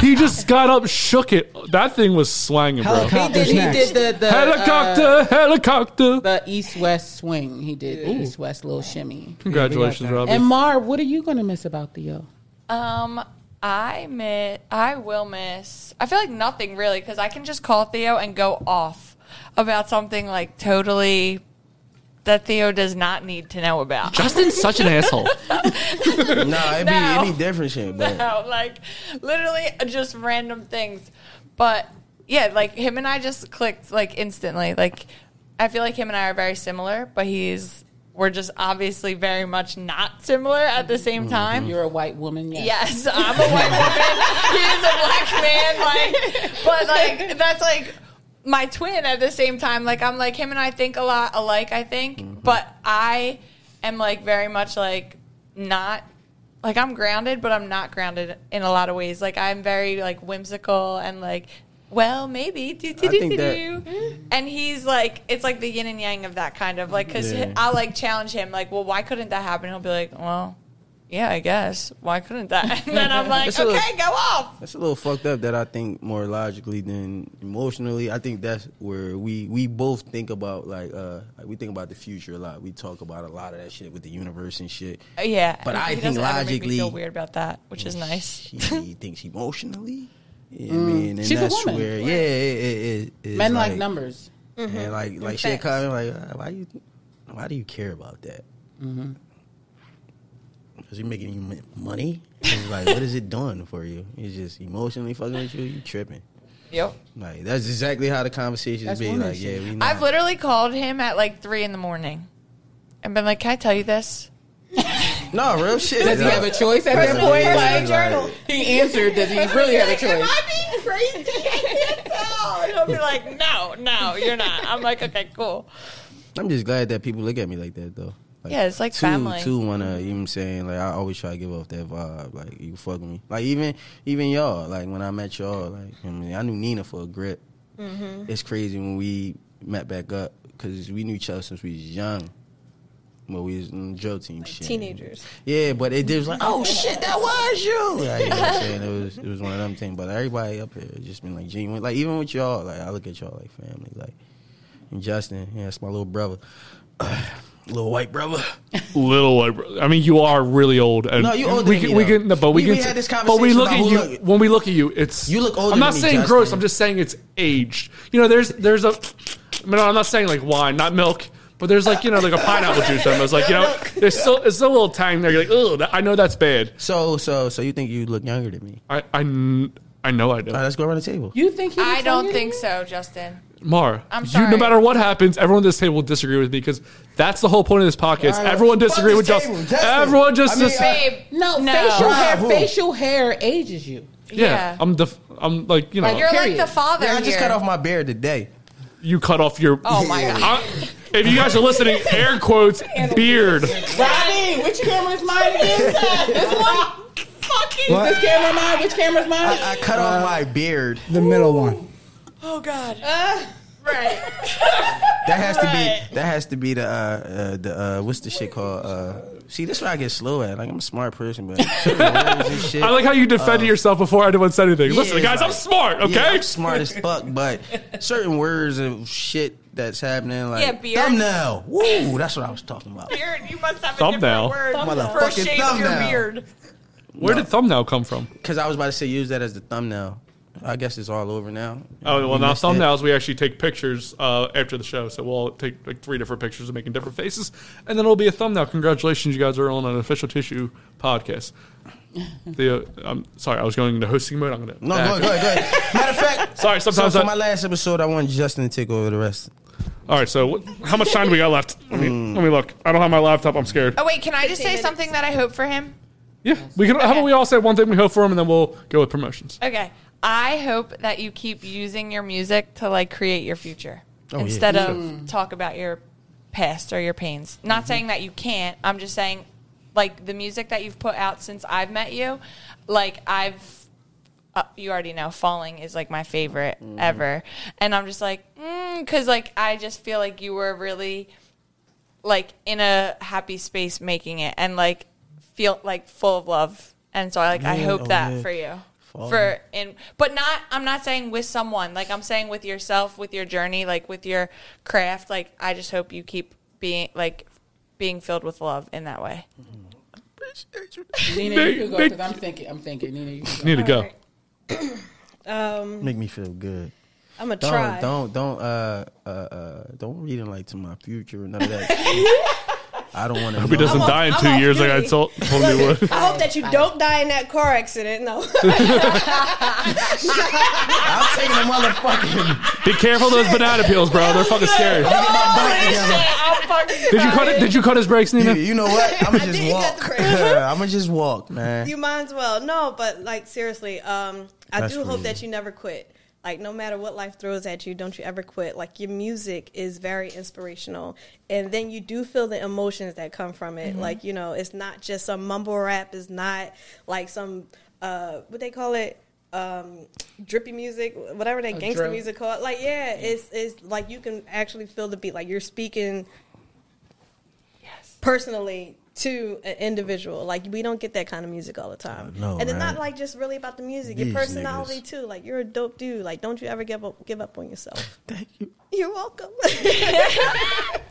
S1: He just got up, shook it. That thing was slanging, bro.
S3: He did,
S9: Helicopters
S3: he
S9: next.
S3: did the, the
S1: Helicopter,
S3: uh,
S1: helicopter.
S3: the east west swing. He did the east west little shimmy.
S1: Congratulations,
S9: Yeah, we
S1: Robbie.
S3: And Mar, what are you gonna miss about uh, Theo?
S7: am proud. Um, I miss. I will miss. I feel like nothing really because I can just call Theo and go off about something like totally that Theo does not need to know about.
S1: Justin's such an asshole.
S2: Nah, it'd be,
S7: No.
S2: it'd be different shit, but
S7: No, like literally just random things. But yeah, like him and I just clicked like instantly. Like I feel like him and I are very similar, but he's we're just obviously very much not similar at the same time.
S3: You're a white woman. Yes.
S7: Yes, I'm a white woman. He's a black man. Like, but like that's like my twin at the same time. Like I'm like him and I think a lot alike. I think,
S2: Mm-hmm.
S7: but I am like very much like not like I'm grounded, but I'm not grounded in a lot of ways. Like I'm very like whimsical and like. Well, maybe. Do, do,
S2: I
S7: do,
S2: think
S7: do,
S2: that-
S7: do. And he's like, it's like the yin and yang of that kind of like, because
S2: Yeah.
S7: I like challenge him, like, well, why couldn't that happen? He'll be like, well, yeah, I guess. Why couldn't that? And then I'm like,
S2: It's a little-
S7: okay, go off.
S2: that's a little fucked up. That I think more logically than emotionally. I think that's where we we both think about like uh like we think about the future a lot. We talk about a lot of that shit with the universe and shit.
S7: Yeah,
S2: But
S7: and
S2: I
S7: he
S2: think
S7: doesn't ever make me
S2: logically-
S7: feel weird about that, which is nice.
S2: She thinks emotionally. Yeah, man, and
S3: Mm. She's a
S2: that's
S3: woman.
S2: where yeah, it, it, it, it's
S3: Men like, numbers.
S2: And like like shit coming like uh, why you why do you care about that?
S3: Mm-hmm.
S2: Because you're making you m- money. It's like what is it doing for you? It's just emotionally fucking with you. You tripping.
S7: Yep.
S2: Like that's exactly how the conversations
S3: That's
S2: be.
S3: woman
S2: Like yeah,
S3: shit.
S2: we. Know.
S7: I've literally called him at like three in the morning and been like, can I tell you this?
S2: no real shit.
S3: Does he have a choice at that point? Like, he answered. Does he really have a choice?
S7: being crazy? no. He'll be like, no, no, you're not. I'm like, okay, cool.
S2: I'm just glad that people look at me like that though. Like,
S7: Yeah, it's like
S2: two,
S7: family.
S2: Two wanna, you know what I'm saying? Like I always try to give off that vibe. Like you fuck with me. Like even even y'all. Like when I met y'all. Like I mean, I knew Nina for a grip.
S7: Mm-hmm.
S2: It's crazy when we met back up because we knew each other since we was young. Well, we was in the drill team shit.
S4: Teenagers.
S2: Yeah, but it, they was like, oh shit, that was you. Like, you know what I'm saying? It was it was one of them things. But everybody up here has just been like genuine. Like even with y'all, like I look at y'all like family. Like and Justin, yeah, that's my little brother, little white brother.
S1: Little, white bro- I mean, you are really old. And
S2: No, you older
S1: We
S2: than
S1: can,
S2: me,
S1: we
S2: though.
S1: can, no, but we,
S2: We-
S1: can.
S2: we had this
S1: but we
S2: conversation
S1: look
S2: about
S1: at
S2: who
S1: you
S2: look-
S1: when we look at you. It's
S2: You look older
S1: I'm not
S2: than me,
S1: saying gross.
S2: Justin.
S1: I'm just saying it's aged. You know, there's there's a. I mean, I'm not saying like wine, not milk. But there's like you know like a pineapple juice almost like you know there's still it's still a little tang there. You're like oh I know that's bad.
S2: So so so you think you look younger than me?
S1: I I, kn- I know I do.
S2: All right, let's go around the table.
S3: You think he
S7: I
S3: was
S7: don't
S3: funny?
S7: think so, Justin.
S1: Mara,
S7: I'm
S1: you no
S7: sorry.
S1: matter what happens, everyone at this table will disagree with me because that's the whole point of this podcast.
S2: All right,
S1: everyone
S2: fuck
S1: disagree
S2: this
S1: with Justin.
S2: table, Justin.
S1: Everyone just
S2: I mean,
S1: dis-
S2: I-
S7: Babe,
S3: No,
S7: No.
S3: facial
S7: Nah,
S3: hair.
S2: who?
S3: Facial hair ages you.
S1: yeah,
S7: yeah.
S1: I'm def- I'm like you know
S7: Like you're
S3: Period.
S7: like the father.
S2: Yeah, I just
S7: here.
S2: cut off my beard today.
S1: you cut off your.
S7: Oh my god.
S1: I- if you guys are listening, air quotes beard.
S3: Rodney, which camera's mine again? this one? Fucking. Is this camera mine? Which camera's mine?
S2: I cut off my beard.
S9: The middle one.
S7: Oh god. right.
S2: That has to be. That has to be the uh, uh, the uh, what's the shit called? Uh, see, this is where I get slow at. Like I'm a smart person, but
S1: I like how you defended yourself before anyone said anything. Listen, guys, I'm smart. Okay,
S2: Uh, Yeah, I'm smart as fuck, but certain words of shit that's happening, like
S7: Yeah, beard.
S2: thumbnail. Woo, that's what I was talking about.
S7: Beard. You must have a
S1: Thumbnail.
S7: different word
S2: Thumbnail.
S7: for
S2: Motherfucking
S7: shape of your
S2: thumbnail.
S7: beard.
S1: Where did thumbnail come from?
S2: Because I was about to say use that as the thumbnail. I guess it's all over now.
S1: Oh well,
S2: We
S1: now
S2: missed it.
S1: thumbnails we actually take pictures uh, after the show, so we'll take like three different pictures of making different faces, and then it'll be a thumbnail. Congratulations, you guys are on an official tissue podcast. The uh, I'm sorry, I was going into hosting mode. I'm gonna
S2: No, go ahead, go ahead, go ahead. Matter of fact,
S1: Sorry, sometimes
S2: so for
S1: I-
S2: my last episode, I want Justin to take over the rest.
S1: All right, so what, how much time do we got left? Let me,
S2: Hmm.
S1: let me look. I don't have my laptop. I'm scared.
S7: Oh wait, can I just say something that I hope for him?
S1: Yeah, we can. How about we all say one thing we hope for him, and then we'll go with promotions.
S7: Okay. I hope that you keep using your music to like create your future
S2: Oh, yeah.
S7: instead of talk about your past or your pains. Not
S2: Mm-hmm.
S7: saying that you can't. I'm just saying like the music that you've put out since I've met you, like I've uh, you already know falling is like my favorite
S2: Mm-hmm.
S7: ever. And I'm just like mm, cuz like I just feel like you were really like in a happy space making it and like feel like full of love. And so I like I
S2: Yeah,
S7: hope
S2: oh,
S7: that
S2: yeah.
S7: for you
S2: Follow.
S7: for in but not i'm not saying with someone like i'm saying with yourself with your journey like with your craft like i just hope you keep being like being filled with love in that way
S3: Nina, you can go because I'm thinking. I'm thinking. Nina, you can go.
S1: Need to go.
S4: Um,
S2: Make me feel good.
S4: I'm gonna
S2: Don't
S4: try.
S2: don't don't uh, uh uh don't read it like to my future or none of that. shit. I don't want to.
S1: Hope he doesn't
S4: off-
S1: die in
S4: I'm
S1: 2
S4: off
S1: years, like I
S4: duty.
S1: told, told you would.
S4: I hope that you don't die in that car accident. No,
S2: I'm taking a motherfucking.
S1: Be careful of those banana peels, bro. They're fucking scary.
S2: Get my bike together.
S1: Did you cut it? Did you cut his brakes,
S2: You,
S1: Nina?
S2: you know what? I'm gonna
S4: think
S2: just
S4: you got
S2: walk.
S4: the break.
S2: I'm gonna just walk, man.
S4: you might as well. No, but like seriously, um, I
S2: That's
S4: do hope
S2: crazy.
S4: that you never quit. Like no matter what life throws at you, don't you ever quit. Like your music is very inspirational, and then you do feel the emotions that come from it. Like you know, it's not just some mumble rap. It's not like some uh, what they call it. Um, drippy music, whatever that gangster
S3: drill.
S4: music called, like yeah, it's it's like you can actually feel the beat, like you're speaking personally to an individual. Like we don't get that kind of music all the time.
S2: no,
S4: and it's not
S2: right.
S4: like just really about the music.
S2: These
S4: your personality
S2: niggas.
S4: too. Like you're a dope dude. Like don't you ever give up give up on yourself.
S2: Thank you.
S4: You're welcome.
S1: The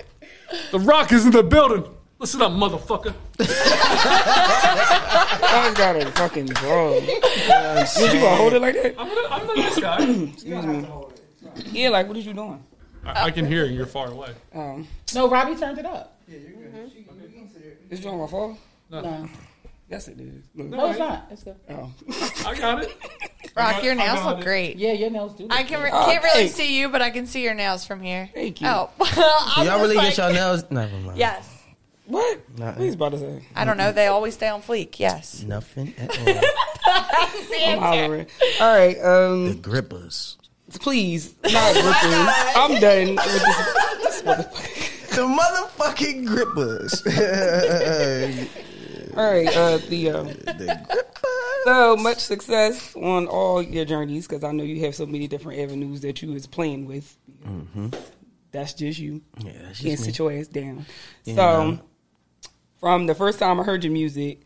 S1: Rock is in the building. Listen up, motherfucker.
S5: I got a fucking draw. Did you gonna hold it like that?
S1: I'm, gonna, I'm the nice guy.
S5: Yeah, like what is you doing?
S1: I, I can hear you. You're far away.
S5: Um,
S3: No, Robbie turned it up.
S5: is drawing my fall?
S3: No,
S5: Yes, it is. Look.
S3: no, it's not. It's good.
S5: Oh.
S1: I got it.
S7: rock your
S1: I got
S7: nails look
S1: it.
S7: great
S3: Yeah, your nails do.
S7: i
S3: look
S7: can
S3: good.
S7: re-
S2: Oh,
S7: can't really
S5: thanks.
S7: see you but i can see your nails from here
S5: Thank you.
S7: oh I'm
S2: Do y'all
S7: just
S2: really
S7: like-
S2: get y'all nails? Never mind.
S7: yes
S5: What?
S2: Nah.
S5: What he's about to say?
S7: i don't know they always stay on fleek yes
S2: Nothing at all.
S5: I'm hollering. All right.
S2: the
S5: Um,
S2: grippers.
S5: please, not with this. I'm done with this.
S2: The motherfucking grippers. the
S5: All right, uh, Theo.
S2: grippers.
S5: So much success on all your journeys because I know you have so many different avenues that you is playing
S2: Mm-hmm.
S5: with. That's just you.
S2: Yeah, that's
S5: Can't
S2: just me.
S5: sit your ass down.
S2: You
S5: so
S2: know.
S8: From Um, the first time I heard your music,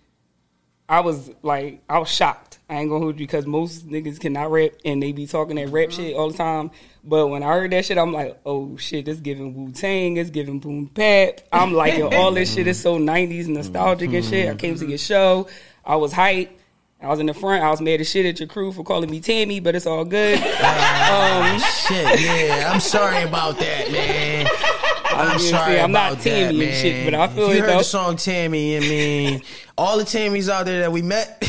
S8: I was like, I was shocked. I ain't gonna hold you because most niggas cannot rap and they be talking that rap shit all the time. But when I heard that shit, I'm like, oh shit, it's giving Wu Tang, it's giving Boom Bap. I'm liking all this shit. It's so 90s nostalgic and shit. I came to your show, I was hyped. I was in the front. I was mad as shit at your crew for calling me Tammy, but it's all good. um,
S2: Shit, yeah. I'm sorry about that, man. I'm,
S8: just
S2: sorry
S8: saying, I'm not
S2: about that,
S8: Tammy
S2: man.
S8: and shit, but I feel
S2: if you
S8: it,
S2: heard
S8: though.
S2: the song Tammy. I mean, all the Tammys out there that we met.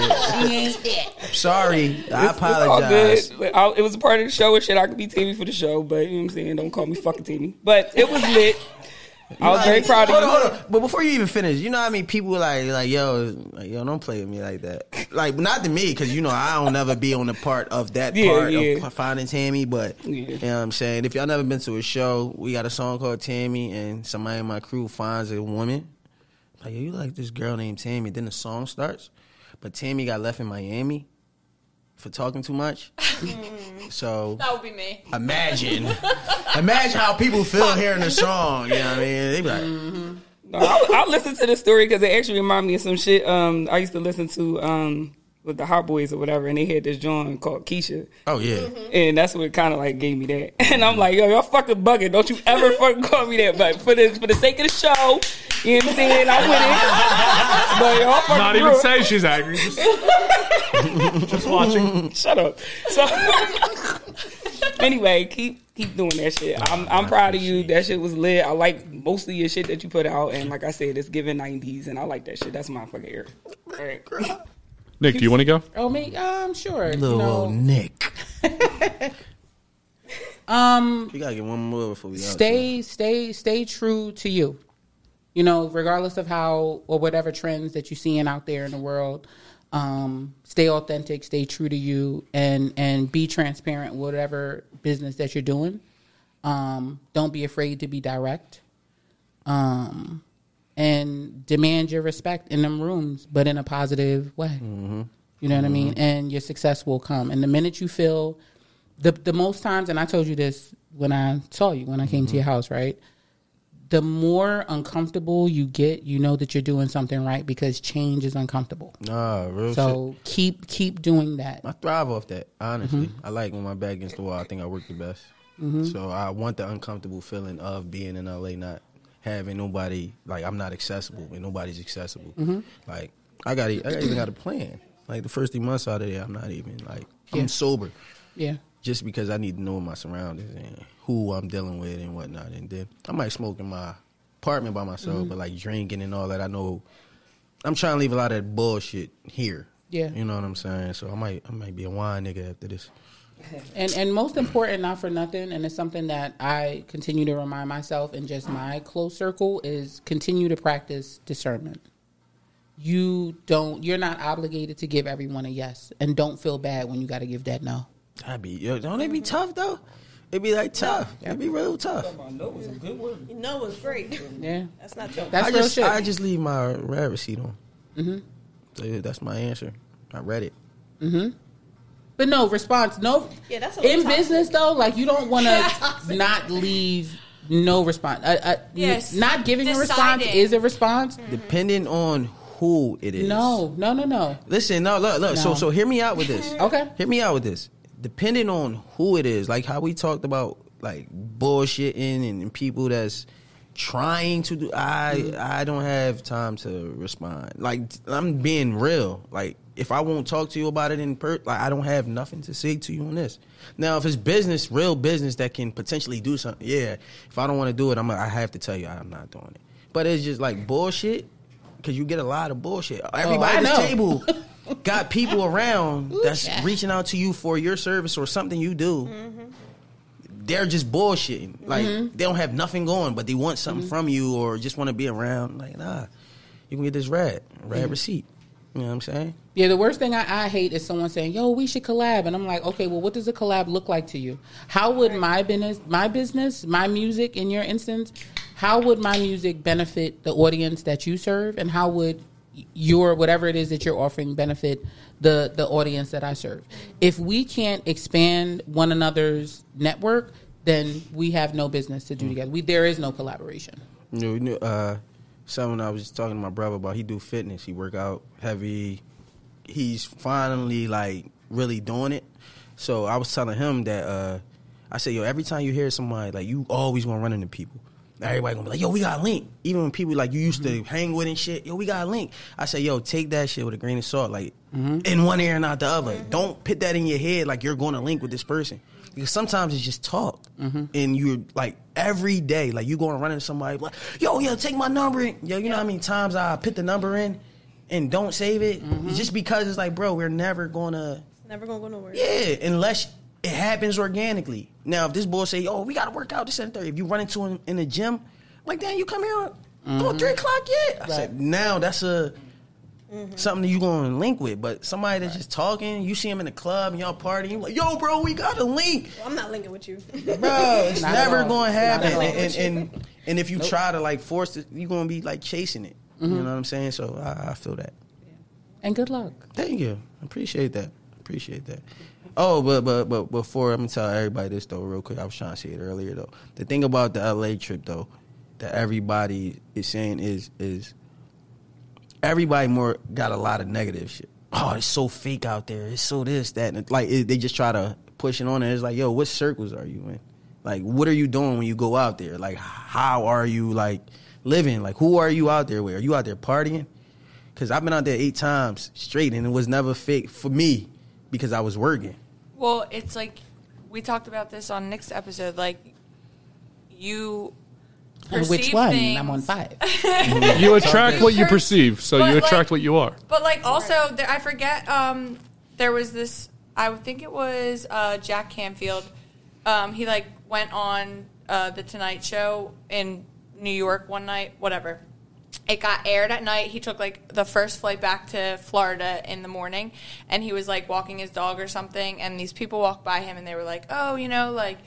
S2: I'm sorry. I apologize.
S8: It's all good. But I, it was a part of the show and shit. I could be Tammy for the show, but you know what I'm saying? Don't call me fucking Tammy. But it was lit. I was very proud of
S2: hold
S8: you.
S2: On, hold on. But before you even finish, you know how many people like like yo, like, yo, don't play with me like that. Like not to me because you know I don't never be on the part of that
S8: Yeah,
S2: part
S8: yeah.
S2: of finding Tammy. But
S8: Yeah.
S2: you know what I'm saying if y'all never been to a show, we got a song called Tammy, and somebody in my crew finds a woman. Like yo, you like this girl named Tammy. Then the song starts, but Tammy got left in Miami for talking too much. so
S7: That would be me.
S2: imagine, imagine how people feel hearing the song. You know what I mean? They be like.
S8: No, I'll, I'll listen to this story because it actually reminded me of some shit. Um, I used to listen to um, with the Hot Boys or whatever, and they had this joint called Keisha, Mm-hmm.
S2: Oh yeah.
S8: and that's what kind of like gave me that. And I'm like, yo, y'all fucking bugging. Don't you ever fucking call me that. But for the for the sake of the show, you know what I'm saying? I'm with it. But y'all fucking
S1: Not even
S8: ruined-
S1: say she's angry. Just, just watching.
S8: Shut up. So anyway, keep keep doing that shit. I'm I'm proud of you. That shit was lit. I like most of your shit that you put out, and like I said, it's giving '90s, and I like that shit. That's my fucking era. All right.
S1: Nick, do you want to go?
S3: Oh, me? Um, sure. You
S2: Little
S3: know,
S2: old Nick.
S3: um,
S2: You gotta get one more before we out,
S3: stay stay stay true to you you know regardless of how or whatever trends that you're seeing out there in the world um, stay authentic stay true to you and and be transparent whatever business that you're doing um, don't be afraid to be direct um, and demand your respect in them rooms but in a positive way you know what i mean and your success will come and the minute you feel the the most times, and I told you this when I saw you when I came to your house, right? The more uncomfortable you get, you know that you're doing something right because change is uncomfortable.
S2: so. Nah, real shit.
S3: So keep keep doing that. Mm-hmm.
S2: I thrive off that. Honestly, I like when my back against the wall. I think I work the best. So I want the uncomfortable feeling of being in LA, not having nobody like I'm not accessible and nobody's accessible.
S3: Mm-hmm.
S2: Like I got, e, I even got a plan. Like the first three months out of there, I'm not even like
S3: Yeah.
S2: I'm sober.
S3: Yeah.
S2: just because I need to know my surroundings and who I'm dealing with and whatnot. And then I might smoke in my apartment by myself,
S3: Mm-hmm.
S2: but like drinking and all that, I know I'm trying to leave a lot of that bullshit here.
S3: Yeah.
S2: you know what I'm saying. So I might, I might be a wine nigga after this.
S3: And and most important, not for nothing, and it's something that I continue to remind myself in just my close circle is continue to practice discernment. You don't you're not obligated to give everyone a yes and don't feel bad when you gotta give that no.
S2: I be, yo, don't it be tough though? It be like tough. It be real tough.
S4: You know it's great.
S3: Yeah.
S4: That's not tough.
S3: That's
S2: I
S3: real
S2: just,
S3: shit.
S2: I just leave my red receipt on. Mm-hmm. So yeah, that's my answer. I read it.
S3: But no response. No.
S4: Yeah, that's a little
S3: in
S4: toxic.
S3: business though. Like you don't want to not leave no response. Uh, uh,
S7: Yes.
S3: Not giving a response
S7: Deciding.
S3: is a response.
S4: Mm.
S2: Depending on who it is.
S3: No, no, no, no.
S2: Listen, no, look, look. So,
S3: No.
S2: so hear me out with this.
S3: Okay.
S2: Hear me out with this. Depending on who it is, like how we talked about, like bullshitting and, and people that's trying to do. I I don't have time to respond. Like I'm being real. Like if I won't talk to you about it in per, like I don't have nothing to say to you on this. Now, if it's business, real business that can potentially do something, yeah. If I don't want to do it, I'm. I have to tell you, I'm not doing it. But it's just like bullshit. Cause you get a lot of bullshit. Everybody
S3: Oh, I
S2: at this
S3: know.
S2: table people got people around that's reaching out to you for your service or something you do.
S3: Mm-hmm.
S2: They're just bullshitting. Like they don't have nothing going, but they want something
S3: Mm-hmm.
S2: from you or just want to be around. Like nah, you can get this rad, rad
S3: Mm-hmm.
S2: receipt. You know what I'm saying?
S3: Yeah, the worst thing I, I hate is someone saying, "Yo, we should collab," and I'm like, "Okay, well, what does a collab look like to you? How would my business, my business, my music, in your instance, how would my music benefit the audience that you serve, and how would your whatever it is that you're offering benefit the the audience that I serve? If we can't expand one
S7: Mm.
S3: another's network, then we have no business to do together. We there is no collaboration.
S2: No, no, uh, something I was just talking to my brother about. He do fitness. He work out heavy. He's finally like really doing it. So I was telling him that uh, I said, yo, every time you hear somebody like you always gonna run into people. Everybody gonna be like, yo, we got a link. Even when people like you used to hang with and shit, yo, we got a link. I say, yo, take that shit with a grain of salt, like in one ear and out the other. Don't put that in your head like you're gonna link with this person. Because sometimes it's just talk, and you're like every day, like you going to run into somebody, like yo, yo, take my number, in. yo, you know how many times I put the number in and don't save it, just because it's like, bro, we're never gonna,
S4: Never gonna go nowhere.
S2: yeah, unless it happens organically. Now, if this boy say, oh, we got to work out this and thirty, if you run into him in the gym, like, damn, you come here, on on
S3: Mm-hmm.
S2: three o'clock yet? I said, now that's a something that you gonna link with. But somebody that's just talking, you see him in the club and y'all partying, you like, yo, bro, we got a link.
S4: Well, I'm not linking with you.
S2: Bro, it's
S3: Not at
S2: never
S3: all.
S2: gonna
S3: Not at
S2: happen.
S3: all.
S2: And, and and and if you try to like force it, you're gonna be like chasing it.
S3: Mm-hmm.
S2: You know what I'm saying? So I, I feel that.
S3: And good luck.
S2: Thank you. I appreciate that. Appreciate that. Oh, but but but before I'm gonna tell everybody this though, real quick. I was trying to say it earlier though. The thing about the LA trip though, that everybody is saying is is everybody more got a lot of negative shit. Oh, it's so fake out there. It's so this that and it- like it, they just try to push it on. And it's like, yo, what circles are you in? Like, what are you doing when you go out there? Like, how are you like living? Like, who are you out there with? Are you out there partying? Because I've been out there eight times straight, and it was never fake for me because I was working.
S7: Well, it's like we talked about this on Nick's episode. Like you,
S3: And which
S7: perceive
S3: one?
S7: things-
S3: I'm on five.
S1: You attract what you
S7: Sure.
S1: perceive, so
S7: But,
S1: you
S7: like-
S1: attract what you are.
S7: But like also, there, I forget. Um, there was this. I think it was uh, Jack Canfield. Um, he like went on uh, the Tonight Show in New York one night. Whatever. It got aired at night. He took like the first flight back to Florida in the morning, and he was like walking his dog or something. And these people walked by him, and they were like, "Oh, you know, like."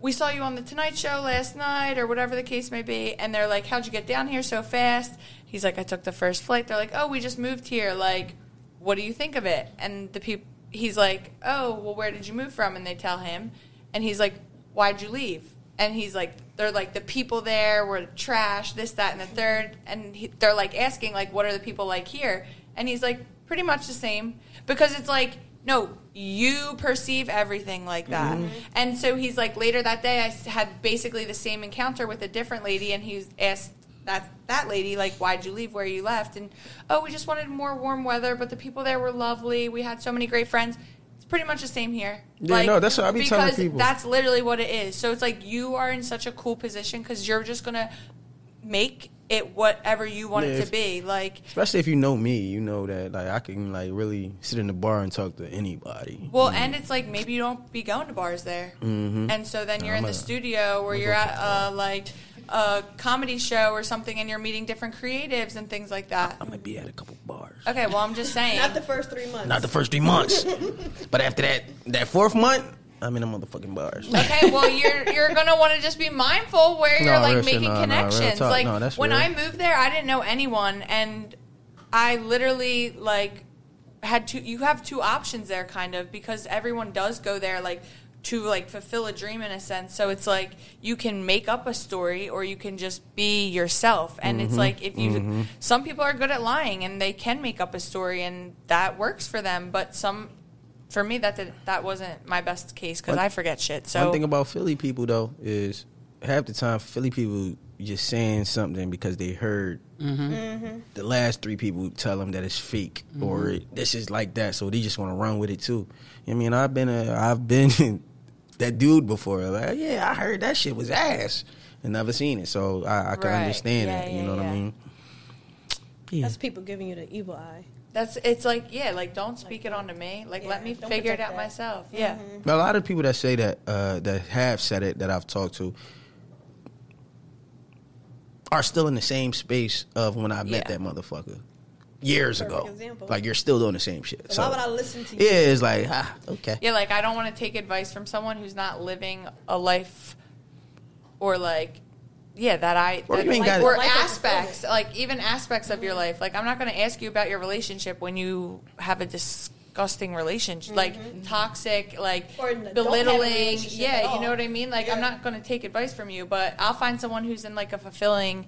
S7: We saw you on the Tonight Show last night, or whatever the case may be, and they're like, "How'd you get down here so fast?" He's like, I took the first flight. They're like, oh, we just moved here. Like, what do you think of it? And the people, he's like, oh, well, where did you move from? And they tell him, and he's like, why'd you leave? And he's like, they're like, the people there were trash, this, that, and the third. And he, they're like asking, like, what are the people like here? And he's like, pretty much the same because it's like, no, you perceive everything like that.
S2: Mm-hmm.
S7: And so he's like, later that day, I s- had basically the same encounter with a different lady, and he's asked that that lady like why'd you leave where you left and oh we just wanted more warm weather but the people there were lovely we had so many great friends it's pretty much the same here
S2: Yeah, no, that's what I be telling
S7: because
S2: people.
S7: that's literally what it is so it's like you are in such a cool position because you're just gonna make it whatever you want
S2: Yeah,
S7: it
S2: if-
S7: to be like
S2: Especially if you know me, you know that like I can like really sit in the bar and talk to anybody.
S7: Well, and it's like maybe you don't be going to bars there, and so then you're in
S2: I'm
S7: the
S2: a-
S7: studio or you're
S2: go
S7: at a, like a comedy show or something, and you're meeting different creatives and things like that.
S2: I might be at a couple bars.
S7: Okay, well I'm just saying.
S4: Not the first three months.
S2: Not the first three months, but after that, that fourth month, I'm in a motherfucking bars.
S7: okay, well you're you're gonna want to just be mindful where
S2: No,
S7: you're like
S2: real shit, no,
S7: making
S2: no, real
S7: connections.
S2: talk.
S7: like
S2: No, that's
S7: when
S2: real.
S7: I moved there, I didn't know anyone, and I literally like had two. You have two options there, kind of, because everyone does go there, like to like fulfill a dream in a sense. So it's like you can make up a story, or you can just be yourself. And
S2: Mm-hmm.
S7: it's like if you, some people are good at lying, and they can make up a story, and that works for them. But some. For me, that did, that wasn't my best case because I forget shit. So
S2: One thing about Philly people though is half the time Philly people just saying something because they heard
S7: Mm-hmm.
S2: the last three people tell them that it's fake or
S7: Mm-hmm.
S2: it, this is like that, so they just want to run with it too. I mean, I've been a, I've been that dude before. Like, yeah, I heard that shit was ass and never seen it, so I, I can
S7: Right.
S2: understand
S7: Yeah,
S2: it. You
S7: yeah,
S2: know what I
S7: yeah.
S2: mean?
S4: That's people giving you the evil eye.
S7: That's it's like yeah, like don't speak it onto me. Like let
S4: Yeah,
S7: me
S4: don't
S7: figure it
S4: project that.
S7: out
S4: Mm-hmm.
S7: myself. Yeah.
S2: Now, a lot of people that say that uh, that have said it that I've talked to are still in the same space of when I met
S7: Yeah.
S2: that motherfucker years
S4: Perfect
S2: ago.
S4: example.
S2: Like you're still doing the same shit.
S4: So why would I listen to you?
S2: Yeah, it's like ah, okay.
S7: Yeah, like I don't want to take advice from someone who's not living a life or like yeah, that I
S2: Or
S7: that-
S2: you ain't
S7: like-
S2: gotta-
S7: or
S4: Life is
S7: aspects, like even aspects of your life. Like I'm not going to ask you about your relationship when you have a dis- disgusting relationship, like toxic, like
S4: Mm-hmm. Or don't have a
S7: belittling.
S4: relationship at
S7: Yeah,
S4: all.
S7: you know what I mean. Like I'm not going to take advice from you, but I'll find someone who's in like a fulfilling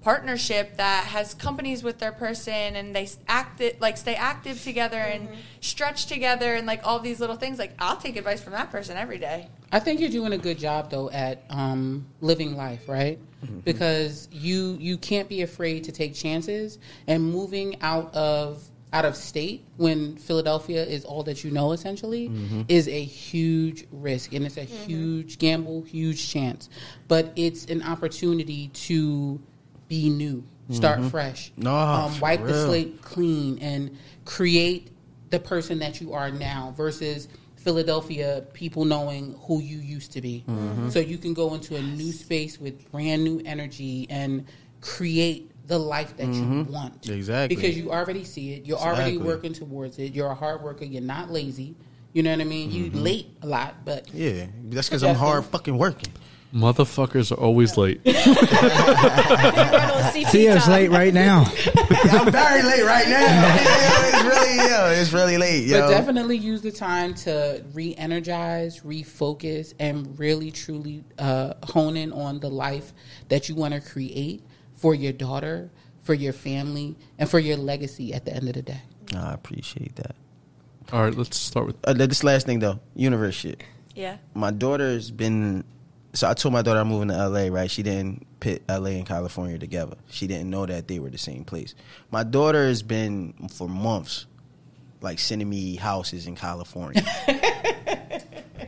S7: partnership that has companies with their person and they s- act it like stay active together and stretch together and like all these little things like i'll take advice from that person every day
S3: I think you're doing a good job though at um, living life, right?
S2: Mm-hmm.
S3: Because you you can't be afraid to take chances and moving out of out of state when Philadelphia is all that you know essentially
S2: Mm-hmm.
S3: is a huge risk and it's a huge gamble, huge chance. But it's an opportunity to be new, start fresh,
S2: Mm-hmm.
S3: um,
S2: Nah, for
S3: wipe the
S2: real.
S3: slate clean and create the person that you are now versus Philadelphia people knowing who you used to be.
S2: Mm-hmm.
S3: So you can go into a new space with brand new energy and create the life that you want.
S2: Mm-hmm. Exactly.
S3: Because you already see it, you're already
S2: Exactly.
S3: working towards it, you're a hard worker, you're not lazy. You know what I mean?
S2: Mm-hmm.
S3: You late a lot, but
S2: Yeah, that's because I'm hard fucking working.
S1: Motherfuckers are always late.
S9: Thea's late right now.
S2: Yeah, I'm very late right now. Yeah, it's really, yeah, it's really late, yo.
S3: But definitely use the time to re energize, refocus, and really truly uh, hone in on the life that you want to create for your daughter, for your family, and for your legacy at the end of the day.
S2: Nah, I appreciate that.
S1: All right, let's start with
S2: Uh, this last thing though, universe shit.
S7: yeah
S2: my daughter's been so I told my daughter I'm moving to LA, right? She didn't pit LA and California together. She didn't know that they were the same place. My daughter has been for months like sending me houses in California.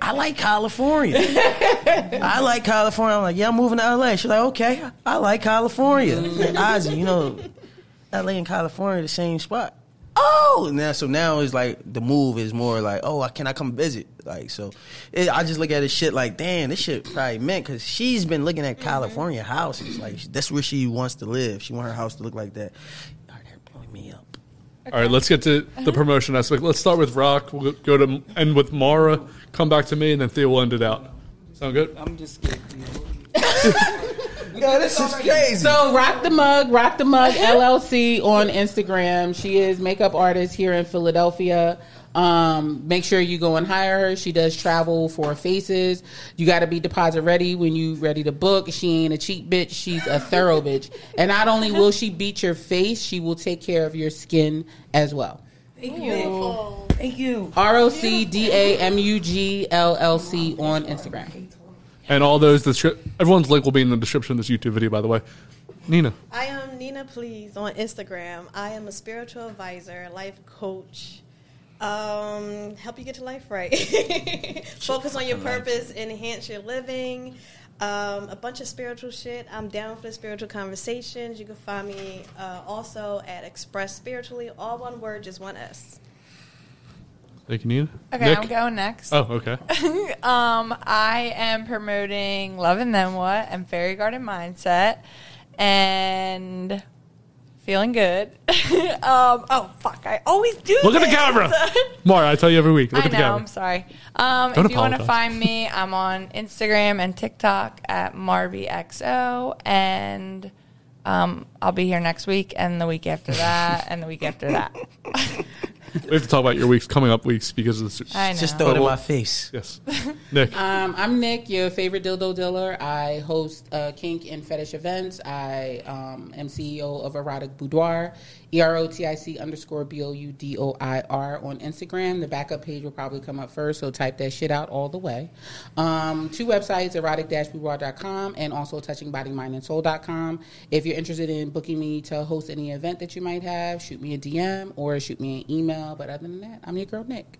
S2: I like California. I like California. I'm like, yeah, I'm moving to LA. She's like, okay, I like California. Ozzy, you know, LA and California the same spot. Oh, now so now it's like the move is more like, oh, I can I come visit? Like so, it, I just look at this shit like, damn, this shit probably meant because she's been looking at California houses. Like that's where she wants to live. She want her house to look like that. All right, they're blowing me up.
S1: All right, let's get to the promotion aspect. Let's start with Rock. We'll go to end with Mara. Come back to me, and then Theo will end it out. Sound good?
S8: I'm just scared.
S2: Yo, this is crazy.
S3: So, Rock the Mug, Rock the Mug LLC on Instagram. She is makeup artist here in Philadelphia. Um, make sure you go and hire her. She does travel for faces. You got to be deposit ready when you ready to book. She ain't a cheap bitch. She's a thorough bitch. And not only will she beat your face, she will take care of your skin as well.
S8: Thank you.
S3: R O C D A M U G L L C on Instagram.
S1: And all those, descri- everyone's link will be in the description of this YouTube video, by the way. Nina,
S4: I am Nina Please on Instagram. I am a spiritual advisor, life coach. Um, help you get your life right. Focus on your purpose, enhance your living. Um, a bunch of spiritual shit. I'm down for the spiritual conversations. You can find me uh, also at Express Spiritually, all one word, just one S.
S1: thank you, Nina.
S7: okay
S1: Nick?
S7: i'm going next
S1: Oh, okay.
S7: um, I am promoting Love and Then What and Fairy Garden Mindset and feeling good. um, oh, fuck. I always do
S1: Look at the
S7: this.
S1: camera. Mara, I tell you every week. Look
S7: I
S1: at the
S7: know.
S1: camera.
S7: I'm sorry. Um,
S1: Don't
S7: if you want to
S1: apologize.
S7: find me, I'm on Instagram and TikTok at MarvyXO, and um, I'll be here next week, and the week after that, and the week after that.
S1: We have to talk about your weeks coming up weeks because of this.
S7: I know.
S2: Just throw it in my face.
S1: Yes, Nick.
S3: Um, I'm Nick, your favorite dildo dealer. I host uh, kink and fetish events. I um, am CEO of Erotic Boudoir, E R O T I C underscore B O U D O I R on Instagram. The backup page will probably come up first, so type that shit out all the way. Um, two websites, erotic boudoir.com and also touching body, mind, and soul.com. If you're interested in booking me to host any event that you might have, shoot me a DM or shoot me an email. But other than that, I'm your girl, Nick.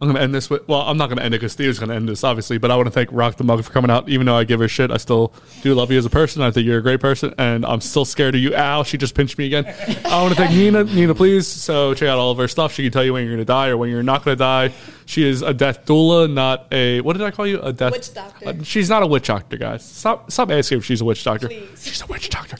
S1: I'm going to end this with, well, I'm not going to end it because Steve's going to end this, obviously, but I want to thank Rock the Mug for coming out. Even though I give her shit, I still do love you as a person. I think you're a great person, and I'm still scared of you. Ow, she just pinched me again. I want to thank Nina. Nina, please. So check out all of her stuff. She can tell you when you're going to die or when you're not going to die. She is a death doula, not a, what did I call you? A death
S4: Witch doctor.
S1: Uh, she's not a witch doctor, guys. Stop, stop asking if she's a witch doctor.
S4: Please.
S1: She's a witch doctor.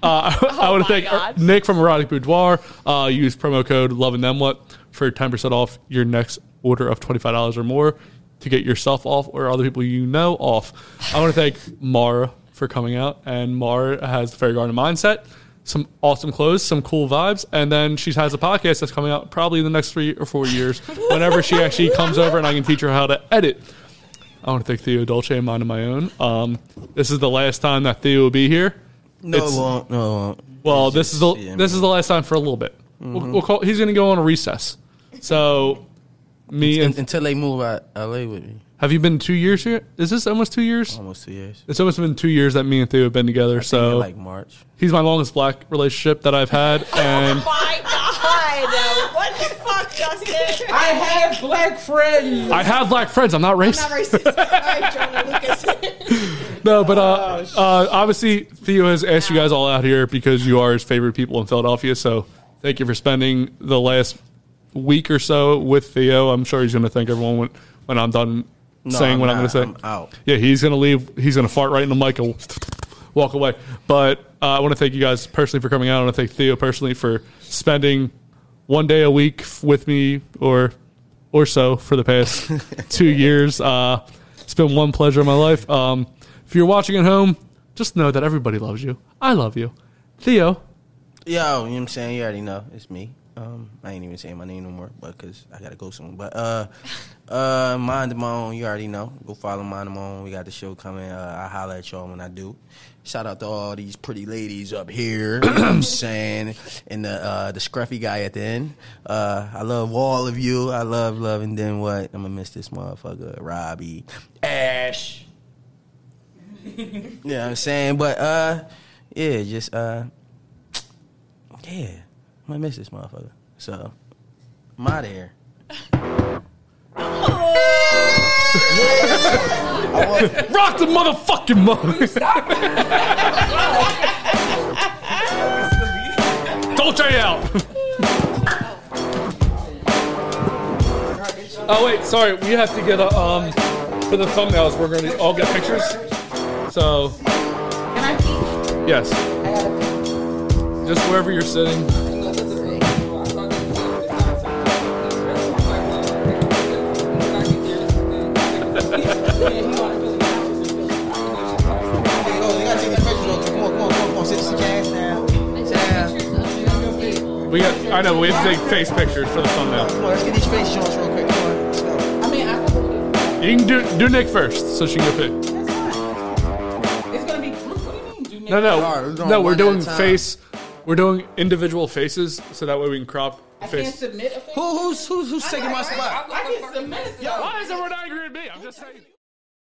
S1: Uh, I want to
S7: Oh my
S1: thank
S7: God.
S1: Nick from Erotic Boudoir. Uh, use promo code Loving Them What for ten percent off your next order of twenty five dollars or more to get yourself off or other people you know off. I want to thank Mara for coming out, and Mara has the Fairy Garden mindset. some awesome clothes, some cool vibes, and then she has a podcast that's coming out probably in the next three or four years. Whenever she actually comes over, and I can teach her how to edit. I want to thank Theo Dolce and mine and my own. Um, this is the last time that Theo will be here.
S2: No,
S1: It's-
S2: it won't. No, it won't.
S1: well, this is the
S2: yeah,
S1: this is the last time for a little bit.
S2: Mm-hmm.
S1: We'll, we'll call, he's going to go on a recess. So, me
S2: Un-
S1: and
S2: Until they move out LA with me.
S1: have you been two years here? Is this almost two years?
S2: Almost two years.
S1: It's almost been two years that me and Theo have been together. So
S2: like March.
S1: he's my longest black relationship that I've had, and
S4: My God, what the fuck, Justin?
S8: I have black friends.
S1: I have black friends. I'm not racist.
S4: Not racist. All right, Jordan Lucas.
S1: No, but uh, uh, obviously Theo has asked you guys all out here because you are his favorite people in Philadelphia. So thank you for spending the last week or so with Theo. I'm sure he's going to thank everyone when, when I'm done
S2: No,
S1: saying what I'm going
S2: not.
S1: to say.
S2: I'm out.
S1: Yeah, he's going to leave. He's going to fart right in the mic and walk away. But uh, I want to thank you guys personally for coming out. I want to thank Theo personally for spending one day a week f- with me or or so for the past two years. Uh, it's been one pleasure of my life. Um, if you're watching at home, just know that everybody loves you. I love you. Theo,
S2: Yo, you know what I'm saying? You already know. It's me. Um, I ain't even saying my name no more, but because I gotta go soon. But uh, uh, mind of my own. You already know. Go follow mind of my own. We got the show coming. Uh, I holler at y'all when I do. Shout out to all these pretty ladies up here. you know what I'm saying, and the uh, the scruffy guy at the end. Uh, I love all of you. I love love, and then what? I'm gonna miss this motherfucker, Robbie, Ash. you know what I'm saying? But uh, yeah, just uh. Yeah, I might miss this motherfucker. So, I'm out of here.
S1: rock the motherfucking mother. Dolce out. Oh wait, sorry. We have to get a um for the thumbnails. We're gonna all get pictures. So
S3: Can I keep
S1: yes, just wherever you're sitting. We got. I know we have to take face pictures for the thumbnail.
S3: I mean, I can
S1: You can do do Nick first, so she can get picked.
S3: It's gonna be. What do you mean?
S1: No,
S2: Alright,
S1: no, no. We're
S2: we're doing one at a
S1: doing
S2: time.
S1: face. We're doing individual faces, so that way we can crop
S3: I can't
S1: face.
S3: submit a thing.
S2: Who, who's who's who's taking my spot?
S3: I can submit a thing.
S1: Why is everyone angry at me? I'm just saying.